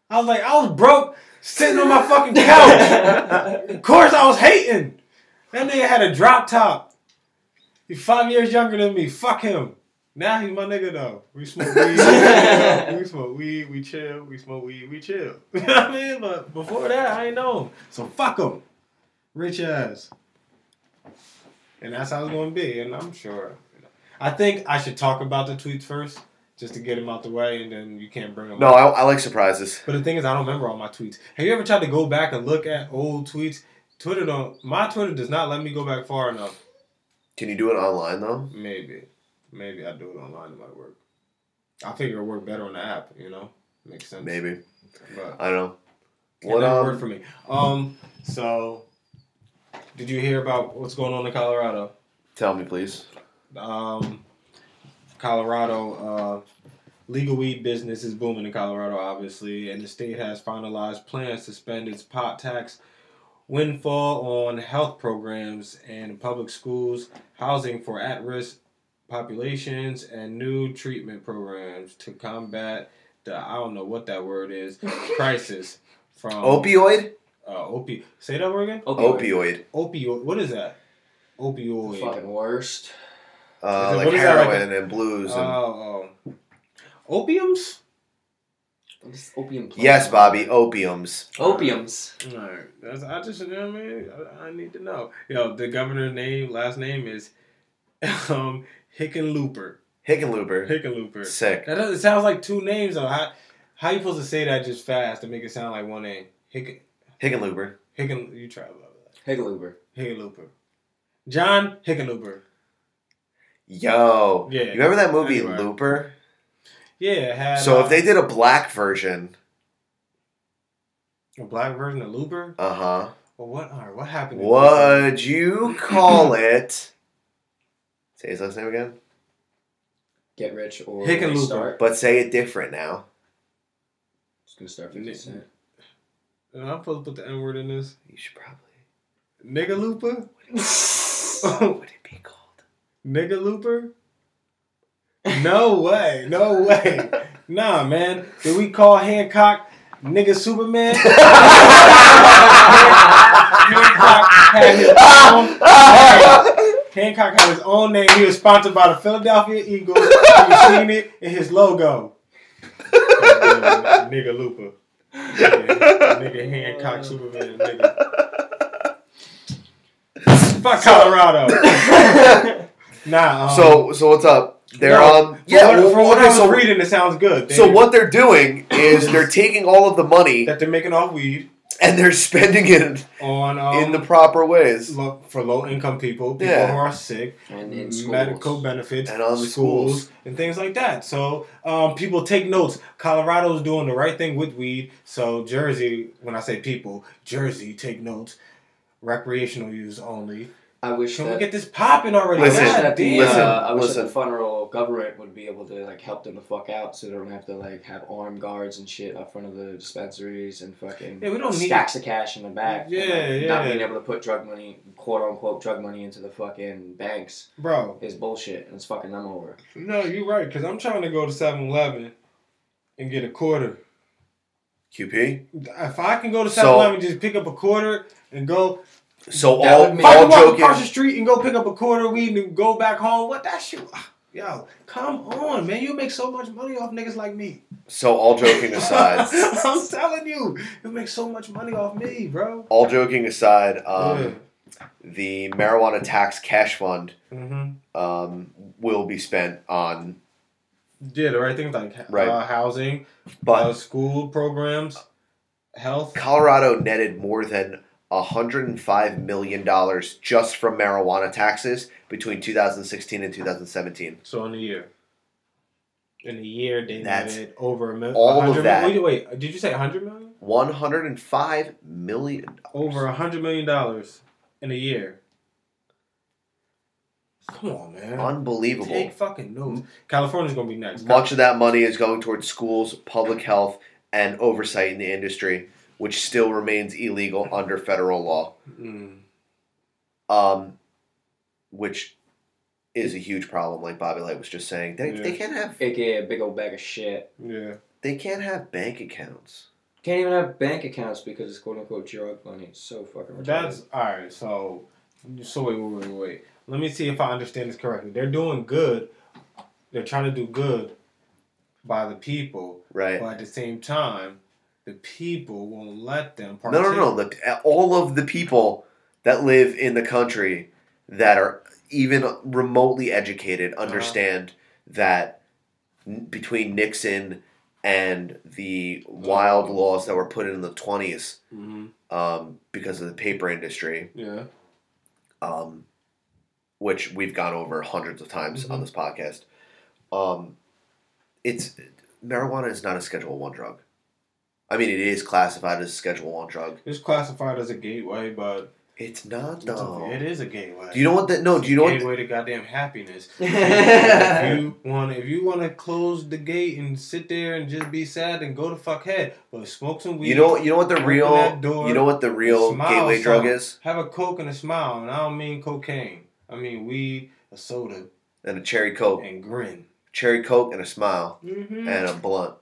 [SPEAKER 8] I was like, I was broke, sitting on my fucking couch. of course, I was hating. That nigga had a drop top. He's five years younger than me. Fuck him. Now he's my nigga though. We smoke weed. we smoke weed. We chill. We smoke weed. We chill. You know what I mean? But before that, I ain't know him. So fuck him. Rich ass. And that's how it's gonna be. And I'm sure. I think I should talk about the tweets first, just to get them out the way, and then you can't bring them.
[SPEAKER 2] No,
[SPEAKER 8] up.
[SPEAKER 2] I, I like surprises.
[SPEAKER 8] But the thing is, I don't remember all my tweets. Have you ever tried to go back and look at old tweets? Twitter don't. My Twitter does not let me go back far enough.
[SPEAKER 2] Can you do it online though?
[SPEAKER 8] Maybe, maybe I do it online. It might work. I figure it work better on the app. You know, makes sense.
[SPEAKER 2] Maybe.
[SPEAKER 8] But
[SPEAKER 2] I don't know.
[SPEAKER 8] what
[SPEAKER 2] What
[SPEAKER 8] that
[SPEAKER 2] um,
[SPEAKER 8] worked for me? Um. So, did you hear about what's going on in Colorado?
[SPEAKER 2] Tell me, please.
[SPEAKER 8] um, Colorado uh, legal weed business is booming in Colorado, obviously, and the state has finalized plans to spend its pot tax windfall on health programs and public schools, housing for at-risk populations, and new treatment programs to combat the I don't know what that word is crisis from
[SPEAKER 2] Opioid.
[SPEAKER 8] uh, opi- Say that word again.
[SPEAKER 2] Opioid.
[SPEAKER 8] Opioid. What is that? Opioid.
[SPEAKER 4] Fucking worst.
[SPEAKER 2] Uh,
[SPEAKER 8] Is it-
[SPEAKER 2] like
[SPEAKER 8] what is that, like
[SPEAKER 2] heroin and blues and
[SPEAKER 8] Oh, oh. Opiums?
[SPEAKER 4] This opium. plant.
[SPEAKER 2] yes, Bobby, opiums.
[SPEAKER 4] Opiums.
[SPEAKER 8] Alright, that's I just you know what I mean I, I need to know. Yo, the governor's name last name is um Hickenlooper.
[SPEAKER 2] Hickenlooper.
[SPEAKER 8] Hickenlooper.
[SPEAKER 2] Sick.
[SPEAKER 8] That doesn't, it sounds like two names though. How how you supposed to say that just fast to make it sound like one name? Hicken
[SPEAKER 2] Hickenlooper.
[SPEAKER 8] Hicken you try about that.
[SPEAKER 4] Higgleuber.
[SPEAKER 8] Hickenlooper. John Hickenlooper.
[SPEAKER 2] Yo.
[SPEAKER 8] Yeah.
[SPEAKER 2] You remember that movie
[SPEAKER 8] Anyway.
[SPEAKER 2] Looper?
[SPEAKER 8] Yeah, it had
[SPEAKER 2] So
[SPEAKER 8] uh,
[SPEAKER 2] if they did a black version,
[SPEAKER 8] a black version of Looper?
[SPEAKER 2] uh huh.
[SPEAKER 8] Well what alright, what happened? to Looper?
[SPEAKER 2] Would you call it? Say his last name again,
[SPEAKER 4] Get rich or
[SPEAKER 8] Hickenlooper.
[SPEAKER 4] restart.
[SPEAKER 2] but say it different now.
[SPEAKER 4] It's gonna start 50 cent.
[SPEAKER 8] I'm supposed to put the N word in this.
[SPEAKER 2] You should probably.
[SPEAKER 8] Nigga Looper?
[SPEAKER 2] Would it be called?
[SPEAKER 8] Nigga Looper? No way. No way. Nah, man. Did we call Hancock nigga Superman? Hancock had his own Hancock had his own name. He was sponsored by the Philadelphia Eagles. You seen it in his logo. nigga Looper. Nigga, nigga Hancock Superman. Nigga. Fuck Colorado. nah. Um,
[SPEAKER 2] So so what's up? They're
[SPEAKER 8] no,
[SPEAKER 2] on.
[SPEAKER 8] from
[SPEAKER 2] Yeah.
[SPEAKER 8] what- From,
[SPEAKER 2] well,
[SPEAKER 8] what
[SPEAKER 2] okay,
[SPEAKER 8] I was
[SPEAKER 2] so,
[SPEAKER 8] reading, it sounds good.
[SPEAKER 2] so what they're doing is they're taking all of the money
[SPEAKER 8] That they're making off weed
[SPEAKER 2] and they're spending it
[SPEAKER 8] on um,
[SPEAKER 2] in the proper ways.
[SPEAKER 8] lo- for low income people, people
[SPEAKER 2] Yeah.
[SPEAKER 8] who are sick,
[SPEAKER 4] And in schools.
[SPEAKER 8] medical benefits,
[SPEAKER 2] And on the schools.
[SPEAKER 8] and things like that. So um, people take notes. Colorado's doing the right thing with weed. So Jersey, when I say people, Jersey, take notes. Recreational use only.
[SPEAKER 4] I wish
[SPEAKER 8] Can
[SPEAKER 4] that
[SPEAKER 8] we get this popping already?
[SPEAKER 4] I wish
[SPEAKER 2] Listen,
[SPEAKER 8] God
[SPEAKER 4] that the,
[SPEAKER 8] damn.
[SPEAKER 2] listen,
[SPEAKER 4] uh, I wish that
[SPEAKER 2] listen.
[SPEAKER 4] the federal government would be able to like help them the fuck out, so they don't have to like have armed guards and shit up front of the dispensaries and fucking
[SPEAKER 8] Yeah, we don't need-
[SPEAKER 4] stacks of cash in the back. and,
[SPEAKER 8] Yeah,
[SPEAKER 4] like, Not
[SPEAKER 8] yeah.
[SPEAKER 4] being able to put drug money, quote unquote, drug money into the fucking banks
[SPEAKER 8] bro.
[SPEAKER 4] is bullshit, and it's fucking them over.
[SPEAKER 8] No, you're right. Cause I'm trying to go to 7-Eleven and get a quarter.
[SPEAKER 2] QP.
[SPEAKER 8] If I can go to
[SPEAKER 2] So-
[SPEAKER 8] 7-Eleven, just pick up a quarter and go
[SPEAKER 2] So
[SPEAKER 4] That
[SPEAKER 2] all
[SPEAKER 4] would
[SPEAKER 8] If I
[SPEAKER 2] all
[SPEAKER 8] can walk across the
[SPEAKER 2] joking.
[SPEAKER 8] street and go pick up a quarter of weed and go back home, what that shit? ah, Yo, come on, man. You make so much money off niggas like me.
[SPEAKER 2] So all joking aside.
[SPEAKER 8] I'm telling you, you make so much money off me, bro.
[SPEAKER 2] all joking aside. Um, The marijuana tax cash fund
[SPEAKER 8] Mm-hmm.
[SPEAKER 2] um, will be spent on,
[SPEAKER 8] Yeah, the right things like
[SPEAKER 2] Right.
[SPEAKER 8] uh, housing,
[SPEAKER 2] but
[SPEAKER 8] uh, school programs, health.
[SPEAKER 2] Colorado netted more than $105 million just from marijuana taxes between 2016 and 2017.
[SPEAKER 8] So in a year. In a year, they
[SPEAKER 2] That's
[SPEAKER 8] netted over a million.
[SPEAKER 2] all of that.
[SPEAKER 8] Wait, wait, did you say 100 million?
[SPEAKER 2] 105 million.
[SPEAKER 8] Over a $100 million in a year. Come on, man.
[SPEAKER 2] Unbelievable.
[SPEAKER 8] Take fucking notes. California's gonna be next.
[SPEAKER 2] Much of that money is going towards schools, public health, and oversight in the industry, which still remains illegal under federal law,
[SPEAKER 8] Mm.
[SPEAKER 2] um, which is a huge problem. Like Bobby Light was just saying, they, they
[SPEAKER 8] Yeah.
[SPEAKER 2] can't have
[SPEAKER 4] AKA a big old bag of shit.
[SPEAKER 8] Yeah.
[SPEAKER 2] they can't have bank accounts.
[SPEAKER 4] Can't even have bank accounts because it's quote unquote drug money. It's so fucking retarded.
[SPEAKER 8] That's all right. So, so wait, wait, wait, wait. Let me see if I understand this correctly. They're doing good. They're trying to do good by the people,
[SPEAKER 2] Right.
[SPEAKER 8] but at the same time, the people won't let them.
[SPEAKER 2] No, no, no. The, all of the people that live in the country that are even remotely educated understand that n- between Nixon and the wild laws that were put in the 20s
[SPEAKER 8] hmm
[SPEAKER 2] um, because of the paper industry,
[SPEAKER 8] Yeah.
[SPEAKER 2] um, which we've gone over hundreds of times on this podcast, um, it's marijuana is not a Schedule One drug. I mean, it is classified as a Schedule One drug.
[SPEAKER 8] It's classified as a gateway, but
[SPEAKER 2] It's not
[SPEAKER 8] it's
[SPEAKER 2] though.
[SPEAKER 8] a- it is a gateway.
[SPEAKER 2] Do you know what that? No. Do you know what?
[SPEAKER 8] gateway to goddamn happiness. if you want, if you want to close the gate and sit there and just be sad and go to fuck head, but smoke some weed.
[SPEAKER 2] You know. You know what the
[SPEAKER 8] Open
[SPEAKER 2] real.
[SPEAKER 8] that door,
[SPEAKER 2] You know what the real
[SPEAKER 8] smile
[SPEAKER 2] gateway drug
[SPEAKER 8] some.
[SPEAKER 2] is?
[SPEAKER 8] Have a coke and a smile, and I don't mean cocaine. I mean weed, a soda,
[SPEAKER 2] And a cherry coke,
[SPEAKER 8] and grin.
[SPEAKER 2] cherry coke, and a smile,
[SPEAKER 8] Mm-hmm.
[SPEAKER 2] and a blunt.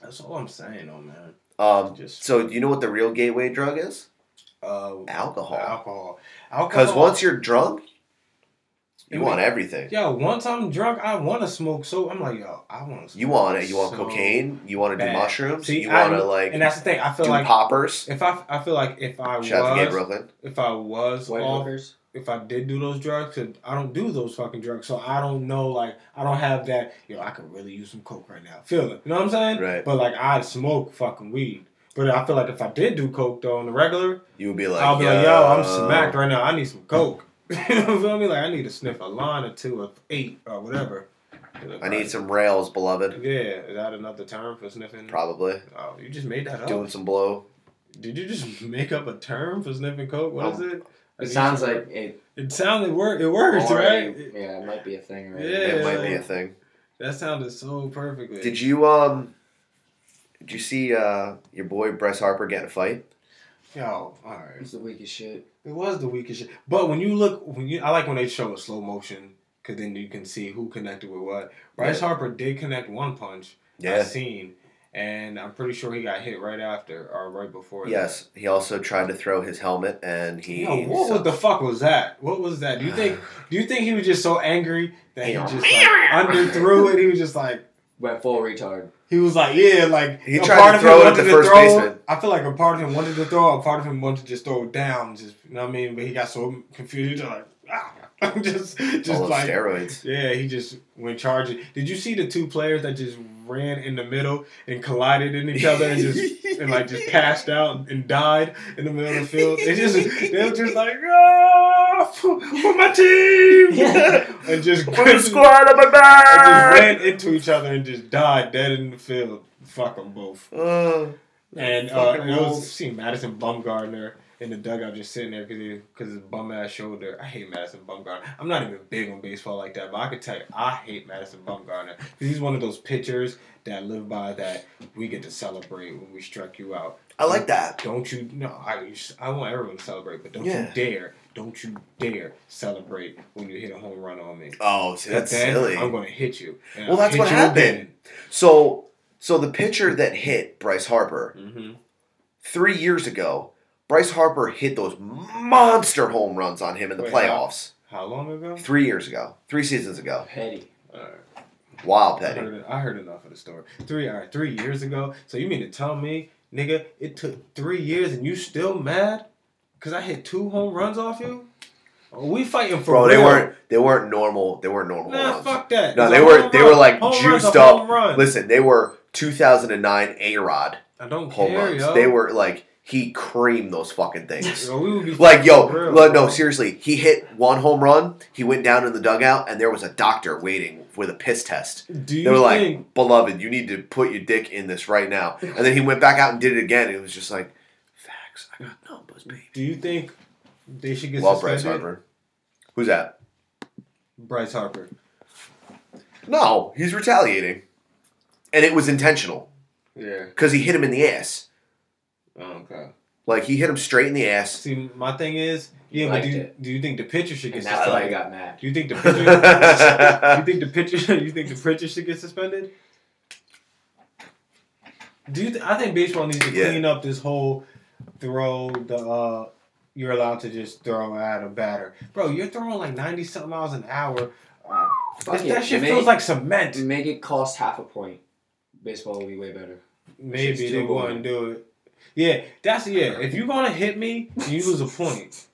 [SPEAKER 8] That's all I'm saying, though, man.
[SPEAKER 2] Um.
[SPEAKER 8] Just-
[SPEAKER 2] So you know what the real gateway drug is?
[SPEAKER 8] Uh,
[SPEAKER 2] Alcohol.
[SPEAKER 8] alcohol,
[SPEAKER 2] Because
[SPEAKER 8] alcohol.
[SPEAKER 2] once you're drunk, you
[SPEAKER 8] It
[SPEAKER 2] want
[SPEAKER 8] ma-
[SPEAKER 2] everything.
[SPEAKER 8] yo, once I'm drunk, I want to smoke. So I'm like, yo, I want to. smoke.
[SPEAKER 2] You want it. You want
[SPEAKER 8] so
[SPEAKER 2] cocaine. You want to do
[SPEAKER 8] bad.
[SPEAKER 2] mushrooms.
[SPEAKER 8] See,
[SPEAKER 2] you
[SPEAKER 8] I-
[SPEAKER 2] want to like
[SPEAKER 8] and that's the thing. I
[SPEAKER 2] do
[SPEAKER 8] feel like
[SPEAKER 2] poppers.
[SPEAKER 8] if I, I feel like if I
[SPEAKER 2] Shout out to Gay
[SPEAKER 8] was,
[SPEAKER 2] Brooklyn.
[SPEAKER 8] if I was
[SPEAKER 4] White
[SPEAKER 8] off
[SPEAKER 4] hookers.
[SPEAKER 8] if I did do those drugs, 'cause I don't do those fucking drugs, so I don't know. Like, I don't have that. Yo, I could really use some coke right now. Feel it? You know what I'm saying?
[SPEAKER 2] Right.
[SPEAKER 8] But like, I'd smoke fucking weed. But I feel like if I did do coke though on the regular,
[SPEAKER 2] You would be like,
[SPEAKER 8] I'll be
[SPEAKER 2] yo,
[SPEAKER 8] like, yo, I'm smacked right now. I need some coke. you feel me? Like, I need to sniff a line or two or eight or whatever.
[SPEAKER 2] I need some rails, beloved.
[SPEAKER 8] Yeah, is that another term for sniffing?
[SPEAKER 2] Probably
[SPEAKER 8] Oh, you just made that up.
[SPEAKER 2] doing some blow.
[SPEAKER 8] Did you just make up a term for sniffing coke? What is
[SPEAKER 2] Oh.
[SPEAKER 8] it?
[SPEAKER 4] It sounds like it.
[SPEAKER 8] it sounds it work. It works,
[SPEAKER 4] already-
[SPEAKER 8] right?
[SPEAKER 4] Yeah, it might be a thing. Right?
[SPEAKER 8] Yeah.
[SPEAKER 2] It might be a thing.
[SPEAKER 8] That sounded so perfectly.
[SPEAKER 2] Did you um? Did you see uh your boy Bryce Harper get in a fight?
[SPEAKER 8] Yo, all right.
[SPEAKER 4] It's the weakest shit.
[SPEAKER 8] It was the weakest shit. But when you look, when you, I like when they show a slow motion because then you can see who connected with what. Bryce
[SPEAKER 2] Yeah.
[SPEAKER 8] Harper did connect one punch. I
[SPEAKER 2] Yeah.
[SPEAKER 8] seen, and I'm pretty sure he got hit right after or right before.
[SPEAKER 2] Yes. He also tried to throw his helmet, and
[SPEAKER 8] That.
[SPEAKER 2] he.
[SPEAKER 8] Yo, what was the fuck was that? What was that? Do you think? Do you think he was just so angry that he
[SPEAKER 2] Yeah.
[SPEAKER 8] just like, underthrew it? He was just like,
[SPEAKER 4] Went full retard.
[SPEAKER 3] He was like, yeah, like
[SPEAKER 2] He tried to throw it at the first
[SPEAKER 3] throw.
[SPEAKER 2] baseman.
[SPEAKER 3] I feel like a part of him wanted to throw, a part of him wanted to just throw it down. Just you know what I mean? But he got so confused, he was like ah, just just
[SPEAKER 2] All those
[SPEAKER 3] like
[SPEAKER 2] steroids.
[SPEAKER 3] yeah, he just went charging. Did you see the two players that just ran in the middle and collided in each other and just and like just passed out and died in the middle of the field? They just they were just like ah, for, for my team
[SPEAKER 4] Yeah.
[SPEAKER 3] and just
[SPEAKER 2] on my
[SPEAKER 3] and just ran into each other and just died dead in the field. Fuck them both. And uh,
[SPEAKER 2] Fucking
[SPEAKER 3] and I
[SPEAKER 2] rules.
[SPEAKER 3] was seeing Madison Bumgarner in the dugout just sitting there because his bum ass shoulder. I hate Madison Bumgarner. I'm not even big on baseball like that, but I could tell you, I hate Madison Bumgarner because he's one of those pitchers that live by that we get to celebrate when we struck you out.
[SPEAKER 2] I like that.
[SPEAKER 3] Don't you? No, I you s- I want everyone to celebrate, but don't
[SPEAKER 2] Yeah.
[SPEAKER 3] you dare, don't you dare celebrate when you hit a home run on me.
[SPEAKER 2] Oh, see, that's
[SPEAKER 3] Then
[SPEAKER 2] silly.
[SPEAKER 3] I'm gonna hit you. and
[SPEAKER 2] Well,
[SPEAKER 3] I'll
[SPEAKER 2] that's
[SPEAKER 3] hit
[SPEAKER 2] what
[SPEAKER 3] you
[SPEAKER 2] happened.
[SPEAKER 3] again.
[SPEAKER 2] So, so the pitcher that hit Bryce Harper
[SPEAKER 3] Mm-hmm.
[SPEAKER 2] three years ago, Bryce Harper hit those monster home runs on him in the
[SPEAKER 3] Wait,
[SPEAKER 2] playoffs
[SPEAKER 3] How long ago?
[SPEAKER 2] three years ago, three seasons ago.
[SPEAKER 4] Petty.
[SPEAKER 2] Wow,
[SPEAKER 3] I
[SPEAKER 2] Petty.
[SPEAKER 3] heard, I heard enough of the story. Three, all right, three years ago. So you mean to tell me, nigga, it took three years and you still mad? Cause I hit two home runs off you. Are we fighting for
[SPEAKER 2] Bro, they
[SPEAKER 3] real?
[SPEAKER 2] weren't they weren't normal. They weren't normal. home
[SPEAKER 3] Nah,
[SPEAKER 2] runs.
[SPEAKER 3] fuck that.
[SPEAKER 2] No,
[SPEAKER 3] It's
[SPEAKER 2] they
[SPEAKER 3] a
[SPEAKER 2] were
[SPEAKER 3] home
[SPEAKER 2] they
[SPEAKER 3] run.
[SPEAKER 2] were like
[SPEAKER 3] Home run's a
[SPEAKER 2] juiced
[SPEAKER 3] home
[SPEAKER 2] up.
[SPEAKER 3] run.
[SPEAKER 2] Listen, they were 2009 A Rod
[SPEAKER 3] I don't
[SPEAKER 2] home
[SPEAKER 3] care,
[SPEAKER 2] runs.
[SPEAKER 3] yo.
[SPEAKER 2] They were like he creamed those fucking things.
[SPEAKER 3] Yo, we would be
[SPEAKER 2] Like yo,
[SPEAKER 3] fighting for real,
[SPEAKER 2] lo- no,
[SPEAKER 3] bro.
[SPEAKER 2] seriously, he hit one home run. He went down in the dugout, and there was a doctor waiting with a piss test.
[SPEAKER 3] Do you
[SPEAKER 2] They were
[SPEAKER 3] think-
[SPEAKER 2] like, "Beloved, you need to put your dick in this right now." And then he went back out and did it again. And it was just like, "Facts, I got numbers, baby."
[SPEAKER 3] Do you think they should get
[SPEAKER 2] Love Bryce
[SPEAKER 3] suspended?
[SPEAKER 2] Harper. Who's that?
[SPEAKER 3] Bryce Harper.
[SPEAKER 2] No, he's retaliating, and it was intentional
[SPEAKER 3] Yeah.
[SPEAKER 2] because he hit him in the ass.
[SPEAKER 3] Okay.
[SPEAKER 2] Like he hit him straight in the ass.
[SPEAKER 3] See, my thing is, yeah, but
[SPEAKER 4] liked
[SPEAKER 3] do you,
[SPEAKER 4] it.
[SPEAKER 3] do you think the pitcher should get
[SPEAKER 4] And uh, that's why I
[SPEAKER 3] suspended?
[SPEAKER 4] got mad.
[SPEAKER 3] Do you think the pitcher? you think the pitcher? You think the pitcher should get suspended? Do you? Th- I think baseball needs to
[SPEAKER 2] Yeah.
[SPEAKER 3] clean up this whole throw the. Uh, you're allowed to just throw at a batter, bro. You're throwing like ninety something miles an hour.
[SPEAKER 4] Fuck
[SPEAKER 3] That-
[SPEAKER 4] it.
[SPEAKER 3] that shit
[SPEAKER 4] Make-
[SPEAKER 3] feels like cement.
[SPEAKER 4] Make it cost half a point. Baseball would be way better.
[SPEAKER 3] Maybe they
[SPEAKER 4] still going.
[SPEAKER 3] wouldn't do it. Yeah, that's yeah. If you're gonna hit me, you lose a point.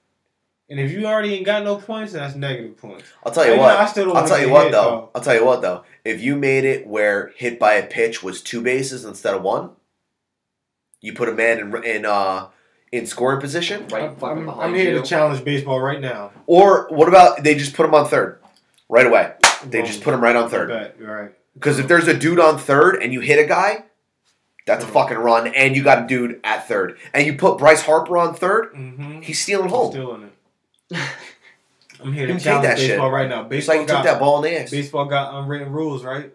[SPEAKER 3] And if you already ain't got no points, then that's negative points.
[SPEAKER 2] I'll tell you
[SPEAKER 3] Hey,
[SPEAKER 2] what.
[SPEAKER 3] no, I still don't
[SPEAKER 2] I'll
[SPEAKER 3] wanna
[SPEAKER 2] tell you
[SPEAKER 3] get
[SPEAKER 2] what
[SPEAKER 3] hit,
[SPEAKER 2] though.
[SPEAKER 3] though.
[SPEAKER 2] I'll tell you what though. If you made it where hit by a pitch was two bases instead of one, you put a man in in uh in scoring position.
[SPEAKER 4] Right fucking
[SPEAKER 3] I'm,
[SPEAKER 4] behind
[SPEAKER 3] I'm here
[SPEAKER 4] you.
[SPEAKER 3] to challenge baseball right now.
[SPEAKER 2] Or what about they just put him on third right away? They just put him right on third.
[SPEAKER 3] Bet, right.
[SPEAKER 2] Because if there's a dude on third and you hit a guy, that's a
[SPEAKER 3] Mm-hmm.
[SPEAKER 2] fucking run, and you got a dude at third, and you put Bryce Harper on third,
[SPEAKER 3] Mm-hmm.
[SPEAKER 2] he's stealing
[SPEAKER 3] I'm
[SPEAKER 2] home.
[SPEAKER 3] still in it.
[SPEAKER 2] Oh.
[SPEAKER 3] I'm here
[SPEAKER 2] You
[SPEAKER 3] to
[SPEAKER 2] can take
[SPEAKER 3] challenge
[SPEAKER 2] that shit.
[SPEAKER 3] baseball right now.
[SPEAKER 2] it's
[SPEAKER 3] Baseball
[SPEAKER 2] like you
[SPEAKER 3] got
[SPEAKER 2] took that ball in the ass.
[SPEAKER 3] baseball got unwritten rules, right?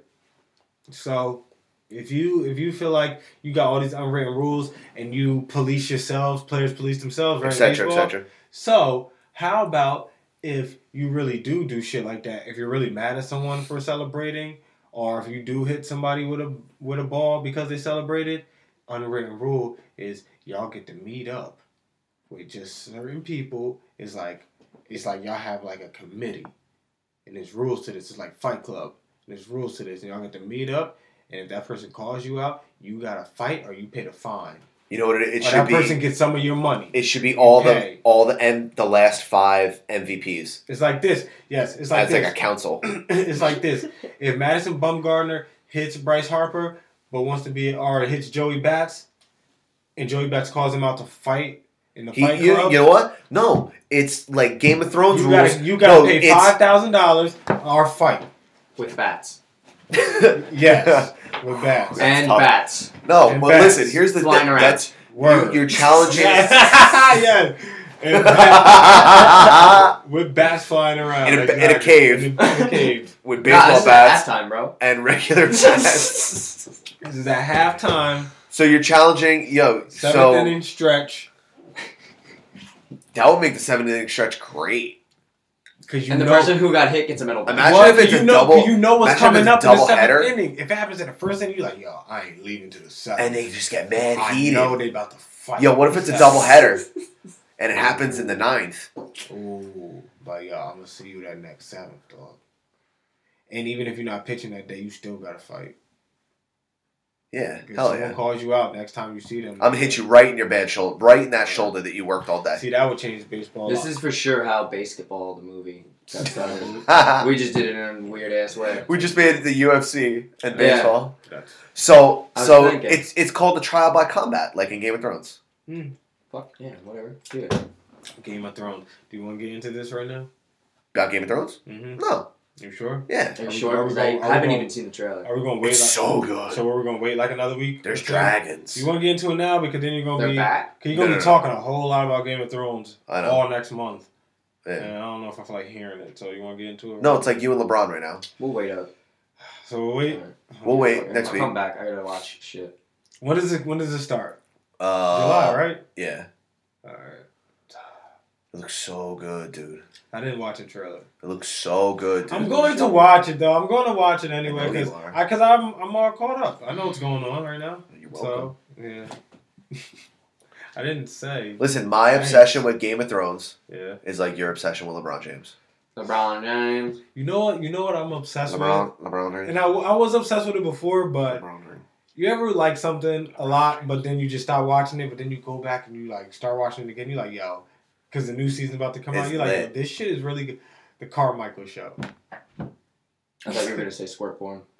[SPEAKER 3] So if you if you feel like you got all these unwritten rules and you police yourselves, players police themselves, right? in
[SPEAKER 2] Etc.
[SPEAKER 3] baseball,
[SPEAKER 2] Etc.
[SPEAKER 3] So, how about if you really do do shit like that? If you're really mad at someone for celebrating, or if you do hit somebody with a with a ball because they celebrated, unwritten rule is y'all get to meet up with just certain people. It's like it's like y'all have like a committee, and there's rules to this. It's like Fight Club. And there's rules to this, and y'all get to meet up. And if that person calls you out, you gotta fight or you pay the fine.
[SPEAKER 2] You know what it, it
[SPEAKER 3] or
[SPEAKER 2] should
[SPEAKER 3] that
[SPEAKER 2] be?
[SPEAKER 3] person gets some of your money.
[SPEAKER 2] It should be all the
[SPEAKER 3] Okay.
[SPEAKER 2] all the M, the last five MVPs.
[SPEAKER 3] It's like this. Yes, it's like
[SPEAKER 2] That's
[SPEAKER 3] this.
[SPEAKER 2] like a council.
[SPEAKER 3] it's like this. If Madison Bumgarner hits Bryce Harper, but wants to be or hits Joey Bats, and Joey Bats calls him out to fight in the
[SPEAKER 2] He,
[SPEAKER 3] fight
[SPEAKER 2] you,
[SPEAKER 3] club,
[SPEAKER 2] you know what? No, it's like Game of Thrones
[SPEAKER 3] you
[SPEAKER 2] rules.
[SPEAKER 3] gotta, you gotta
[SPEAKER 2] no,
[SPEAKER 3] pay
[SPEAKER 2] it's-
[SPEAKER 3] five thousand dollars or fight.
[SPEAKER 4] With bats.
[SPEAKER 3] Yes, with Bats.
[SPEAKER 4] And
[SPEAKER 2] tough.
[SPEAKER 4] bats.
[SPEAKER 2] No,
[SPEAKER 3] and
[SPEAKER 2] but
[SPEAKER 3] bats
[SPEAKER 2] listen. Here's the thing.
[SPEAKER 4] flying around.
[SPEAKER 2] That's you,
[SPEAKER 3] Word.
[SPEAKER 2] you're challenging.
[SPEAKER 3] yes.
[SPEAKER 2] Ah,
[SPEAKER 3] yes. And bats- with bats flying around
[SPEAKER 2] In a- in a
[SPEAKER 3] exactly.
[SPEAKER 2] cave.
[SPEAKER 3] In a- in a cave.
[SPEAKER 2] with
[SPEAKER 4] Nah, this
[SPEAKER 2] baseball
[SPEAKER 4] is
[SPEAKER 2] bats
[SPEAKER 4] halftime, bro.
[SPEAKER 2] and regular bats.
[SPEAKER 3] This is at halftime,
[SPEAKER 2] so you're challenging, yo.
[SPEAKER 3] seventh
[SPEAKER 2] so
[SPEAKER 3] inning stretch.
[SPEAKER 2] that would make the seventh inning stretch great.
[SPEAKER 3] Because you
[SPEAKER 4] And the
[SPEAKER 3] know
[SPEAKER 4] person who got hit gets a medal.
[SPEAKER 2] Imagine-
[SPEAKER 3] Well,
[SPEAKER 2] if it's
[SPEAKER 3] you
[SPEAKER 2] a
[SPEAKER 3] know,
[SPEAKER 2] double-
[SPEAKER 3] you know what's
[SPEAKER 2] imagine if
[SPEAKER 3] coming
[SPEAKER 2] it's a
[SPEAKER 3] up in the seventh
[SPEAKER 2] doubleheader.
[SPEAKER 3] inning. If it happens in the first inning, you're like, yo, I ain't leaving to the seventh.
[SPEAKER 2] And they just get mad
[SPEAKER 3] I
[SPEAKER 2] heated.
[SPEAKER 3] know they about to fight.
[SPEAKER 2] Yo, what if it's a double header and it happens in the ninth?
[SPEAKER 3] Ooh, but yo, I'm gonna see you that next seventh, dog. And even if you're not pitching that day, you still gotta fight.
[SPEAKER 2] Yeah,
[SPEAKER 8] If
[SPEAKER 2] hell
[SPEAKER 8] someone
[SPEAKER 2] yeah.
[SPEAKER 8] calls you out next time you see them.
[SPEAKER 2] I'm gonna hit you right in your bad shoulder, right in that shoulder that you worked all
[SPEAKER 8] See,
[SPEAKER 2] day.
[SPEAKER 8] that would change baseball.
[SPEAKER 4] This
[SPEAKER 8] up.
[SPEAKER 4] is for sure how basketball the movie got started. we just did it in a weird ass way.
[SPEAKER 2] we just made it the UFC and
[SPEAKER 4] Yeah.
[SPEAKER 2] baseball.
[SPEAKER 1] That's-
[SPEAKER 2] So,
[SPEAKER 4] I was
[SPEAKER 2] so
[SPEAKER 4] thinking.
[SPEAKER 2] it's it's called the trial by combat, like in Game of Thrones.
[SPEAKER 4] Fuck yeah, whatever. Do it.
[SPEAKER 8] Game of Thrones. Do you want to get into this right now?
[SPEAKER 2] Got Game of Thrones?
[SPEAKER 8] Mm-hmm.
[SPEAKER 2] No,
[SPEAKER 8] You sure?
[SPEAKER 2] yeah,
[SPEAKER 4] Are
[SPEAKER 8] we-
[SPEAKER 4] sure?
[SPEAKER 8] are we
[SPEAKER 4] 'Cause
[SPEAKER 8] going-
[SPEAKER 4] I
[SPEAKER 8] are we
[SPEAKER 4] haven't
[SPEAKER 8] going-
[SPEAKER 4] even seen the trailer.
[SPEAKER 8] Are we gonna wait?
[SPEAKER 2] it's
[SPEAKER 8] like,
[SPEAKER 2] so good.
[SPEAKER 8] so are we gonna wait like another week?
[SPEAKER 2] There's
[SPEAKER 8] Okay.
[SPEAKER 2] dragons.
[SPEAKER 8] You want to get into it now because then you're gonna
[SPEAKER 4] They're
[SPEAKER 8] be.
[SPEAKER 4] back.
[SPEAKER 8] 'cause you're
[SPEAKER 2] No,
[SPEAKER 8] gonna
[SPEAKER 2] no,
[SPEAKER 8] be
[SPEAKER 2] no.
[SPEAKER 8] talking a whole lot about Game of Thrones
[SPEAKER 2] I know.
[SPEAKER 8] all next month,
[SPEAKER 2] Yeah.
[SPEAKER 8] and I don't know if I feel like hearing it. So you want to get into it?
[SPEAKER 2] No, it's like you and LeBron right now.
[SPEAKER 4] We'll wait up.
[SPEAKER 8] So we'll wait.
[SPEAKER 4] Alright.
[SPEAKER 2] We'll wait
[SPEAKER 4] Okay,
[SPEAKER 2] next
[SPEAKER 4] I'll
[SPEAKER 2] week.
[SPEAKER 4] Come back. I gotta watch shit.
[SPEAKER 8] When does it? When does it start?
[SPEAKER 2] Uh,
[SPEAKER 8] July, right?
[SPEAKER 2] Yeah,
[SPEAKER 8] All right.
[SPEAKER 2] it looks so good, dude.
[SPEAKER 8] I didn't watch the trailer.
[SPEAKER 2] It looks so good. Dude.
[SPEAKER 8] I'm going to watch it though. I'm going to watch it anyway
[SPEAKER 2] I know you
[SPEAKER 8] because
[SPEAKER 2] are.
[SPEAKER 8] because I'm I'm all caught up. I know what's going on right now.
[SPEAKER 2] You're welcome.
[SPEAKER 8] So yeah, I didn't say
[SPEAKER 2] Listen, my obsession with Game of Thrones
[SPEAKER 8] yeah.
[SPEAKER 2] is like your obsession with LeBron James.
[SPEAKER 4] LeBron James.
[SPEAKER 8] You know what? You know what? I'm obsessed
[SPEAKER 2] LeBron, LeBron
[SPEAKER 8] with.
[SPEAKER 2] James.
[SPEAKER 8] And I, I was obsessed with it before, but
[SPEAKER 2] LeBron James.
[SPEAKER 8] you ever like something a lot, but then you just stop watching it, but then you go back and you like start watching it again. You're like, yo, because the new season's about to come out.
[SPEAKER 2] It's
[SPEAKER 8] You're like,
[SPEAKER 2] lit.
[SPEAKER 8] yo, this shit is really good. The Carmichael show.
[SPEAKER 4] I thought you were gonna say squirt porn.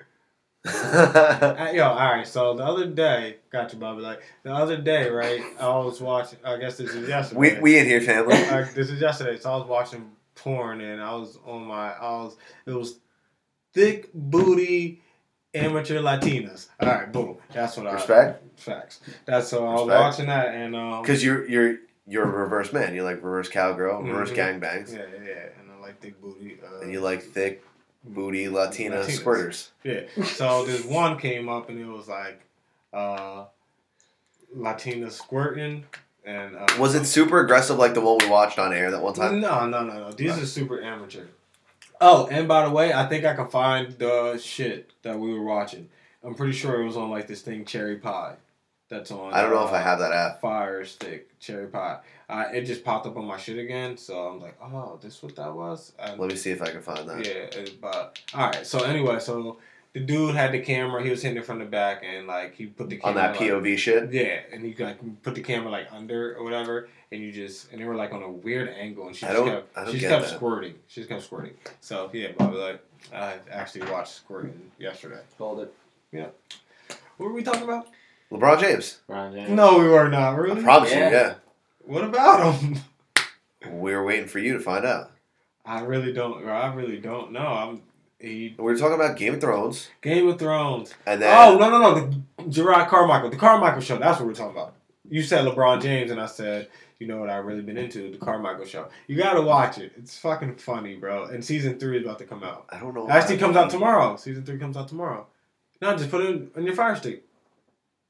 [SPEAKER 8] Uh, yo, all right. So the other day, got you, Bobby. Like the other day, right? I was watching. I guess this is yesterday.
[SPEAKER 2] we we in here, family.
[SPEAKER 8] Uh, this is yesterday. So I was watching porn, and I was on my. I was. It was thick booty amateur Latinas. All right, boom. That's what
[SPEAKER 2] Respect.
[SPEAKER 8] I facts. That's so I was
[SPEAKER 2] Respect.
[SPEAKER 8] watching that, and um.
[SPEAKER 2] Because you're you're you're a reverse man. You like reverse cowgirl, reverse
[SPEAKER 8] Mhm.
[SPEAKER 2] gangbangs,
[SPEAKER 8] Yeah, yeah, yeah, and I like thick booty. Uh,
[SPEAKER 2] and you like thick booty Latina
[SPEAKER 8] Latinas.
[SPEAKER 2] squirters.
[SPEAKER 8] Yeah. So this one came up and it was like uh Latina squirting and uh,
[SPEAKER 2] Was it super aggressive like the one we watched on air that one time?
[SPEAKER 8] No, no, no, no. These
[SPEAKER 2] Right.
[SPEAKER 8] are super amateur. Oh, and by the way, I think I can find the shit that we were watching. I'm pretty sure it was on like this thing, Cherry Pie. That's on.
[SPEAKER 2] I don't know if I
[SPEAKER 8] uh,
[SPEAKER 2] have that app.
[SPEAKER 8] Fire Stick Cherry Pie. Uh, it just popped up on my shit again, so I'm like, oh, this what that was. And
[SPEAKER 2] Let me see if I can find that.
[SPEAKER 8] yeah, it's about all right. So anyway, so the dude had the camera. He was hitting it from the back, and like he put the
[SPEAKER 2] On
[SPEAKER 8] camera
[SPEAKER 2] that
[SPEAKER 8] like-
[SPEAKER 2] POV shit.
[SPEAKER 8] yeah, and you like put the camera like under or whatever, and you just and they were like on a weird angle, and she
[SPEAKER 2] I
[SPEAKER 8] just
[SPEAKER 2] don't-
[SPEAKER 8] kept
[SPEAKER 2] I don't
[SPEAKER 8] she just
[SPEAKER 2] get
[SPEAKER 8] kept
[SPEAKER 2] that.
[SPEAKER 8] squirting. She just kept squirting. So yeah, Bobby, like I actually watched squirting yesterday.
[SPEAKER 4] Called it.
[SPEAKER 8] What were we talking about?
[SPEAKER 2] LeBron James.
[SPEAKER 4] LeBron James.
[SPEAKER 8] No, we were not really.
[SPEAKER 2] I promise
[SPEAKER 4] Yeah.
[SPEAKER 2] you, yeah.
[SPEAKER 8] what about him?
[SPEAKER 2] We were waiting for you to find out.
[SPEAKER 8] I really don't. Or I really don't know. I'm he,
[SPEAKER 2] We were talking about Game of Thrones,
[SPEAKER 8] Game of Thrones.
[SPEAKER 2] and then
[SPEAKER 8] Oh no no no! The Gerard Carmichael, the Carmichael show. That's what we're talking about. You said LeBron James, and I said, you know what I've really been into the Carmichael show. You gotta watch it. It's fucking funny, bro. And season three is about to come out.
[SPEAKER 2] I don't know.
[SPEAKER 8] Actually, it comes out tomorrow. Season three comes out tomorrow. No, just put it on your Fire Stick.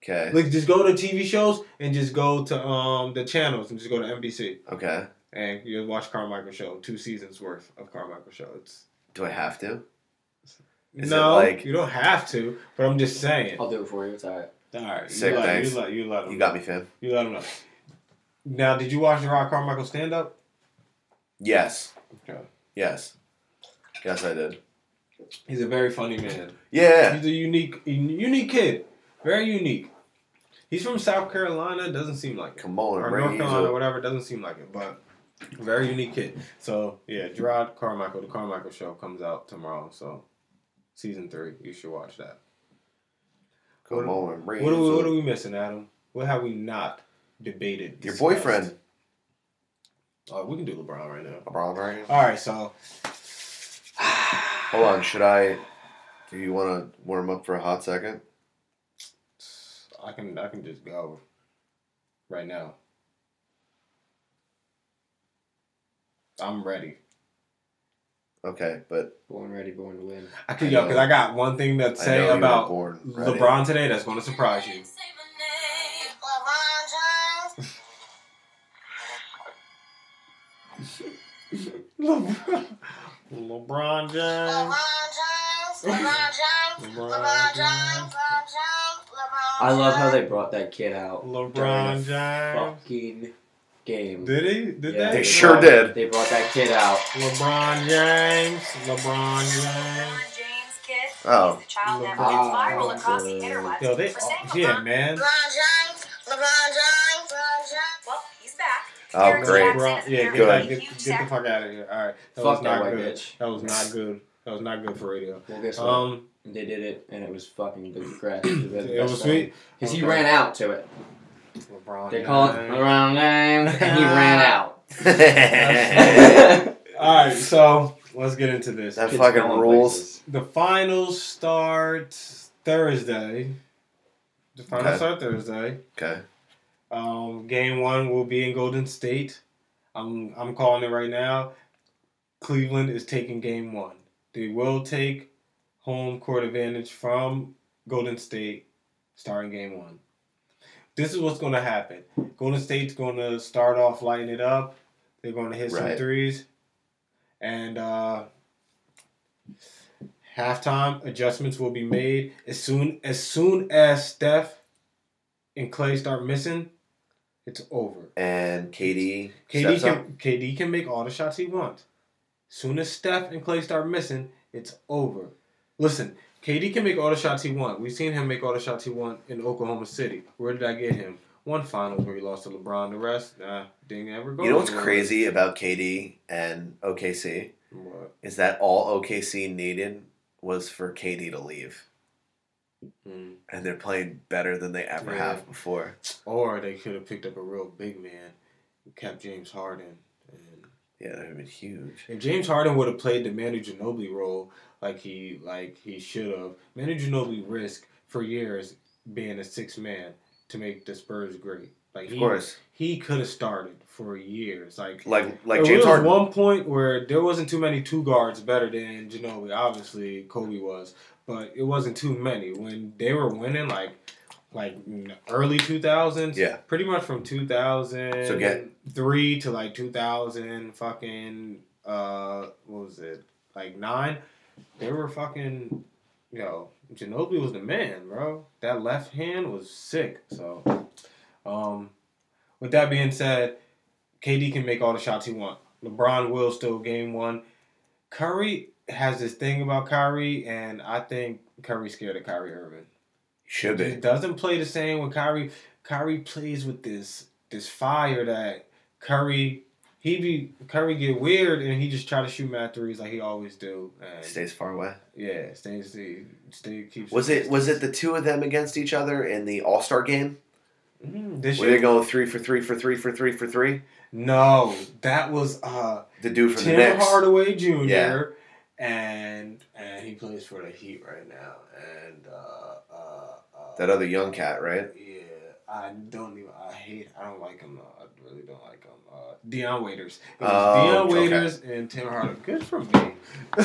[SPEAKER 2] Okay.
[SPEAKER 8] Like, just go to TV shows and just go to um the channels and just go to NBC
[SPEAKER 2] Okay.
[SPEAKER 8] and you watch Carmichael show. Two seasons worth of Carmichael show. It's
[SPEAKER 2] Do I have to? Is it
[SPEAKER 8] no,
[SPEAKER 2] like- Oh,
[SPEAKER 8] you don't have to, but I'm just saying. All
[SPEAKER 4] I'll do it for you. It's alright.
[SPEAKER 8] right, you
[SPEAKER 2] Sick,
[SPEAKER 8] let-
[SPEAKER 2] thanks.
[SPEAKER 8] You let, you let him
[SPEAKER 2] You got me, fam.
[SPEAKER 8] You let him know. Now, did you watch Gerard Carmichael stand up?
[SPEAKER 2] Yes.
[SPEAKER 8] Okay.
[SPEAKER 2] Yes. Yes, I did.
[SPEAKER 8] He's a very funny man.
[SPEAKER 2] Yeah.
[SPEAKER 8] He's a unique, unique kid. Very unique. He's from South Carolina. Doesn't seem like it.
[SPEAKER 2] Come on,
[SPEAKER 8] Or
[SPEAKER 2] bring
[SPEAKER 8] North
[SPEAKER 2] it
[SPEAKER 8] Carolina,
[SPEAKER 2] to
[SPEAKER 8] whatever. Doesn't seem like it, but very unique kid. So yeah, Gerard Carmichael, the Carmichael Show comes out tomorrow. So season three, you should watch that.
[SPEAKER 2] Come on, bring it
[SPEAKER 8] What are we, what are
[SPEAKER 2] to
[SPEAKER 8] we missing, Adam? What have we not debated?
[SPEAKER 2] Your
[SPEAKER 8] discussed?
[SPEAKER 2] boyfriend.
[SPEAKER 8] Oh, we can do LeBron right now.
[SPEAKER 2] LeBron James.
[SPEAKER 8] All right, so
[SPEAKER 2] Hold on, should I? Do you want to warm up for a hot second?
[SPEAKER 8] I can I can just go right now. I'm ready.
[SPEAKER 2] Okay, but
[SPEAKER 4] Born ready, born to win.
[SPEAKER 8] I could
[SPEAKER 2] I
[SPEAKER 8] yo
[SPEAKER 2] know.
[SPEAKER 8] because I got one thing to
[SPEAKER 2] I know
[SPEAKER 8] say
[SPEAKER 2] you were
[SPEAKER 8] about
[SPEAKER 2] born ready.
[SPEAKER 8] LeBron today that's going to surprise you. LeBron, LeBron James. LeBron James.
[SPEAKER 4] I love how they brought that kid out.
[SPEAKER 8] LeBron
[SPEAKER 4] during the
[SPEAKER 8] James.
[SPEAKER 4] Fucking game.
[SPEAKER 8] Did he? Did
[SPEAKER 4] Yeah,
[SPEAKER 8] they?
[SPEAKER 2] They sure did.
[SPEAKER 4] They brought that kid out.
[SPEAKER 8] LeBron James. LeBron James.
[SPEAKER 6] James Kiss.
[SPEAKER 2] Oh.
[SPEAKER 9] He's the child that
[SPEAKER 3] LeBron
[SPEAKER 9] went
[SPEAKER 4] Ah,
[SPEAKER 9] viral across the
[SPEAKER 3] James.
[SPEAKER 9] interwebs
[SPEAKER 3] Yo, they, oh,
[SPEAKER 9] for saying
[SPEAKER 3] yeah,
[SPEAKER 9] LeBron,
[SPEAKER 3] man.
[SPEAKER 9] LeBron James, LeBron James, Lebron James. Well, he's back.
[SPEAKER 2] Oh,
[SPEAKER 9] Eric
[SPEAKER 2] great.
[SPEAKER 9] Jackson
[SPEAKER 3] Bron-
[SPEAKER 9] is
[SPEAKER 3] yeah, get,
[SPEAKER 9] apparently
[SPEAKER 3] back,
[SPEAKER 9] a
[SPEAKER 3] get,
[SPEAKER 9] huge
[SPEAKER 3] get the
[SPEAKER 9] sacrifice.
[SPEAKER 3] fuck out of here. All right, that
[SPEAKER 4] Fuck
[SPEAKER 3] was
[SPEAKER 4] that
[SPEAKER 3] not
[SPEAKER 4] white
[SPEAKER 3] good.
[SPEAKER 4] bitch.
[SPEAKER 3] That was not good. That was not good for radio.
[SPEAKER 4] Well, guess what?
[SPEAKER 3] Um,
[SPEAKER 4] they did it, and it was fucking the crap. It was,
[SPEAKER 3] it was sweet.
[SPEAKER 4] Because he
[SPEAKER 3] Okay.
[SPEAKER 4] ran out to it.
[SPEAKER 3] LeBron.
[SPEAKER 4] They called it the wrong name, and he ran out.
[SPEAKER 2] that
[SPEAKER 3] All right, so let's get into this.
[SPEAKER 4] Kids
[SPEAKER 2] fucking
[SPEAKER 4] going
[SPEAKER 2] rules.
[SPEAKER 4] places.
[SPEAKER 3] The finals start Thursday. The finals
[SPEAKER 2] Okay.
[SPEAKER 3] start Thursday.
[SPEAKER 2] Okay.
[SPEAKER 3] Um, game one will be in Golden State. I'm I'm calling it right now. Cleveland is taking game one. They will take home court advantage from Golden State starting game one. This is what's going to happen. Golden State's going to start off lighting it up. They're going to hit some
[SPEAKER 2] Right.
[SPEAKER 3] threes. And uh, halftime adjustments will be made as soon as soon as Steph and Clay start missing. It's over.
[SPEAKER 2] And KD.
[SPEAKER 3] KD
[SPEAKER 2] steps
[SPEAKER 3] can
[SPEAKER 2] up.
[SPEAKER 3] KD can make all the shots he wants. Soon as Steph and Clay start missing, it's over. Listen, KD can make all the shots he wants. We've seen him make all the shots he wants in Oklahoma City. Where did I get him? One finals where he lost to LeBron. The rest, nah, didn't ever go.
[SPEAKER 2] You know what's
[SPEAKER 3] anywhere.
[SPEAKER 2] crazy about KD and OKC
[SPEAKER 3] What?
[SPEAKER 2] is that all OKC needed was for KD to leave,
[SPEAKER 3] Mm.
[SPEAKER 2] and they're playing better than they ever
[SPEAKER 3] Yeah.
[SPEAKER 2] have before.
[SPEAKER 3] Or they could have picked up a real big man, and kept James Harden. And
[SPEAKER 2] Yeah, that would have been huge.
[SPEAKER 3] if James Harden would have played the Manu Ginobili role like he like he should have, Manu Ginobili risked for years being a six man to make the Spurs great. Like
[SPEAKER 2] Of
[SPEAKER 3] he,
[SPEAKER 2] course,
[SPEAKER 3] he could have started for years. Like
[SPEAKER 2] like like
[SPEAKER 3] there
[SPEAKER 2] James
[SPEAKER 3] was
[SPEAKER 2] Harden.
[SPEAKER 3] one point where there wasn't too many two guards better than Ginobili. Obviously, Kobe was, but it wasn't too many when they were winning. Like like in the early two thousands.
[SPEAKER 2] Yeah.
[SPEAKER 3] pretty much from two thousand
[SPEAKER 2] So get-
[SPEAKER 3] three to like two thousand fucking uh what was it like nine? They were fucking yo. Ginobili was the man, bro. That left hand was sick. So, um, with that being said, KD can make all the shots he wants. LeBron will still game one. Curry has this thing about Kyrie, and I think Curry's scared of Kyrie Irving.
[SPEAKER 2] Should
[SPEAKER 3] He
[SPEAKER 2] be.
[SPEAKER 3] doesn't play the same with Kyrie. Kyrie plays with this this fire that Curry he be Curry get weird and he just try to shoot mad threes like he always do. And
[SPEAKER 2] Stays far away.
[SPEAKER 3] yeah, stays stay, stay keeps.
[SPEAKER 2] Was it was it the two of them against each other in the All Star game?
[SPEAKER 3] Mm, this
[SPEAKER 2] Were they
[SPEAKER 3] year?
[SPEAKER 2] going three for three for three for three for three?
[SPEAKER 3] no, that was uh
[SPEAKER 2] The dude from the
[SPEAKER 3] Tim
[SPEAKER 2] Knicks.
[SPEAKER 3] Hardaway Jr.
[SPEAKER 2] Yeah.
[SPEAKER 3] and and he plays for the Heat right now. And uh, uh, uh,
[SPEAKER 2] That other young cat, right?
[SPEAKER 3] Yeah, I don't even. I hate. I don't like him. though. I really don't like him. Uh, Deion Waiters. It was
[SPEAKER 2] Oh,
[SPEAKER 3] Deion
[SPEAKER 2] okay.
[SPEAKER 3] Waiters and Tim Hardaway. Good for me. Tim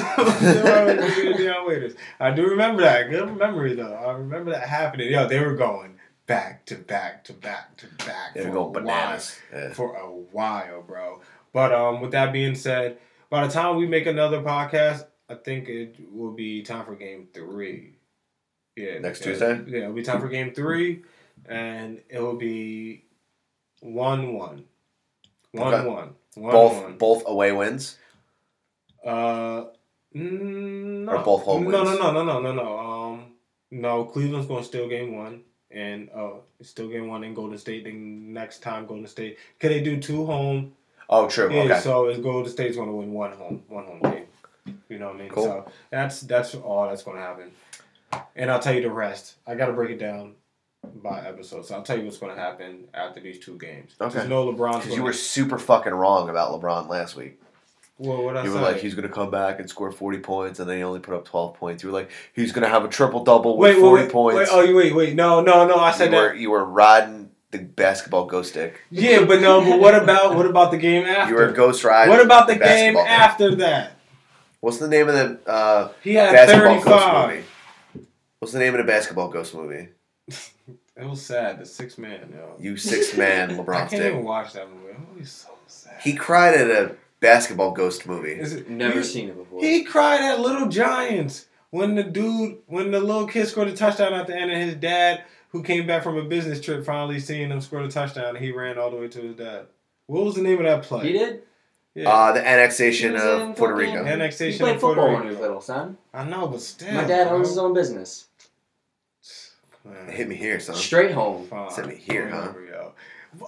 [SPEAKER 3] Hardaway was good at Deion Waiters. I do remember that. Good memory though. I remember that happening. Yo, they were going back to back to back to back.
[SPEAKER 2] They were
[SPEAKER 3] for a
[SPEAKER 2] going
[SPEAKER 3] while
[SPEAKER 2] bananas. Yeah.
[SPEAKER 3] for a while, bro. But um, with that being said, by the time we make another podcast, I think it will be time for game three. Yeah,
[SPEAKER 2] Next
[SPEAKER 3] yeah,
[SPEAKER 2] Tuesday?
[SPEAKER 3] Yeah, it'll be time for game three, and it will be one one, one
[SPEAKER 2] Okay.
[SPEAKER 3] one, one one.
[SPEAKER 2] Both both away wins.
[SPEAKER 3] Uh, mm, no.
[SPEAKER 2] Or both home
[SPEAKER 3] No, no,
[SPEAKER 2] wins.
[SPEAKER 3] no, no, no, no, no. Um, no. Cleveland's going to steal game one, and uh, still game one in Golden State. Then next time Golden State, can they do two home?
[SPEAKER 2] Oh, true.
[SPEAKER 3] Yeah.
[SPEAKER 2] okay.
[SPEAKER 3] So it's Golden State's going to win one home, one home game. You know what I mean?
[SPEAKER 2] Cool.
[SPEAKER 3] So that's that's all that's going to happen. And I'll tell you the rest. I got to break it down by episode. So I'll tell you what's going to happen after these two games.
[SPEAKER 2] Okay.
[SPEAKER 3] Just know LeBron's.
[SPEAKER 2] Because
[SPEAKER 3] gonna-
[SPEAKER 2] you were super fucking wrong about LeBron last week.
[SPEAKER 3] Well, what I
[SPEAKER 2] You were
[SPEAKER 3] say?
[SPEAKER 2] like, he's going to come back and score 40 points, and then he only put up 12 points. You were like, he's going to have a triple double with
[SPEAKER 3] Wait, wait,
[SPEAKER 2] 40
[SPEAKER 3] wait,
[SPEAKER 2] points.
[SPEAKER 3] wait, oh, you- wait, wait, no, no, no, I
[SPEAKER 2] you,
[SPEAKER 3] said
[SPEAKER 2] were,
[SPEAKER 3] that.
[SPEAKER 2] you were riding the basketball ghost stick.
[SPEAKER 3] Yeah, but no, but what about what about the game after?
[SPEAKER 2] You were ghost riding.
[SPEAKER 3] what about the game
[SPEAKER 2] basketball man.
[SPEAKER 3] after that?
[SPEAKER 2] What's the name of the uh,
[SPEAKER 3] He had
[SPEAKER 2] basketball ghost
[SPEAKER 3] 35.
[SPEAKER 2] movie? What's the name of the basketball ghost movie?
[SPEAKER 3] It was sad. The six man, yo.
[SPEAKER 2] You six man
[SPEAKER 3] I
[SPEAKER 2] LeBron
[SPEAKER 3] can't even
[SPEAKER 2] stick.
[SPEAKER 3] watch that movie. That movie's so sad.
[SPEAKER 2] He cried at a basketball ghost movie.
[SPEAKER 3] Is it-
[SPEAKER 4] Never
[SPEAKER 3] he-
[SPEAKER 4] seen it before.
[SPEAKER 3] He cried at Little Giants when the dude, when the little kid scored a touchdown at the end, and his dad, who came back from a business trip, finally seeing him score the touchdown, and he ran all the way to his dad. What was the name of that play?
[SPEAKER 4] He did?
[SPEAKER 3] Yeah.
[SPEAKER 2] Uh, the annexation
[SPEAKER 4] He was in
[SPEAKER 2] of Puerto
[SPEAKER 4] fucking-
[SPEAKER 2] Rico.
[SPEAKER 4] He
[SPEAKER 3] annexation
[SPEAKER 4] played
[SPEAKER 3] of Puerto
[SPEAKER 4] football when he
[SPEAKER 3] Rico.
[SPEAKER 4] was little, son.
[SPEAKER 3] I know, but still.
[SPEAKER 4] My dad owns his
[SPEAKER 3] bro.
[SPEAKER 4] own business.
[SPEAKER 3] Man.
[SPEAKER 2] Hit me here, son.
[SPEAKER 4] Straight home.
[SPEAKER 3] Fuck.
[SPEAKER 2] Send me
[SPEAKER 3] Oh,
[SPEAKER 2] here, huh?
[SPEAKER 3] Yo.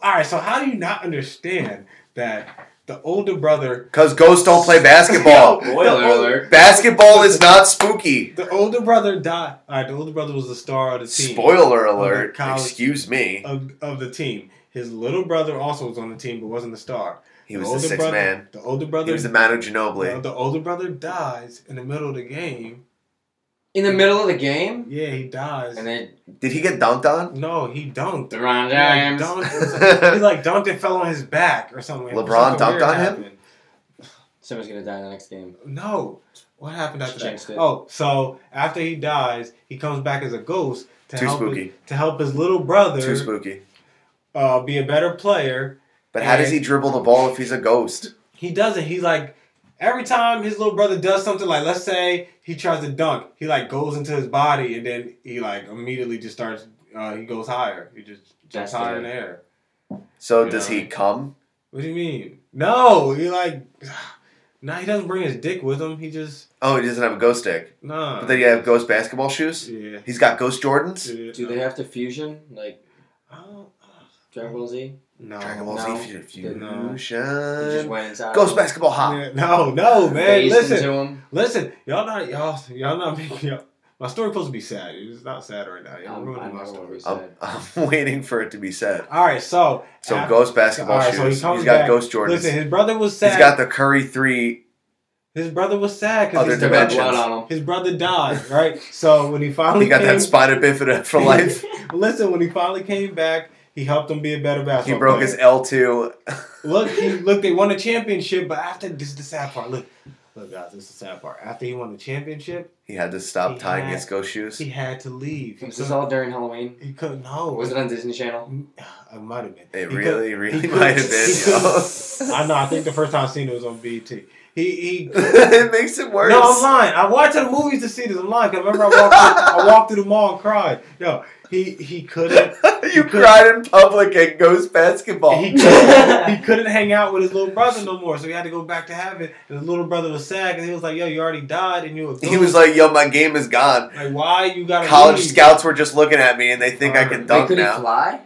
[SPEAKER 3] All right, so how do you not understand that the older brother,
[SPEAKER 2] Cause ghosts don't play basketball.
[SPEAKER 3] Yo, Spoiler
[SPEAKER 4] alert.
[SPEAKER 2] Basketball is not spooky.
[SPEAKER 3] the older brother died? All right, the older brother was the star of the team.
[SPEAKER 2] Spoiler
[SPEAKER 3] Of the
[SPEAKER 2] alert.
[SPEAKER 3] college-
[SPEAKER 2] Excuse me.
[SPEAKER 3] of, of the team. His little brother also was on the team, but wasn't the star.
[SPEAKER 2] He was the
[SPEAKER 3] older
[SPEAKER 2] sixth
[SPEAKER 3] brother,
[SPEAKER 2] man.
[SPEAKER 3] The older brother.
[SPEAKER 2] He was the Manu
[SPEAKER 3] the,
[SPEAKER 2] Ginobili.
[SPEAKER 3] the older brother dies in the middle of the game.
[SPEAKER 4] In the middle of the game?
[SPEAKER 3] Yeah, he dies.
[SPEAKER 4] And then
[SPEAKER 2] Did he get dunked on?
[SPEAKER 3] no, he dunked.
[SPEAKER 4] LeBron
[SPEAKER 3] He like,
[SPEAKER 4] James.
[SPEAKER 3] dunked. it was like- he like dunked and fell on his back or something.
[SPEAKER 2] LeBron
[SPEAKER 3] Something
[SPEAKER 2] dunked
[SPEAKER 3] weird
[SPEAKER 2] on him?
[SPEAKER 3] happened.
[SPEAKER 4] Someone's gonna die in the next game.
[SPEAKER 3] No. What happened after
[SPEAKER 4] Jinxed
[SPEAKER 3] that?
[SPEAKER 4] it.
[SPEAKER 3] Oh, so after he dies, he comes back as a ghost to
[SPEAKER 2] Too
[SPEAKER 3] help
[SPEAKER 2] spooky.
[SPEAKER 3] His, to help his little brother
[SPEAKER 2] Too spooky.
[SPEAKER 3] uh, be a better player.
[SPEAKER 2] But how does he
[SPEAKER 3] And-
[SPEAKER 2] dribble the ball if he's a ghost?
[SPEAKER 3] He doesn't. He's like every time his little brother does something, like let's say he tries to dunk, he like goes into his body and then he like immediately just starts. Uh, he goes higher. He just jumps
[SPEAKER 4] That's
[SPEAKER 3] higher
[SPEAKER 4] it.
[SPEAKER 3] in the air.
[SPEAKER 2] So
[SPEAKER 3] Yeah.
[SPEAKER 2] does he come?
[SPEAKER 3] What do you mean? No, he like. Nah, he doesn't bring his dick with him. He just
[SPEAKER 2] Oh, he doesn't have a ghost stick.
[SPEAKER 3] nah.
[SPEAKER 2] But then you have ghost basketball shoes.
[SPEAKER 3] yeah.
[SPEAKER 2] He's got ghost Jordans.
[SPEAKER 3] yeah.
[SPEAKER 4] Do they have to fusion? Like
[SPEAKER 3] Oh,
[SPEAKER 4] Dragon Ball Z?
[SPEAKER 3] No.
[SPEAKER 2] Dragon Ball
[SPEAKER 4] No.
[SPEAKER 2] Z
[SPEAKER 3] No.
[SPEAKER 4] He just
[SPEAKER 2] Fusion.
[SPEAKER 4] went inside.
[SPEAKER 2] Ghost basketball hop.
[SPEAKER 3] Yeah, no, no, man.
[SPEAKER 4] Phased
[SPEAKER 3] Listen,
[SPEAKER 4] into him.
[SPEAKER 3] listen, y'all not y'all y'all not making y'all, my story supposed to be sad. It's not sad right now. Y'all
[SPEAKER 4] I'm-
[SPEAKER 3] ruining
[SPEAKER 4] I'm
[SPEAKER 3] my
[SPEAKER 4] not
[SPEAKER 3] story.
[SPEAKER 4] worried.
[SPEAKER 2] I'm, I'm waiting for it to be said.
[SPEAKER 3] All right, so
[SPEAKER 2] So
[SPEAKER 3] after-
[SPEAKER 2] ghost basketball
[SPEAKER 3] all right, so he
[SPEAKER 2] shoes.
[SPEAKER 3] comes
[SPEAKER 2] he's got
[SPEAKER 3] back.
[SPEAKER 2] ghost Jordans.
[SPEAKER 3] Listen, his brother was sad.
[SPEAKER 2] he's got the Curry three.
[SPEAKER 3] his brother was sad
[SPEAKER 2] Other
[SPEAKER 3] because
[SPEAKER 4] They got
[SPEAKER 2] dimensions.
[SPEAKER 4] blood on him.
[SPEAKER 3] his brother died, right? So when he finally
[SPEAKER 2] He got
[SPEAKER 3] came,
[SPEAKER 2] that spina bifida for life.
[SPEAKER 3] listen, when he finally came back, he helped him be a better
[SPEAKER 2] he
[SPEAKER 3] basketball.
[SPEAKER 2] broke his
[SPEAKER 3] player.
[SPEAKER 2] L two.
[SPEAKER 3] Look, he, look, they won a championship, but after this is the sad part. Look, look, guys, this is the sad part. After he won the championship,
[SPEAKER 2] He had to stop
[SPEAKER 3] He
[SPEAKER 2] tying
[SPEAKER 3] had-
[SPEAKER 2] his ghost shoes.
[SPEAKER 3] he had to leave. He
[SPEAKER 4] Was this
[SPEAKER 3] couldn't-
[SPEAKER 4] all during Halloween?
[SPEAKER 3] He couldn't. No,
[SPEAKER 4] Or was it on Disney Channel?
[SPEAKER 3] It might have been. He
[SPEAKER 2] it
[SPEAKER 3] couldn't-
[SPEAKER 2] really, really
[SPEAKER 3] he
[SPEAKER 2] might have
[SPEAKER 3] couldn't-
[SPEAKER 2] been.
[SPEAKER 3] he
[SPEAKER 2] yo.
[SPEAKER 3] I know. I think the first time I seen it was on BT. He he.
[SPEAKER 2] it makes it worse.
[SPEAKER 3] No, I'm lying. I watched the movies to see this. I'm lying. 'cause remember, I walked, through, I walked through the mall and cried. Yo, he he couldn't.
[SPEAKER 2] you cried in public at ghost basketball.
[SPEAKER 3] He couldn't, he couldn't hang out with his little brother no more, so he had to go back to heaven. And his little brother was sad because he was like, "Yo, you already died, and you were."
[SPEAKER 2] he was like, "Yo, my game is gone."
[SPEAKER 3] "Like, why you got
[SPEAKER 2] College scouts were just looking at me, and they think I can
[SPEAKER 3] Wait,
[SPEAKER 4] Wait,
[SPEAKER 2] dunk
[SPEAKER 4] could he
[SPEAKER 2] now.
[SPEAKER 4] fly?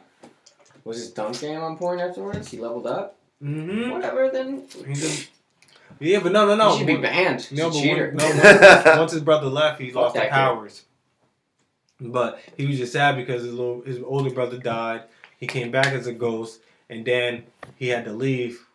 [SPEAKER 4] Was his dunk game on point afterwards? He leveled up?
[SPEAKER 3] Mm-hmm.
[SPEAKER 4] Whatever then.
[SPEAKER 3] Yeah, but no, no, no.
[SPEAKER 4] he should be banned. He's
[SPEAKER 3] No,
[SPEAKER 4] a
[SPEAKER 3] but
[SPEAKER 4] cheater.
[SPEAKER 3] When, no, once, once his brother left, he lost the
[SPEAKER 4] that kid.
[SPEAKER 3] powers. But he was just sad because his little his older brother died. He came back as a ghost, and then he had to leave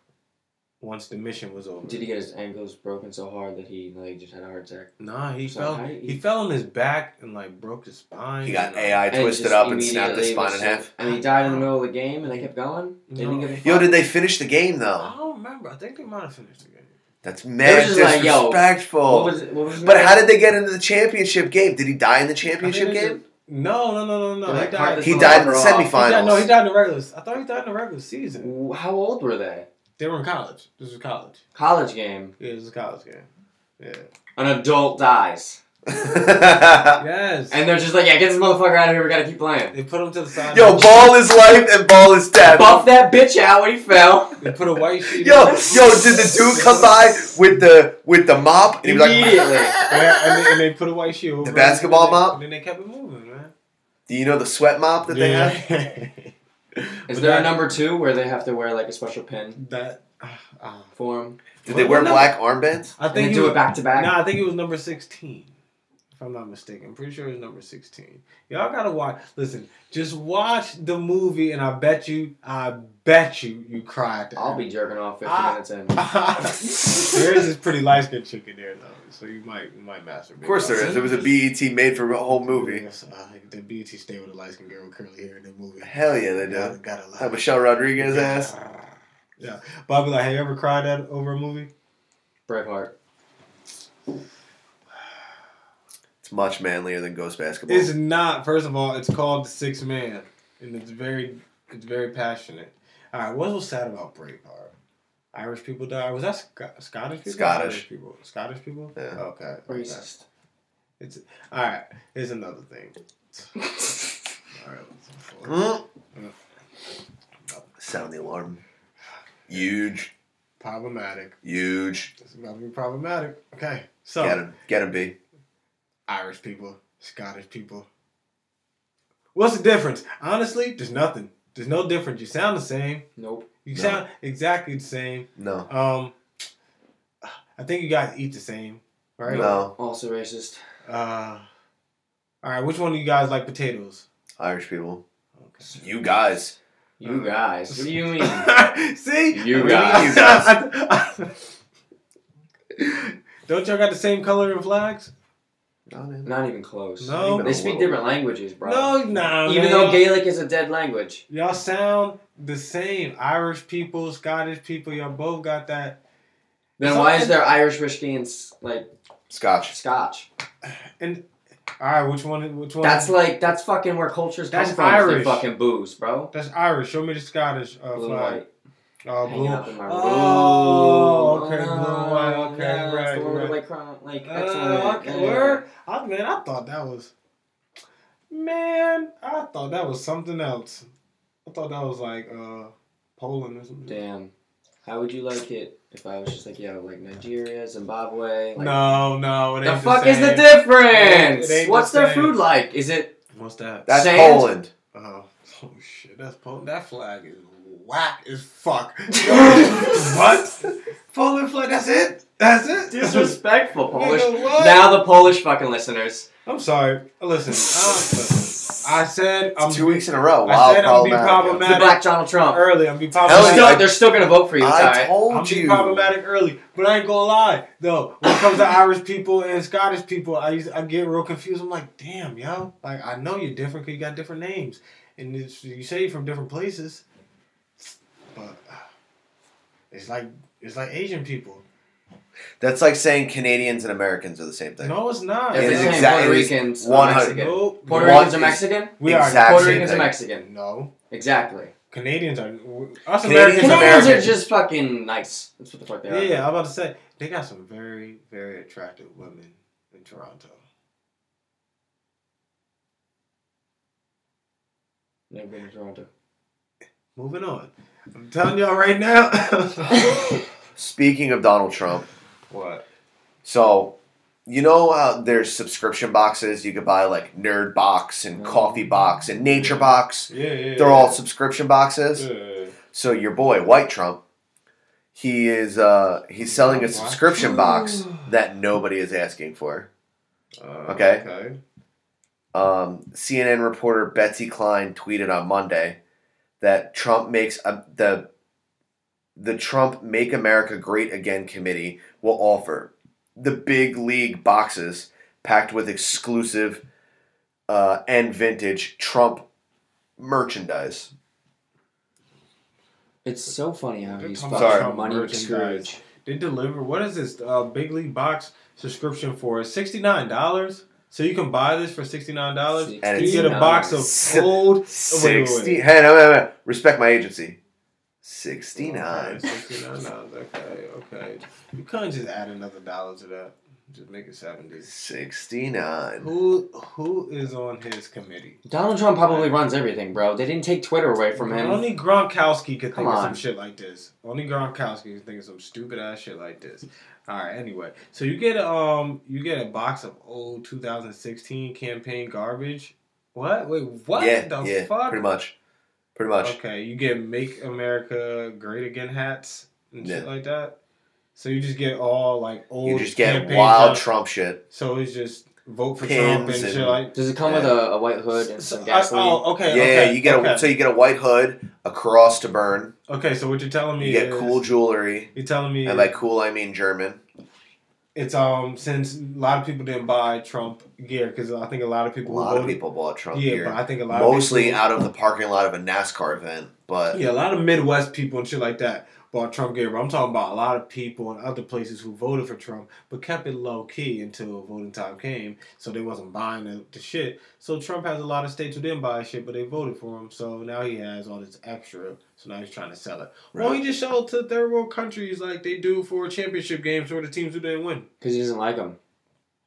[SPEAKER 3] once the mission was over.
[SPEAKER 4] Did he get his ankles broken so hard that he like just had a heart attack?
[SPEAKER 3] Nah, he
[SPEAKER 4] So
[SPEAKER 3] fell.
[SPEAKER 4] how
[SPEAKER 3] He,
[SPEAKER 4] he-
[SPEAKER 3] fell on his back and like broke his spine.
[SPEAKER 2] He got
[SPEAKER 3] And,
[SPEAKER 2] AI
[SPEAKER 4] And
[SPEAKER 2] twisted
[SPEAKER 4] just
[SPEAKER 2] up and snapped his
[SPEAKER 4] immediately
[SPEAKER 2] spine
[SPEAKER 4] was-
[SPEAKER 2] in half.
[SPEAKER 4] And he died in the middle of the game, and they kept going. They didn't
[SPEAKER 3] No.
[SPEAKER 4] give a fuck.
[SPEAKER 2] Yo, did they finish the game
[SPEAKER 3] I
[SPEAKER 2] though?
[SPEAKER 3] don't remember. I think they might have finished the game.
[SPEAKER 2] That's mad
[SPEAKER 4] just like, yo,
[SPEAKER 2] disrespectful.
[SPEAKER 4] What was it? What was his
[SPEAKER 2] but
[SPEAKER 4] name?
[SPEAKER 2] how did they get into the championship game? Did he die in the championship
[SPEAKER 3] I think they
[SPEAKER 2] game?
[SPEAKER 3] No, no, no, no, no.
[SPEAKER 4] They're
[SPEAKER 3] He
[SPEAKER 4] like, part
[SPEAKER 3] died.
[SPEAKER 4] of
[SPEAKER 2] He
[SPEAKER 4] the
[SPEAKER 2] died in the
[SPEAKER 4] overall.
[SPEAKER 3] He died- no, he
[SPEAKER 2] semifinals.
[SPEAKER 3] died in the regular. I thought he died in the regular season.
[SPEAKER 4] W- How old were they?
[SPEAKER 3] They were in college. This was college.
[SPEAKER 4] College game.
[SPEAKER 3] Yeah, this was a college game. Yeah.
[SPEAKER 4] An adult dies,
[SPEAKER 3] Yes.
[SPEAKER 4] and they're just like, "Yeah, get this motherfucker out of here. We gotta keep playing."
[SPEAKER 3] They put him to the side.
[SPEAKER 2] Yo, ball is life and ball is death.
[SPEAKER 4] Buff that bitch out when he fell.
[SPEAKER 3] They put a white sheet.
[SPEAKER 2] Yo, yo,
[SPEAKER 3] on
[SPEAKER 2] did
[SPEAKER 3] him.
[SPEAKER 2] the dude come by with the with the mop and he was
[SPEAKER 4] Immediately.
[SPEAKER 2] like,
[SPEAKER 3] Yeah, and, they, and they put a white sheet over
[SPEAKER 2] The
[SPEAKER 3] him,
[SPEAKER 2] basketball
[SPEAKER 3] and then they-
[SPEAKER 2] mop?
[SPEAKER 3] And then they kept it moving, man.
[SPEAKER 2] "Do you know the sweat mop that they have?"
[SPEAKER 3] But
[SPEAKER 4] Is there
[SPEAKER 3] that-
[SPEAKER 4] a number two where they have to wear like a special pin
[SPEAKER 3] that. Uh,
[SPEAKER 4] for him?
[SPEAKER 2] Did they wear
[SPEAKER 3] Well, no.
[SPEAKER 2] black armbands?
[SPEAKER 3] I
[SPEAKER 4] And they
[SPEAKER 3] think
[SPEAKER 4] do
[SPEAKER 3] was,
[SPEAKER 4] it back to back.
[SPEAKER 3] Nah, I think it was number sixteen. If I'm not mistaken, I'm pretty sure it was number sixteen. Y'all gotta watch. Listen, just watch the movie, and I bet you, I bet you, you cry at the
[SPEAKER 4] I'll
[SPEAKER 3] end.
[SPEAKER 4] be jerking off 50
[SPEAKER 3] Ah.
[SPEAKER 4] minutes in.
[SPEAKER 3] there is this pretty light skinned chick in there though, so you might you might masturbate.
[SPEAKER 2] Of course there is. It was a BET made for a whole movie.
[SPEAKER 3] Yes, uh, the BT stay with a light skinned girl with curly hair in the movie.
[SPEAKER 2] Hell yeah, they do.
[SPEAKER 3] Got, got a lot.
[SPEAKER 2] That Michelle Rodriguez ass.
[SPEAKER 3] Yeah, but I'll be like, have you ever cried at over a movie?
[SPEAKER 4] Braveheart.
[SPEAKER 2] It's much manlier than Ghost Basketball.
[SPEAKER 3] It's not. First of all, it's called The Sixth Man, and it's very it's very passionate. All right, what was sad about Braveheart? Irish people died. Was that Sc- Scottish people? or
[SPEAKER 2] Scottish.
[SPEAKER 3] Irish people. Scottish people.
[SPEAKER 2] Yeah.
[SPEAKER 3] Okay. okay.
[SPEAKER 4] Racist.
[SPEAKER 3] It's all right. Here's another thing. all right.
[SPEAKER 2] Hmm? Mm. Sound the alarm. Huge.
[SPEAKER 8] Problematic.
[SPEAKER 2] Huge.
[SPEAKER 8] It's about to be problematic. Okay. So
[SPEAKER 2] Get him. Get him, B.
[SPEAKER 8] Irish people, Scottish people. What's the difference? Honestly, there's nothing. There's no difference. You sound the same.
[SPEAKER 4] Nope.
[SPEAKER 8] You
[SPEAKER 2] No.
[SPEAKER 8] sound exactly the same.
[SPEAKER 2] No.
[SPEAKER 8] Um, I think you guys eat the same, right?
[SPEAKER 2] No.
[SPEAKER 4] Also racist.
[SPEAKER 8] Uh, all right. Which one do you guys like potatoes?
[SPEAKER 2] Irish people. You guys.
[SPEAKER 4] You guys. What do you mean?
[SPEAKER 8] See,
[SPEAKER 4] You
[SPEAKER 8] I mean,
[SPEAKER 4] guys.
[SPEAKER 8] Don't y'all got the same color and flags?
[SPEAKER 2] No, man.
[SPEAKER 4] Not even close.
[SPEAKER 8] No.
[SPEAKER 4] They speak different languages, bro.
[SPEAKER 8] No, nah.
[SPEAKER 4] Even
[SPEAKER 8] man.
[SPEAKER 4] though Gaelic is a dead language.
[SPEAKER 8] Y'all sound the same. Irish people, Scottish people, y'all both got that.
[SPEAKER 4] Then
[SPEAKER 8] So-
[SPEAKER 4] why is there Irish whiskey and s- like
[SPEAKER 2] Scotch.
[SPEAKER 4] Scotch?
[SPEAKER 8] All right, which one? Which one?
[SPEAKER 4] That's like that's fucking where cultures
[SPEAKER 8] That's
[SPEAKER 4] come from. is
[SPEAKER 8] Irish.
[SPEAKER 4] Their fucking booze, bro.
[SPEAKER 8] That's Irish. Show me the Scottish uh,
[SPEAKER 4] Blue and
[SPEAKER 8] flag.
[SPEAKER 4] white.
[SPEAKER 8] Oh,
[SPEAKER 4] Hang
[SPEAKER 8] blue.
[SPEAKER 4] out in my room.
[SPEAKER 8] Oh, okay, blue and white.
[SPEAKER 4] no,
[SPEAKER 8] Okay,
[SPEAKER 4] no, it's the
[SPEAKER 8] right,
[SPEAKER 4] one with,
[SPEAKER 8] right.
[SPEAKER 4] Like, crown- like excellent.
[SPEAKER 8] Uh, okay,
[SPEAKER 4] yeah.
[SPEAKER 8] word. I, man, I thought that was. Man, I thought that was something else. I thought that was like uh, Poland or something.
[SPEAKER 4] Damn. How would you like it if I was just like, yo, like Nigeria, Zimbabwe? Like,
[SPEAKER 8] no, no. It
[SPEAKER 4] The
[SPEAKER 8] ain't
[SPEAKER 4] fuck
[SPEAKER 8] the
[SPEAKER 4] is the
[SPEAKER 8] same.
[SPEAKER 4] difference?
[SPEAKER 8] It ain't the
[SPEAKER 4] What's their
[SPEAKER 8] same.
[SPEAKER 4] food like? Is it
[SPEAKER 8] What's that?
[SPEAKER 2] That's
[SPEAKER 4] Sand?
[SPEAKER 2] Poland.
[SPEAKER 8] Oh, oh shit! That's Poland. That flag is whack as fuck. what? Poland flag? That's it? That's it?
[SPEAKER 4] disrespectful, Polish?
[SPEAKER 8] Nigga, what?
[SPEAKER 4] Now the Polish fucking listeners.
[SPEAKER 8] I'm sorry. Listen, I, listen. I said I'm.
[SPEAKER 2] Two weeks in a row.
[SPEAKER 8] I
[SPEAKER 2] Wow,
[SPEAKER 8] said I'm being
[SPEAKER 2] problematic.
[SPEAKER 8] problematic.
[SPEAKER 4] The black Donald Trump.
[SPEAKER 8] early. I'm being
[SPEAKER 2] Hell
[SPEAKER 4] They're
[SPEAKER 2] yeah.
[SPEAKER 8] problematic.
[SPEAKER 4] still, they're still gonna vote for you. it's
[SPEAKER 2] I
[SPEAKER 4] alright.
[SPEAKER 2] told
[SPEAKER 8] I'm
[SPEAKER 2] you.
[SPEAKER 8] being problematic early, but I ain't gonna lie though. When it comes to Irish people and Scottish people, I used, I get real confused. I'm like, damn, yo, like I know you're different because you got different names, and it's, you say you're from different places, but uh, it's like it's like Asian people.
[SPEAKER 2] That's like saying Canadians and Americans are the same thing.
[SPEAKER 8] No, it's not.
[SPEAKER 2] It
[SPEAKER 4] It's
[SPEAKER 2] is
[SPEAKER 4] the same.
[SPEAKER 2] exact-
[SPEAKER 4] Puerto
[SPEAKER 2] it is
[SPEAKER 4] Ricans are
[SPEAKER 2] 100
[SPEAKER 4] Mexican.
[SPEAKER 8] Nope.
[SPEAKER 4] Puerto
[SPEAKER 2] What
[SPEAKER 4] Ricans are
[SPEAKER 2] is-
[SPEAKER 4] Mexican.
[SPEAKER 8] we
[SPEAKER 2] exact
[SPEAKER 4] Puerto
[SPEAKER 2] same
[SPEAKER 4] Ricans are
[SPEAKER 2] thing.
[SPEAKER 8] are
[SPEAKER 4] Mexican.
[SPEAKER 8] no
[SPEAKER 4] Exactly.
[SPEAKER 8] Canadians are us
[SPEAKER 2] Canadians
[SPEAKER 8] Americans.
[SPEAKER 2] It's
[SPEAKER 4] Canadians
[SPEAKER 2] American.
[SPEAKER 4] are just fucking nice. That's what the fuck they
[SPEAKER 8] Yeah,
[SPEAKER 4] are.
[SPEAKER 8] yeah, I'm about to say they got some very, very attractive women in Toronto.
[SPEAKER 4] Never been to Toronto.
[SPEAKER 8] Moving on. I'm telling y'all right now.
[SPEAKER 2] Speaking of Donald Trump,
[SPEAKER 8] what?
[SPEAKER 2] so you know how there's subscription boxes you could buy like Nerd Box and Coffee Box and Nature Box.
[SPEAKER 8] Mm. Yeah, yeah.
[SPEAKER 2] They're all subscription boxes.
[SPEAKER 8] Yeah.
[SPEAKER 2] So your boy White Trump, he is uh he's selling a
[SPEAKER 8] White
[SPEAKER 2] subscription box that nobody is asking for. Okay.
[SPEAKER 8] Uh, Okay.
[SPEAKER 2] Um, CNN reporter Betsy Klein tweeted on Monday that Trump makes a, the the Trump Make America Great Again committee will offer the big league boxes packed with exclusive uh, and vintage Trump merchandise.
[SPEAKER 4] It's so funny how
[SPEAKER 8] They're
[SPEAKER 4] he's
[SPEAKER 8] talking
[SPEAKER 2] about
[SPEAKER 4] fucking money
[SPEAKER 8] merchandise.
[SPEAKER 4] Scrooge.
[SPEAKER 8] They deliver. What is this uh, big league box subscription for? Sixty nine dollars. So you can buy this for sixty nine dollars.
[SPEAKER 4] And
[SPEAKER 8] You get a box
[SPEAKER 2] $69.
[SPEAKER 8] of old wait, wait.
[SPEAKER 2] Sixty. Hey, no, no, no. Respect my agency. Sixty nine.
[SPEAKER 8] Sixty nine dollars. Okay, okay. You can't just add another dollar to that. Just make it seventy.
[SPEAKER 2] Sixty nine.
[SPEAKER 8] Who who is on his committee?
[SPEAKER 4] Donald Trump probably runs everything, bro. They didn't take Twitter away from him.
[SPEAKER 8] Only Gronkowski could
[SPEAKER 4] Come
[SPEAKER 8] think of
[SPEAKER 4] on.
[SPEAKER 8] some shit like this. Only Gronkowski could think of some stupid ass shit like this. All right. Anyway, so you get um you get a box of old 2016 campaign garbage. What? Wait. What
[SPEAKER 2] Yeah,
[SPEAKER 8] the
[SPEAKER 2] yeah.
[SPEAKER 8] fuck?
[SPEAKER 2] Pretty much. Pretty much.
[SPEAKER 8] Okay. You get "Make America Great Again" hats and shit
[SPEAKER 2] Yeah.
[SPEAKER 8] like that. So you just get all like old.
[SPEAKER 2] You just get
[SPEAKER 8] campaign
[SPEAKER 2] wild
[SPEAKER 8] stuff.
[SPEAKER 2] Trump shit.
[SPEAKER 8] So it's just vote for
[SPEAKER 2] Pins
[SPEAKER 8] Trump and,
[SPEAKER 2] and-
[SPEAKER 8] shit like.
[SPEAKER 4] Does it come with a, a white hood and
[SPEAKER 8] So-
[SPEAKER 4] some
[SPEAKER 8] I-
[SPEAKER 4] gasoline?
[SPEAKER 8] oh, okay.
[SPEAKER 2] Yeah,
[SPEAKER 8] okay,
[SPEAKER 2] you get
[SPEAKER 8] okay.
[SPEAKER 2] a so you get a white hood, a cross to burn.
[SPEAKER 8] okay, so what you're telling me
[SPEAKER 2] You get
[SPEAKER 8] is
[SPEAKER 2] cool jewelry,
[SPEAKER 8] You're telling me
[SPEAKER 2] and by cool I mean German.
[SPEAKER 8] it's um since a lot of people didn't buy Trump gear because I think a lot of
[SPEAKER 2] A
[SPEAKER 8] people
[SPEAKER 2] lot
[SPEAKER 8] voted,
[SPEAKER 2] of people bought Trump
[SPEAKER 8] yeah,
[SPEAKER 2] gear,
[SPEAKER 8] but I think a lot
[SPEAKER 2] mostly
[SPEAKER 8] of
[SPEAKER 2] out of the parking lot of a NASCAR event. But
[SPEAKER 8] people, yeah, a lot of Midwest people and shit like that bought Trump gear. But I'm talking about a lot of people in other places who voted for Trump but kept it low key until voting time came, so they wasn't buying the, the shit. So Trump has a lot of states who didn't buy shit, but they voted for him. So now he has all this extra. So now he's trying to sell it. Well, he
[SPEAKER 2] Right.
[SPEAKER 8] just sold to third world countries like they do for championship games for the teams who didn't win.
[SPEAKER 4] Because he doesn't like him.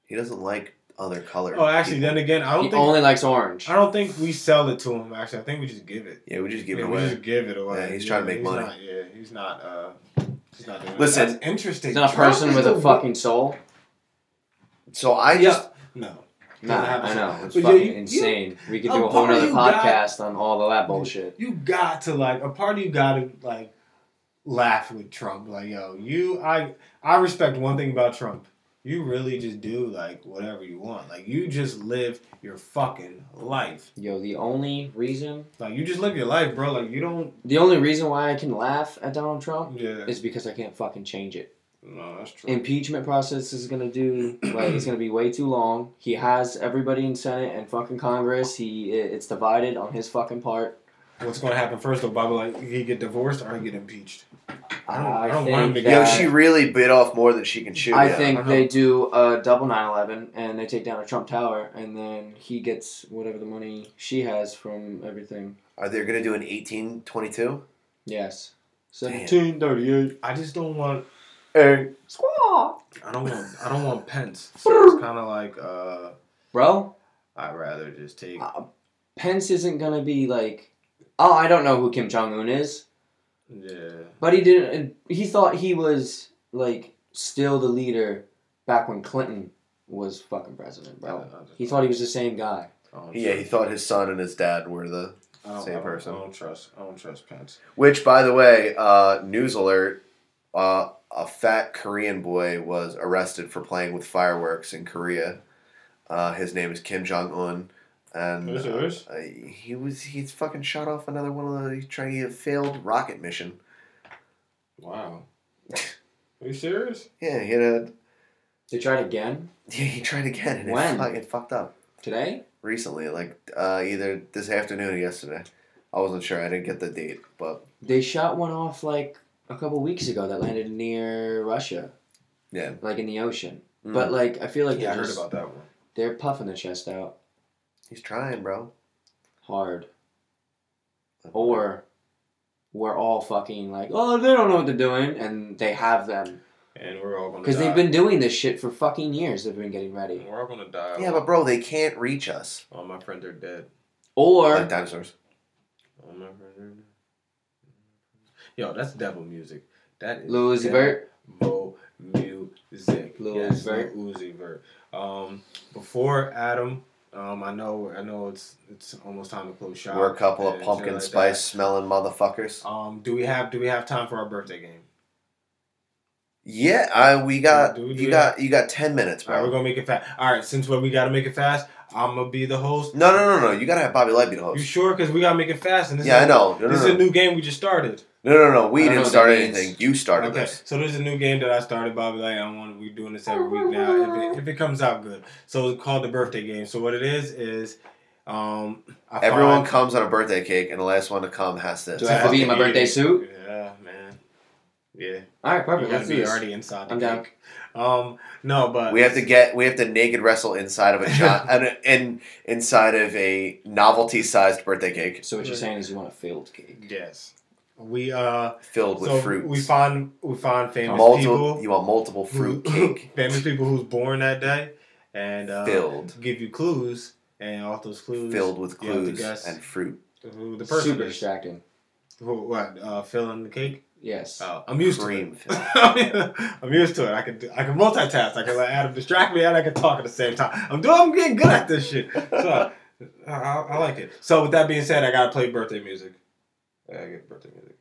[SPEAKER 2] he doesn't like other colors.
[SPEAKER 8] Oh, actually, then again, I don't
[SPEAKER 4] He
[SPEAKER 8] think
[SPEAKER 4] only likes orange.
[SPEAKER 8] I don't think we sell it to him. Actually, I think we just give it.
[SPEAKER 2] yeah, we just give
[SPEAKER 8] I
[SPEAKER 2] it
[SPEAKER 8] mean, We
[SPEAKER 2] away.
[SPEAKER 8] just give it away.
[SPEAKER 2] Yeah, he's trying to make money.
[SPEAKER 8] Not, yeah, he's not. Uh,
[SPEAKER 2] Listen,
[SPEAKER 8] That's interesting.
[SPEAKER 4] He's not a person with a fucking soul.
[SPEAKER 2] so I
[SPEAKER 8] Yeah.
[SPEAKER 2] just
[SPEAKER 8] No.
[SPEAKER 4] Nah,
[SPEAKER 8] Doesn't have a
[SPEAKER 4] I know.
[SPEAKER 8] soul.
[SPEAKER 4] It's
[SPEAKER 8] But yeah,
[SPEAKER 4] fucking
[SPEAKER 8] you- you-
[SPEAKER 4] insane. we could
[SPEAKER 8] a
[SPEAKER 4] do a whole
[SPEAKER 8] part of
[SPEAKER 4] nother
[SPEAKER 8] you got-
[SPEAKER 4] podcast on all of that bullshit.
[SPEAKER 8] You got to like a part of you got to like laugh with Trump. Like, yo, you, I, I respect one thing about Trump. You really just do like whatever you want. Like, you just live your fucking life.
[SPEAKER 4] Yo, the only reason,
[SPEAKER 8] Like, you just live your life, bro. Like, you don't.
[SPEAKER 4] the only reason why I can laugh at Donald Trump
[SPEAKER 8] Yeah.
[SPEAKER 4] is because I can't fucking change it.
[SPEAKER 8] No, that's true.
[SPEAKER 4] Impeachment process is gonna do like it's gonna be way too long. He has everybody in Senate and fucking Congress. He it- it's divided on his fucking part.
[SPEAKER 8] What's going to happen first? Obama like he get divorced or he get impeached? I don't- I don't
[SPEAKER 4] think
[SPEAKER 8] want him to
[SPEAKER 4] that-
[SPEAKER 8] go.
[SPEAKER 2] Yo, she really bit off more than she can chew.
[SPEAKER 4] I
[SPEAKER 2] yeah.
[SPEAKER 4] think
[SPEAKER 8] I know.
[SPEAKER 4] they do a double 9/11 and they take down a Trump Tower and then he gets whatever the money she has from everything.
[SPEAKER 2] Are they going to do an 1822?
[SPEAKER 4] Yes.
[SPEAKER 2] Damn.
[SPEAKER 4] 1738.
[SPEAKER 8] I just don't want.
[SPEAKER 2] Hey.
[SPEAKER 4] Er, Squaw.
[SPEAKER 8] I don't want. I don't want Pence. So it's kind of like uh,
[SPEAKER 4] Bro,
[SPEAKER 8] I'd rather just take.
[SPEAKER 4] uh, Pence isn't gonna be like, oh, I don't know who Kim Jong Un is,
[SPEAKER 8] Yeah.
[SPEAKER 4] but he didn't. He thought he was like still the leader back when Clinton was fucking president, bro. He thought he was the same guy.
[SPEAKER 2] Yeah, he thought his son and his dad were the.
[SPEAKER 8] don't-
[SPEAKER 2] Same
[SPEAKER 8] I don't-
[SPEAKER 2] person.
[SPEAKER 8] I don't trust. I don't trust Pence.
[SPEAKER 2] Which, by the way, uh, news alert: uh, a fat Korean boy was arrested for playing with fireworks in Korea. Uh, his name is Kim Jong Un, and
[SPEAKER 8] Who's
[SPEAKER 2] uh,
[SPEAKER 8] yours?
[SPEAKER 2] uh, he was he's fucking shot off another one of the trying a failed rocket mission.
[SPEAKER 8] Wow. Are you serious?
[SPEAKER 2] Yeah, he had a,
[SPEAKER 4] They tried again
[SPEAKER 2] yeah, he tried again and
[SPEAKER 4] When?
[SPEAKER 2] It, fuck, it fucked up.
[SPEAKER 4] today.
[SPEAKER 2] recently, like uh, either this afternoon or yesterday. I wasn't sure. I didn't get the date, but
[SPEAKER 4] They shot one off like a couple weeks ago that landed near Russia,
[SPEAKER 2] yeah.
[SPEAKER 4] like in the ocean. But like, I feel like
[SPEAKER 8] Mm. Yeah, I
[SPEAKER 4] they're,
[SPEAKER 8] heard
[SPEAKER 4] just,
[SPEAKER 8] about that one.
[SPEAKER 4] they're puffing their chest out
[SPEAKER 2] he's trying, bro.
[SPEAKER 4] hard. Or we're all fucking like, oh, they don't know what they're doing, and they have them
[SPEAKER 8] And we're all gonna.
[SPEAKER 4] because
[SPEAKER 8] die.
[SPEAKER 4] they've been doing this shit for fucking years. They've been getting ready.
[SPEAKER 8] We're all gonna die.
[SPEAKER 2] yeah, but bro, they can't reach us.
[SPEAKER 8] All my friends are dead.
[SPEAKER 4] Or
[SPEAKER 2] Like dinosaurs.
[SPEAKER 8] All Oh, my friends are dead. Yo, that's devil music. That is
[SPEAKER 4] Lil Uzi Vert.
[SPEAKER 8] Bo music.
[SPEAKER 4] Lil
[SPEAKER 8] yes,
[SPEAKER 4] Uzi Vert.
[SPEAKER 8] Lil Uzi Vert. Um, before Adam, um, I know, I know, it's it's almost time to close shop.
[SPEAKER 2] We're a couple
[SPEAKER 8] and
[SPEAKER 2] of
[SPEAKER 8] shit
[SPEAKER 2] pumpkin
[SPEAKER 8] like that.
[SPEAKER 2] spice smelling motherfuckers.
[SPEAKER 8] Um, do we have do we have time for our birthday game?
[SPEAKER 2] Yeah, I we got
[SPEAKER 8] Do we do
[SPEAKER 2] you
[SPEAKER 8] that?
[SPEAKER 2] got you got ten minutes,
[SPEAKER 8] All right,
[SPEAKER 2] bro.
[SPEAKER 8] we're gonna make it fast. All right, since what we gotta make it fast, I'm gonna be the host.
[SPEAKER 2] no, no, no, no. You gotta have Bobby Light be the
[SPEAKER 8] You
[SPEAKER 2] host.
[SPEAKER 8] sure? Because we gotta make it fast. And this
[SPEAKER 2] Yeah,
[SPEAKER 8] is
[SPEAKER 2] I know. No,
[SPEAKER 8] this
[SPEAKER 2] no,
[SPEAKER 8] is a
[SPEAKER 2] no.
[SPEAKER 8] new game we just started.
[SPEAKER 2] no, no, no. We
[SPEAKER 4] I don't know
[SPEAKER 2] didn't
[SPEAKER 4] what
[SPEAKER 2] start
[SPEAKER 4] that means.
[SPEAKER 2] anything. You started
[SPEAKER 8] Okay,
[SPEAKER 2] this.
[SPEAKER 8] so there's a new game that I started, Bobby. Like I want we're doing this every week now. If it, if it comes out good, so it's called the birthday game. So what it is is, um, I
[SPEAKER 2] Everyone
[SPEAKER 8] find-
[SPEAKER 2] comes on a birthday cake, and the last one to come has
[SPEAKER 4] Do
[SPEAKER 2] this.
[SPEAKER 4] I have to be in my birthday suit?
[SPEAKER 8] Yeah, man. Yeah,
[SPEAKER 4] all right,
[SPEAKER 8] you
[SPEAKER 4] perfect.
[SPEAKER 8] gotta
[SPEAKER 4] Let's do
[SPEAKER 8] be
[SPEAKER 4] this.
[SPEAKER 8] already inside. The
[SPEAKER 4] I'm down.
[SPEAKER 8] cake. Um, no, but
[SPEAKER 2] We have to get we have to naked wrestle inside of a giant and in inside of a novelty sized birthday cake
[SPEAKER 4] So what you're saying is you want a failed cake?
[SPEAKER 8] Yes, we uh,
[SPEAKER 2] filled with
[SPEAKER 8] so
[SPEAKER 2] fruits.
[SPEAKER 8] we find we find famous
[SPEAKER 2] multiple.
[SPEAKER 8] people.
[SPEAKER 2] You want multiple fruit
[SPEAKER 8] who-
[SPEAKER 2] cake
[SPEAKER 8] famous people who's born that day, and uh,
[SPEAKER 2] Filled.
[SPEAKER 8] give you clues, and off those clues
[SPEAKER 2] filled with
[SPEAKER 8] you have to
[SPEAKER 2] clues
[SPEAKER 8] guess
[SPEAKER 2] and fruit.
[SPEAKER 8] who the person
[SPEAKER 4] Super
[SPEAKER 8] is.
[SPEAKER 4] distracting.
[SPEAKER 8] Who, what uh, filling the cake?
[SPEAKER 4] Yes.
[SPEAKER 8] Oh, I'm used
[SPEAKER 2] Cream
[SPEAKER 8] to
[SPEAKER 2] filling.
[SPEAKER 8] it. I'm used to it. I can do, I can multitask. I can let Adam distract me and I can talk at the same time. I'm doing. I'm getting good at this shit. So I, I, I like it. So with that being said, I gotta play birthday music. I gotta get birthday music.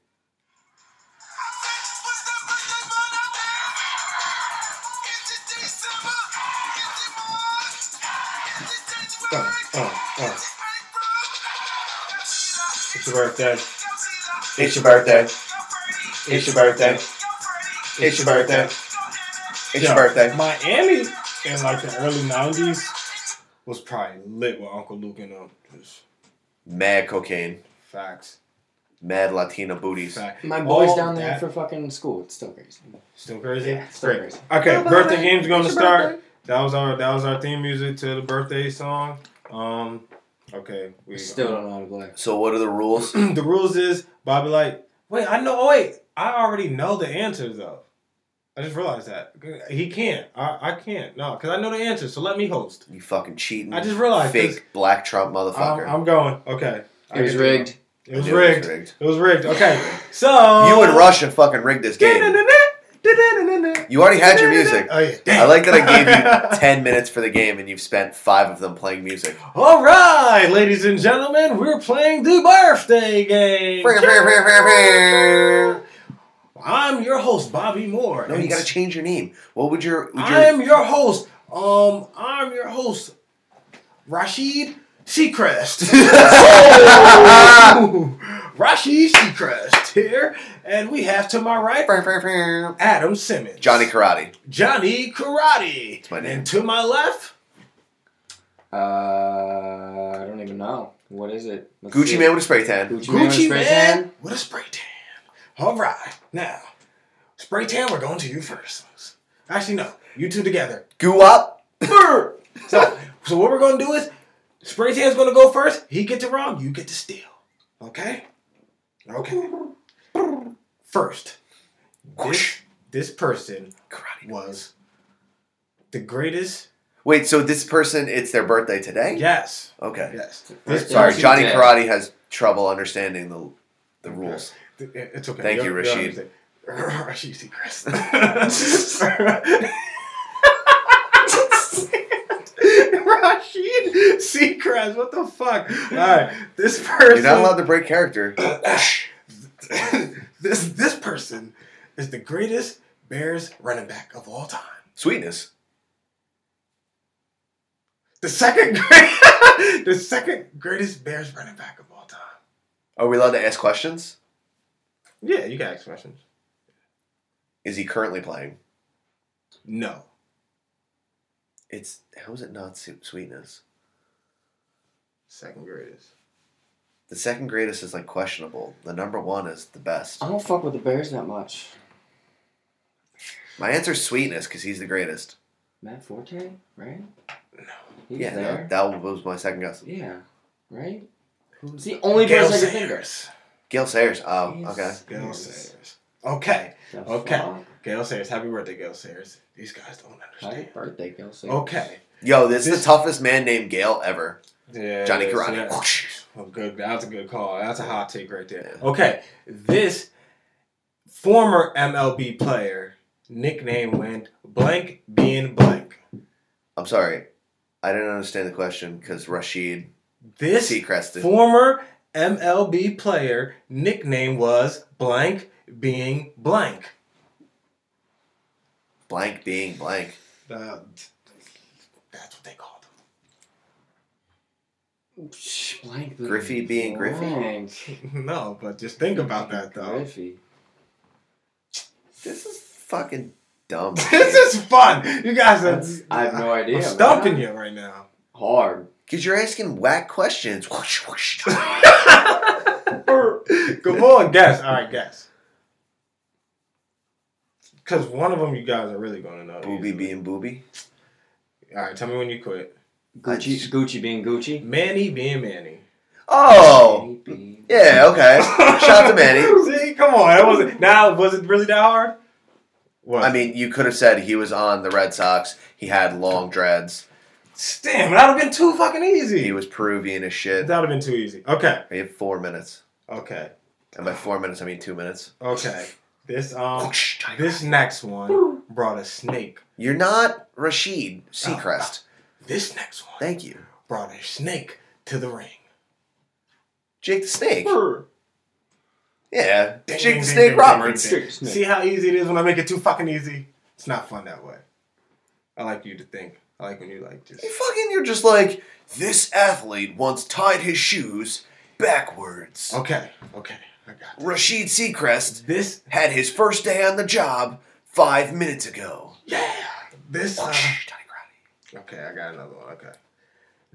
[SPEAKER 8] Uh,
[SPEAKER 3] Oh,
[SPEAKER 8] uh, uh. It's your birthday.
[SPEAKER 2] It's your birthday.
[SPEAKER 8] It's your birthday.
[SPEAKER 2] It's your birthday. It's your
[SPEAKER 8] Yo,
[SPEAKER 2] birthday.
[SPEAKER 8] Miami in like the early nineties was probably lit with Uncle Luke and them. Just
[SPEAKER 2] Mad cocaine.
[SPEAKER 8] facts.
[SPEAKER 2] Mad Latina booties.
[SPEAKER 8] Fact.
[SPEAKER 4] My boy's
[SPEAKER 8] All
[SPEAKER 4] down there
[SPEAKER 8] that-
[SPEAKER 4] for fucking school. It's still crazy.
[SPEAKER 8] still crazy.
[SPEAKER 4] still
[SPEAKER 8] Great.
[SPEAKER 4] crazy.
[SPEAKER 8] Okay, birthday game's gonna start. That was our that was our theme music to the birthday song. Um, okay, we um,
[SPEAKER 4] We still don't know how to play.
[SPEAKER 2] So what are the rules?
[SPEAKER 8] the rules is Bobby like, wait, I know. Oh, wait, I already know the answers though. I just realized that he can't. I, I can't. No, because I know the answers. So let me host.
[SPEAKER 2] You fucking cheating.
[SPEAKER 8] I just realized
[SPEAKER 2] fake
[SPEAKER 8] this.
[SPEAKER 2] black Trump motherfucker.
[SPEAKER 8] I'm, I'm going. Okay. I
[SPEAKER 4] It was
[SPEAKER 8] get to
[SPEAKER 4] rigged.
[SPEAKER 8] go. It was
[SPEAKER 2] I knew it was
[SPEAKER 8] rigged. It was rigged. Okay. So Oh.
[SPEAKER 2] You and Russia fucking rigged this game.
[SPEAKER 8] Da-da-da-da.
[SPEAKER 2] You already had your music.
[SPEAKER 8] Oh yeah.
[SPEAKER 2] I like that I gave you 10 minutes for the game and you've spent five of them playing music.
[SPEAKER 8] All right, ladies and gentlemen, we're playing the birthday game. I'm your host, Bobby Moore.
[SPEAKER 2] No,
[SPEAKER 8] and
[SPEAKER 2] you gotta change your name. What would your. Would your
[SPEAKER 8] I am your host. Um, I'm your host, Rashid Seacrest. So, Rashid Seacrest here, and we have to my right Adam Simmons,
[SPEAKER 2] Johnny Karate.
[SPEAKER 8] Johnny Karate,
[SPEAKER 2] my name.
[SPEAKER 8] and to my left,
[SPEAKER 4] Uh, I don't even know. What is it? Let's see.
[SPEAKER 2] Gucci Man with a spray tan.
[SPEAKER 4] Gucci, Man. with
[SPEAKER 8] Gucci
[SPEAKER 4] spray
[SPEAKER 8] Man
[SPEAKER 4] tan.
[SPEAKER 8] with a spray tan. All right, now spray tan. We're going to you first. Actually, no, you two together.
[SPEAKER 2] Goo up.
[SPEAKER 8] Brr. so, so what we're gonna do is, Spray Tan's gonna go first. He gets it wrong, you get to steal. Okay? Okay. First, this, this person was the greatest.
[SPEAKER 2] Wait, so this person, it's their birthday today?
[SPEAKER 8] Yes.
[SPEAKER 2] Okay.
[SPEAKER 8] Yes.
[SPEAKER 2] Sorry,
[SPEAKER 4] Gucci
[SPEAKER 2] Johnny
[SPEAKER 4] Man.
[SPEAKER 2] Karate has trouble understanding the the rules.
[SPEAKER 8] It's okay.
[SPEAKER 2] Thank you, Rashid.
[SPEAKER 8] Rashid Seacrest. Rashid Seacrest, what the fuck? All right, this person.
[SPEAKER 2] You're not allowed to break character.
[SPEAKER 8] this this person is the greatest Bears running back of all time.
[SPEAKER 2] Sweetness.
[SPEAKER 8] The second great, the second greatest Bears running back of all time.
[SPEAKER 2] Are we allowed to ask questions?
[SPEAKER 8] Yeah, you got ask questions.
[SPEAKER 2] Is he currently playing?
[SPEAKER 8] No,
[SPEAKER 2] It's how is it not su- sweetness?
[SPEAKER 8] second greatest.
[SPEAKER 2] The second greatest is like questionable. The number one is the best.
[SPEAKER 4] I don't fuck with the Bears that much.
[SPEAKER 2] My answer's sweetness because he's the greatest.
[SPEAKER 4] Matt Forte, right? No. He's
[SPEAKER 2] Yeah, no,
[SPEAKER 4] there.
[SPEAKER 2] that was my second guess.
[SPEAKER 4] yeah. Right? It's the only
[SPEAKER 8] Gail
[SPEAKER 4] person I can think of.
[SPEAKER 8] Sayers.
[SPEAKER 2] Gail Sayers. Oh,
[SPEAKER 4] He's-
[SPEAKER 2] okay.
[SPEAKER 8] Gail
[SPEAKER 4] Yes.
[SPEAKER 8] Sayers. Okay,
[SPEAKER 4] The
[SPEAKER 8] okay.
[SPEAKER 4] fuck?
[SPEAKER 8] Gail Sayers. Happy birthday, Gail Sayers. These guys don't
[SPEAKER 4] Happy
[SPEAKER 8] understand.
[SPEAKER 4] birthday, Gail Sayers.
[SPEAKER 8] Okay.
[SPEAKER 2] Yo, this, is
[SPEAKER 8] This-
[SPEAKER 2] the toughest man named Gail ever.
[SPEAKER 8] Yeah,
[SPEAKER 2] Johnny
[SPEAKER 8] yeah,
[SPEAKER 2] Karate.
[SPEAKER 8] so
[SPEAKER 2] Whoosh.
[SPEAKER 8] that- oh, good. That's a good call. That's a hot take right there.
[SPEAKER 2] Yeah.
[SPEAKER 8] Okay, this former MLB player nickname went blank being blank.
[SPEAKER 2] I'm sorry, I didn't understand the question because Rashid
[SPEAKER 8] This
[SPEAKER 2] Seacrest. is-
[SPEAKER 8] former MLB player nickname was blank being blank.
[SPEAKER 2] Blank being blank.
[SPEAKER 8] Uh, that's what they called him.
[SPEAKER 4] Shh, Blank the
[SPEAKER 2] Griffey being Griffey?
[SPEAKER 4] Blank.
[SPEAKER 8] No, but just think about that though.
[SPEAKER 4] Griffey.
[SPEAKER 2] This is fucking dumb.
[SPEAKER 8] This is fun. You guys are.
[SPEAKER 4] That's- I have no idea,
[SPEAKER 8] I'm
[SPEAKER 4] man.
[SPEAKER 8] stumping you right now.
[SPEAKER 4] Hard.
[SPEAKER 2] Because you're asking whack questions. Whoosh, whoosh.
[SPEAKER 8] Come on, guess. All right, guess. Because one of them you guys are really going to know.
[SPEAKER 2] Booby being booby.
[SPEAKER 8] All right, tell me when you quit.
[SPEAKER 2] I
[SPEAKER 4] Gucci,
[SPEAKER 2] just-
[SPEAKER 4] Gucci being Gucci.
[SPEAKER 8] Manny being Manny.
[SPEAKER 2] Oh,
[SPEAKER 4] Gucci being-
[SPEAKER 2] yeah, okay. Shout out to Manny.
[SPEAKER 8] See, come on. That wasn't. Now, was it really that hard? What?
[SPEAKER 2] I mean, you could have said he was on the Red Sox. He had long dreads.
[SPEAKER 8] damn, that would have been too fucking
[SPEAKER 2] He
[SPEAKER 8] easy.
[SPEAKER 2] was Peruvian as
[SPEAKER 8] That
[SPEAKER 2] shit.
[SPEAKER 8] would have been too easy. Okay,
[SPEAKER 2] We have four minutes.
[SPEAKER 8] okay,
[SPEAKER 2] And by four minutes, I mean two minutes.
[SPEAKER 8] okay. This um,
[SPEAKER 2] Whoosh, Johnny
[SPEAKER 8] this next one brought a snake.
[SPEAKER 2] You're not Rashid Seacrest.
[SPEAKER 8] This next one
[SPEAKER 2] Thank you.
[SPEAKER 8] brought a snake to the ring.
[SPEAKER 2] Jake the Snake.
[SPEAKER 8] Brr.
[SPEAKER 2] Yeah.
[SPEAKER 8] Ding,
[SPEAKER 2] Jake
[SPEAKER 8] ding,
[SPEAKER 2] the
[SPEAKER 8] ding,
[SPEAKER 2] Snake
[SPEAKER 8] ding,
[SPEAKER 2] Roberts.
[SPEAKER 8] ding, ding, ding. See how easy it is when I make it too fucking easy? It's not fun that way. I like you to think. I like when you like just.
[SPEAKER 2] You fucking, you're just like, this athlete once tied his shoes backwards.
[SPEAKER 8] Okay, okay, I got it.
[SPEAKER 2] Rashid Seacrest
[SPEAKER 8] Oh. This,
[SPEAKER 2] had his first day on the job five minutes ago.
[SPEAKER 8] this, uh,
[SPEAKER 2] Shh, Johnny Karate.
[SPEAKER 8] okay, I got another one, okay.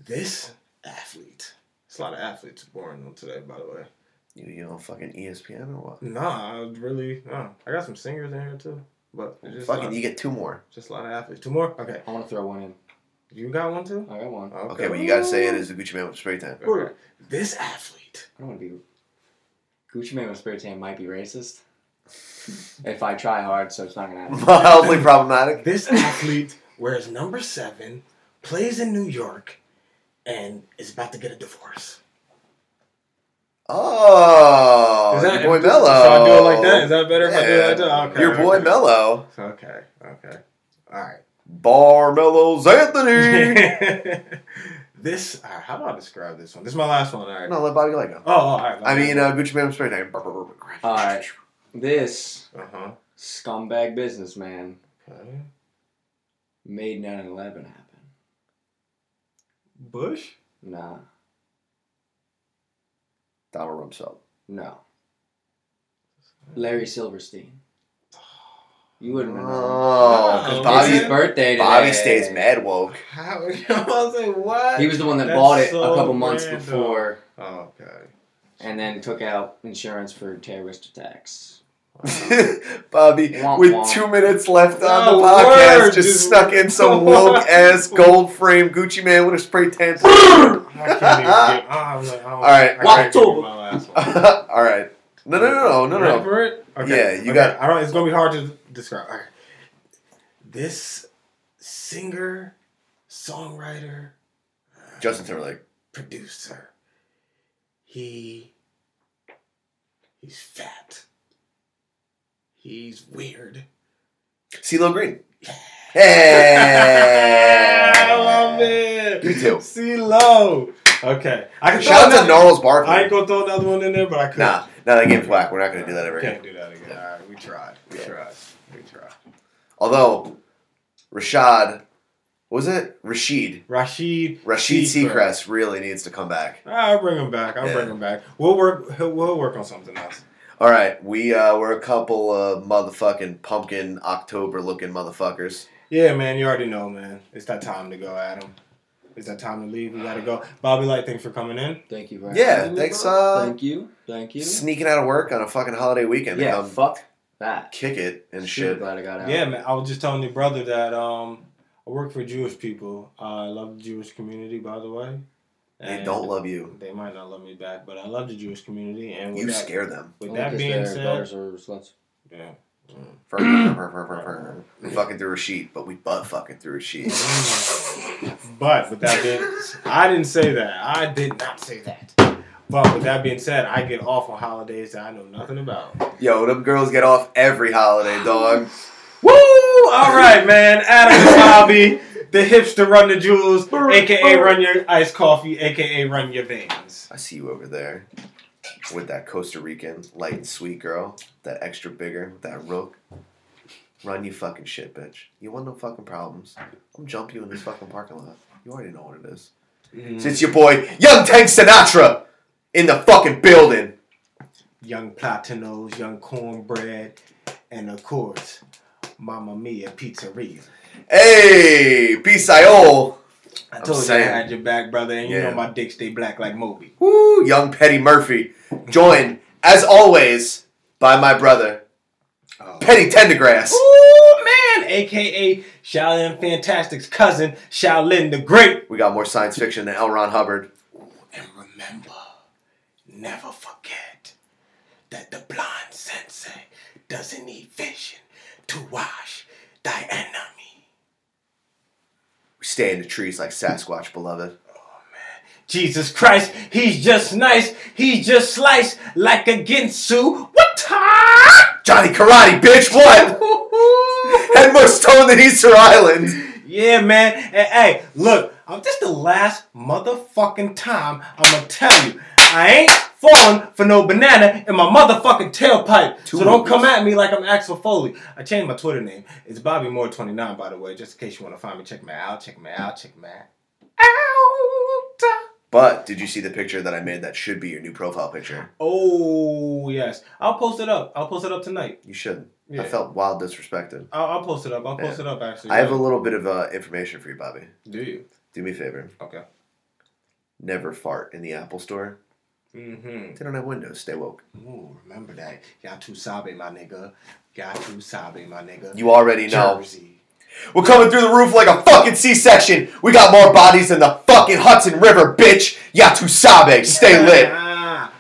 [SPEAKER 8] This athlete. It's a lot of athletes born on today, by the way.
[SPEAKER 2] You, you know, fucking E ESPN or what?
[SPEAKER 8] Nah, I was really, uh, I got some singers in here too, but it's just, a
[SPEAKER 2] Fucking,
[SPEAKER 8] lot-
[SPEAKER 2] you get two more.
[SPEAKER 8] just a lot of athletes. Two more? Okay,
[SPEAKER 4] I want to throw one in.
[SPEAKER 8] you got one too?
[SPEAKER 4] I got one. I
[SPEAKER 2] Okay, but you gotta say it is the Gucci Man with the spray tan.
[SPEAKER 8] Okay. This athlete.
[SPEAKER 4] don't want to be. Gucci Man with spray tan might be racist. if I try hard, so it's not gonna happen.
[SPEAKER 2] Mildly problematic.
[SPEAKER 8] This athlete wears number seven, plays in New York, and is about to get a divorce.
[SPEAKER 2] Oh,
[SPEAKER 8] Is that-
[SPEAKER 2] your boy
[SPEAKER 8] so
[SPEAKER 2] Mello.
[SPEAKER 8] I do it like that? Is that better if I do it like that? Okay,
[SPEAKER 2] your boy
[SPEAKER 8] okay.
[SPEAKER 2] Mello.
[SPEAKER 8] Okay. Okay. All right.
[SPEAKER 2] Bar Mello's Anthony.
[SPEAKER 8] this. all right, how do I describe this one? This is my last one. All right.
[SPEAKER 2] no, let Bobby go like that.
[SPEAKER 8] Oh, all right.
[SPEAKER 2] I mean, uh, Gucci Mane straight name. All
[SPEAKER 4] Alright. This
[SPEAKER 8] Uh huh.
[SPEAKER 4] scumbag businessman
[SPEAKER 8] Okay.
[SPEAKER 4] made 9 11 happen.
[SPEAKER 8] Bush.
[SPEAKER 4] Nah.
[SPEAKER 2] Donald Rumsfeld.
[SPEAKER 4] No. Larry Silverstein. You wouldn't remember.
[SPEAKER 2] Oh,
[SPEAKER 8] Oh,
[SPEAKER 2] because
[SPEAKER 4] Bobby,
[SPEAKER 2] Bobby,
[SPEAKER 4] his birthday today.
[SPEAKER 2] Bobby stays mad woke.
[SPEAKER 8] How? I was like, what?
[SPEAKER 4] He was the one that
[SPEAKER 8] That's
[SPEAKER 4] bought it
[SPEAKER 8] so
[SPEAKER 4] a couple months
[SPEAKER 8] random.
[SPEAKER 4] before
[SPEAKER 8] Oh, okay.
[SPEAKER 4] and then took out insurance for terrorist attacks.
[SPEAKER 2] Bobby,
[SPEAKER 4] Womp
[SPEAKER 2] with
[SPEAKER 4] womp.
[SPEAKER 2] two minutes left on
[SPEAKER 8] Oh,
[SPEAKER 2] the podcast,
[SPEAKER 8] word,
[SPEAKER 2] just
[SPEAKER 8] dude.
[SPEAKER 2] snuck in some woke ass gold frame Gucci man with a spray tan.
[SPEAKER 8] I can't even get. oh, I was like, I don't,
[SPEAKER 2] All right.
[SPEAKER 8] I can't even
[SPEAKER 4] October.
[SPEAKER 8] get my last one.
[SPEAKER 2] All right. No, no, no, no, no, no.
[SPEAKER 8] Remember it?
[SPEAKER 2] Yeah, you got-
[SPEAKER 8] I don't. It's gonna be hard to describe. All right. This singer, songwriter,
[SPEAKER 2] Justin Timberlake.
[SPEAKER 8] producer. He he's fat. He's weird.
[SPEAKER 2] CeeLo Green. Hey!
[SPEAKER 8] I love it.
[SPEAKER 2] You too.
[SPEAKER 8] CeeLo. Okay. I can
[SPEAKER 2] Shout
[SPEAKER 8] throw
[SPEAKER 2] out to
[SPEAKER 8] another-
[SPEAKER 2] Gnarls
[SPEAKER 8] I ain't
[SPEAKER 2] Barkley.
[SPEAKER 8] gonna throw another one in there, but I could.
[SPEAKER 2] Nah, nah, that game's whack. We're not going to do that ever again.
[SPEAKER 8] Can't do that again. All right, we tried. We
[SPEAKER 2] Yeah.
[SPEAKER 8] tried. We tried.
[SPEAKER 2] Although, Rashad, what was it? Rashid.
[SPEAKER 8] Rashid.
[SPEAKER 2] Rashid Seacrest really needs to come back.
[SPEAKER 8] I'll bring him back. I'll
[SPEAKER 2] Yeah.
[SPEAKER 8] bring him back. We'll work. he'll- We'll work on something else.
[SPEAKER 2] All right, we uh, we're a couple of motherfucking pumpkin October looking motherfuckers.
[SPEAKER 8] Yeah, man. You already know, man. It's that time to go, Adam. It's that time to leave. We gotta go. Bobby Light, thanks for coming in.
[SPEAKER 4] Thank you very
[SPEAKER 2] Yeah,
[SPEAKER 4] much.
[SPEAKER 2] thanks, uh,
[SPEAKER 4] Thank you. Thank you.
[SPEAKER 2] Sneaking out of work on a fucking holiday weekend to
[SPEAKER 4] yeah,
[SPEAKER 2] come
[SPEAKER 4] fuck that.
[SPEAKER 2] kick it and
[SPEAKER 4] Super
[SPEAKER 2] shit.
[SPEAKER 4] glad I got out.
[SPEAKER 8] Yeah, man. I was just telling your brother that um, I work for Jewish people. I love the Jewish community, by the way.
[SPEAKER 2] They
[SPEAKER 8] And
[SPEAKER 2] don't love you.
[SPEAKER 8] They might not love me back, but I love the Jewish community. And with
[SPEAKER 2] You
[SPEAKER 8] that,
[SPEAKER 2] scare them.
[SPEAKER 8] With
[SPEAKER 4] Only
[SPEAKER 8] that
[SPEAKER 4] 'cause
[SPEAKER 8] being
[SPEAKER 4] their
[SPEAKER 8] said,
[SPEAKER 4] daughters are sluts.
[SPEAKER 8] yeah.
[SPEAKER 2] Fur- fur- fur- fur- fur- fur. We fucking through Rashid, but we butt fucking through Rashid.
[SPEAKER 8] But with that being, I didn't say that. I did not say that. But with that being said, I get off on holidays that I know nothing about.
[SPEAKER 2] Yo, them girls get off every holiday, dog.
[SPEAKER 8] Woo! All right, man. Adam and Bobby, the hipster run the jewels, aka run your iced coffee, aka run your veins.
[SPEAKER 2] I see you over there with that Costa Rican light and sweet girl, that extra bigger, that rook. Run you fucking shit, bitch. You want no fucking problems? I'm jumping you in this fucking parking lot. You already know what it is. It's your boy, Young Tank Sinatra, in the fucking building.
[SPEAKER 8] Young platinos, young cornbread, and of course, Mamma Mia Pizzeria.
[SPEAKER 2] Hey, peace I owe.
[SPEAKER 8] I
[SPEAKER 2] I'm
[SPEAKER 8] told you I
[SPEAKER 2] saying.
[SPEAKER 8] had your back, brother, and you
[SPEAKER 2] Yeah.
[SPEAKER 8] know my dick stay black like Moby.
[SPEAKER 2] Woo, Young Petty Murphy. Joined, as always, by my brother,
[SPEAKER 8] Oh.
[SPEAKER 2] Petty Tendergrass.
[SPEAKER 8] Ooh, man, aka Shaolin Fantastic's cousin, Shaolin the Great.
[SPEAKER 2] We got more science fiction than L. Ron Hubbard.
[SPEAKER 8] And remember, never forget that the blind sensei doesn't need vision to wash thy enemy.
[SPEAKER 2] We stay in the trees like Sasquatch, beloved.
[SPEAKER 8] Jesus Christ, he's just nice. He's just sliced like a Ginsu. What time?
[SPEAKER 2] Johnny Karate, bitch, what? Had more stone than Easter Island.
[SPEAKER 8] Yeah, man. And, hey, look, I'm just the last motherfucking time I'm gonna tell you. I ain't falling for no banana in my motherfucking tailpipe. so don't
[SPEAKER 2] movies.
[SPEAKER 8] come at me like I'm Axel Foley. I changed my Twitter name. It's Bobby Moore29, by the way, just in case you wanna find me. Check me out, check me out, check me out.
[SPEAKER 2] But did you see the picture that I made that should be your new profile picture?
[SPEAKER 8] Oh, yes. I'll post it up. I'll post it up tonight.
[SPEAKER 2] You should.
[SPEAKER 8] Yeah.
[SPEAKER 2] I felt wild disrespected.
[SPEAKER 8] I'll, I'll post it up. I'll post
[SPEAKER 2] Yeah.
[SPEAKER 8] it up, actually.
[SPEAKER 2] I have a little bit of uh, information for you, Bobby.
[SPEAKER 8] Do you?
[SPEAKER 2] Do me a favor.
[SPEAKER 8] Okay.
[SPEAKER 2] Never fart in the Apple store.
[SPEAKER 8] Mm-hmm.
[SPEAKER 2] They don't have windows. Stay woke.
[SPEAKER 8] Ooh, remember that. Yatu Sabe, my nigga. Yatu Sabe, my nigga.
[SPEAKER 2] You already know.
[SPEAKER 8] Jersey.
[SPEAKER 2] We're coming through the roof like a fucking C-section. We got more bodies than the fucking Hudson River, bitch. Yatusabe, stay lit.
[SPEAKER 8] Ah,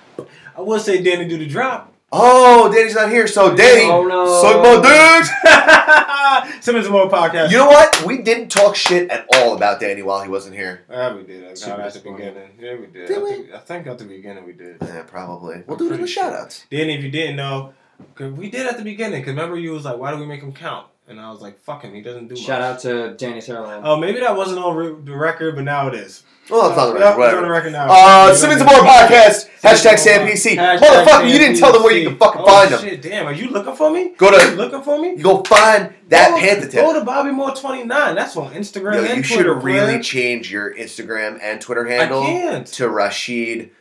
[SPEAKER 8] I will say Danny do the drop.
[SPEAKER 2] Oh, Danny's not here, so Danny,
[SPEAKER 4] Oh, no.
[SPEAKER 2] suck my dick.
[SPEAKER 8] Simmons More podcast.
[SPEAKER 2] You know what? We didn't talk shit at all about Danny while he wasn't here.
[SPEAKER 8] Ah, we did. I
[SPEAKER 4] Super
[SPEAKER 8] got at the
[SPEAKER 4] disappointed.
[SPEAKER 8] beginning. Yeah, we did.
[SPEAKER 2] Did
[SPEAKER 8] I,
[SPEAKER 2] we?
[SPEAKER 8] Think, I think at the beginning we did.
[SPEAKER 2] Yeah, probably. We'll
[SPEAKER 8] I'm
[SPEAKER 2] do it in the
[SPEAKER 8] pretty
[SPEAKER 2] shout outs.
[SPEAKER 8] Then if you didn't know, 'cause we did at the beginning. Cause remember you was like, why do we make him count? And I was like, fuck him, he doesn't do
[SPEAKER 4] Shout
[SPEAKER 8] much.
[SPEAKER 4] out to Danny Sutherland.
[SPEAKER 8] Oh, maybe that wasn't on re- the record, but now it is.
[SPEAKER 2] Well, it's on the
[SPEAKER 8] Yeah,
[SPEAKER 2] record.
[SPEAKER 8] it's on the
[SPEAKER 2] whatever.
[SPEAKER 8] record now.
[SPEAKER 2] Uh, Simmons and More podcast. Hashtag
[SPEAKER 8] SamPC.
[SPEAKER 2] SamPC. Motherfucker, you didn't tell them where you can fucking
[SPEAKER 8] oh,
[SPEAKER 2] find them.
[SPEAKER 8] Shit, damn, are you looking for me?
[SPEAKER 2] Go
[SPEAKER 8] Are you
[SPEAKER 2] to
[SPEAKER 8] looking for me?
[SPEAKER 2] you go find that
[SPEAKER 8] go,
[SPEAKER 2] panther tip.
[SPEAKER 8] Go to Bobby Moore twenty nine. That's on Instagram.
[SPEAKER 2] Yo,
[SPEAKER 8] and
[SPEAKER 2] you should
[SPEAKER 8] Twitter,
[SPEAKER 2] really
[SPEAKER 8] bruh.
[SPEAKER 2] change your Instagram and Twitter
[SPEAKER 8] I
[SPEAKER 2] handle
[SPEAKER 8] can't.
[SPEAKER 2] to Rashid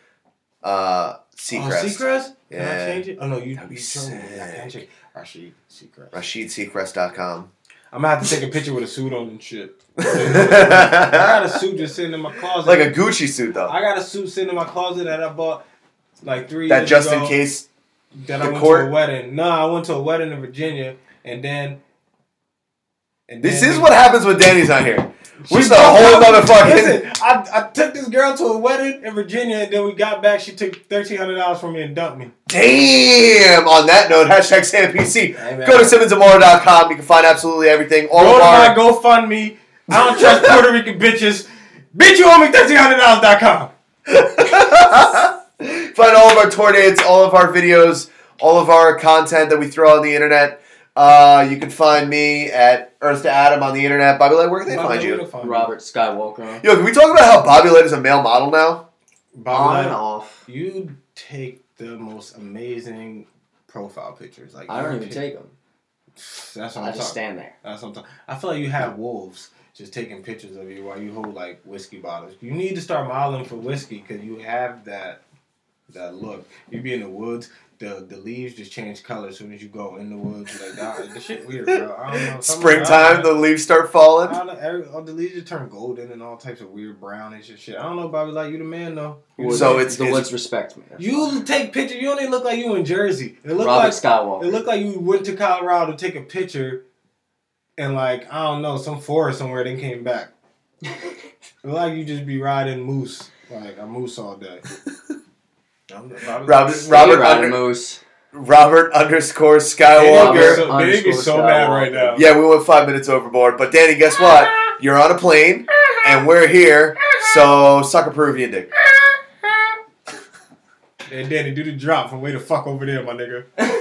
[SPEAKER 2] uh,
[SPEAKER 8] Oh,
[SPEAKER 2] Seacrest.
[SPEAKER 8] Seacrest? Can
[SPEAKER 2] Yeah.
[SPEAKER 8] I change it? Oh no, you.
[SPEAKER 2] That'd be
[SPEAKER 8] you told me. I
[SPEAKER 2] sick.
[SPEAKER 8] can't change. Actually, Seacrest.
[SPEAKER 2] RashidSeacrest.com.
[SPEAKER 8] I'm gonna have to take a picture with a suit on and shit. I got
[SPEAKER 2] like
[SPEAKER 8] a suit just sitting in my closet.
[SPEAKER 2] a Gucci suit, though.
[SPEAKER 8] I got a suit sitting in my closet that I bought like three.
[SPEAKER 2] That
[SPEAKER 8] years
[SPEAKER 2] just in
[SPEAKER 8] ago
[SPEAKER 2] case.
[SPEAKER 8] That
[SPEAKER 2] the
[SPEAKER 8] I went to
[SPEAKER 2] court-
[SPEAKER 8] a wedding. No, I went to a wedding in Virginia, and then. And
[SPEAKER 2] This
[SPEAKER 8] then-
[SPEAKER 2] is what happens when Danny's not here. We're
[SPEAKER 8] She
[SPEAKER 2] just a whole
[SPEAKER 8] broke up.
[SPEAKER 2] other fucking.
[SPEAKER 8] Listen, I, I took this girl to a wedding in Virginia, and then we got back. She took thirteen hundred dollars from me and dumped me.
[SPEAKER 2] Damn! On that note, hashtag SamPC.
[SPEAKER 8] Hey, man.
[SPEAKER 2] Go to SimmonsAmora.com. You can find absolutely everything. All
[SPEAKER 8] Go
[SPEAKER 2] of
[SPEAKER 8] to my
[SPEAKER 2] our,
[SPEAKER 8] GoFundMe. I don't trust Puerto Rican bitches. Bitch, you owe me thirteen hundred dollars.com.
[SPEAKER 2] find all of our tour dates, all of our videos, all of our content that we throw on the internet. Uh, you can find me at Earth to Adam on the internet. Bobby Light, where can they find you?
[SPEAKER 4] Robert Skywalker.
[SPEAKER 2] Yo, can we talk about how Bobby Light is a male model now?
[SPEAKER 4] On
[SPEAKER 8] Bobby,
[SPEAKER 4] and
[SPEAKER 8] Light,
[SPEAKER 4] off.
[SPEAKER 8] you take the most amazing profile pictures. Like
[SPEAKER 4] I don't
[SPEAKER 8] your
[SPEAKER 4] even
[SPEAKER 8] pic-
[SPEAKER 4] take them.
[SPEAKER 8] That's what I'm
[SPEAKER 4] I just
[SPEAKER 8] talking.
[SPEAKER 4] stand there.
[SPEAKER 8] That's what I'm talking. I feel like you have wolves just taking pictures of you while you hold like whiskey bottles. You need to start modeling for whiskey because you have that that look. You be in the woods. The, the leaves just change color as soon as you go in the woods. Like that, the shit weird, bro. I don't know. Something about
[SPEAKER 2] Springtime,
[SPEAKER 8] it.
[SPEAKER 2] the leaves start falling.
[SPEAKER 8] I don't know. Every, all the leaves just turn golden and all types of weird brownish and shit. I don't know, Bobby. Like you, the man though. You
[SPEAKER 2] So
[SPEAKER 8] the-
[SPEAKER 2] it's-
[SPEAKER 4] the woods respect me.
[SPEAKER 8] you take pictures. You don't even look like you in Jersey. It look
[SPEAKER 4] Robert
[SPEAKER 8] like
[SPEAKER 4] Skywalker.
[SPEAKER 8] it looked like you went to Colorado to take a picture, and like I don't know, some forest somewhere, then came back. it looked like you just be riding moose, like a moose all day. I'm- Robert-
[SPEAKER 2] Robert,
[SPEAKER 4] Robert
[SPEAKER 2] Robert, under,
[SPEAKER 4] Moose.
[SPEAKER 2] Robert underscore
[SPEAKER 8] They would be
[SPEAKER 2] Skywalker.
[SPEAKER 8] so-
[SPEAKER 4] Robert
[SPEAKER 8] They would be so
[SPEAKER 4] underscore
[SPEAKER 8] mad
[SPEAKER 4] Skywalker.
[SPEAKER 8] right now.
[SPEAKER 2] Yeah, we went five minutes overboard. But Danny, guess what? You're on a plane, and we're here. So suck a Peruvian dick.
[SPEAKER 8] And Danny, do the drop from way the fuck over there, my nigga.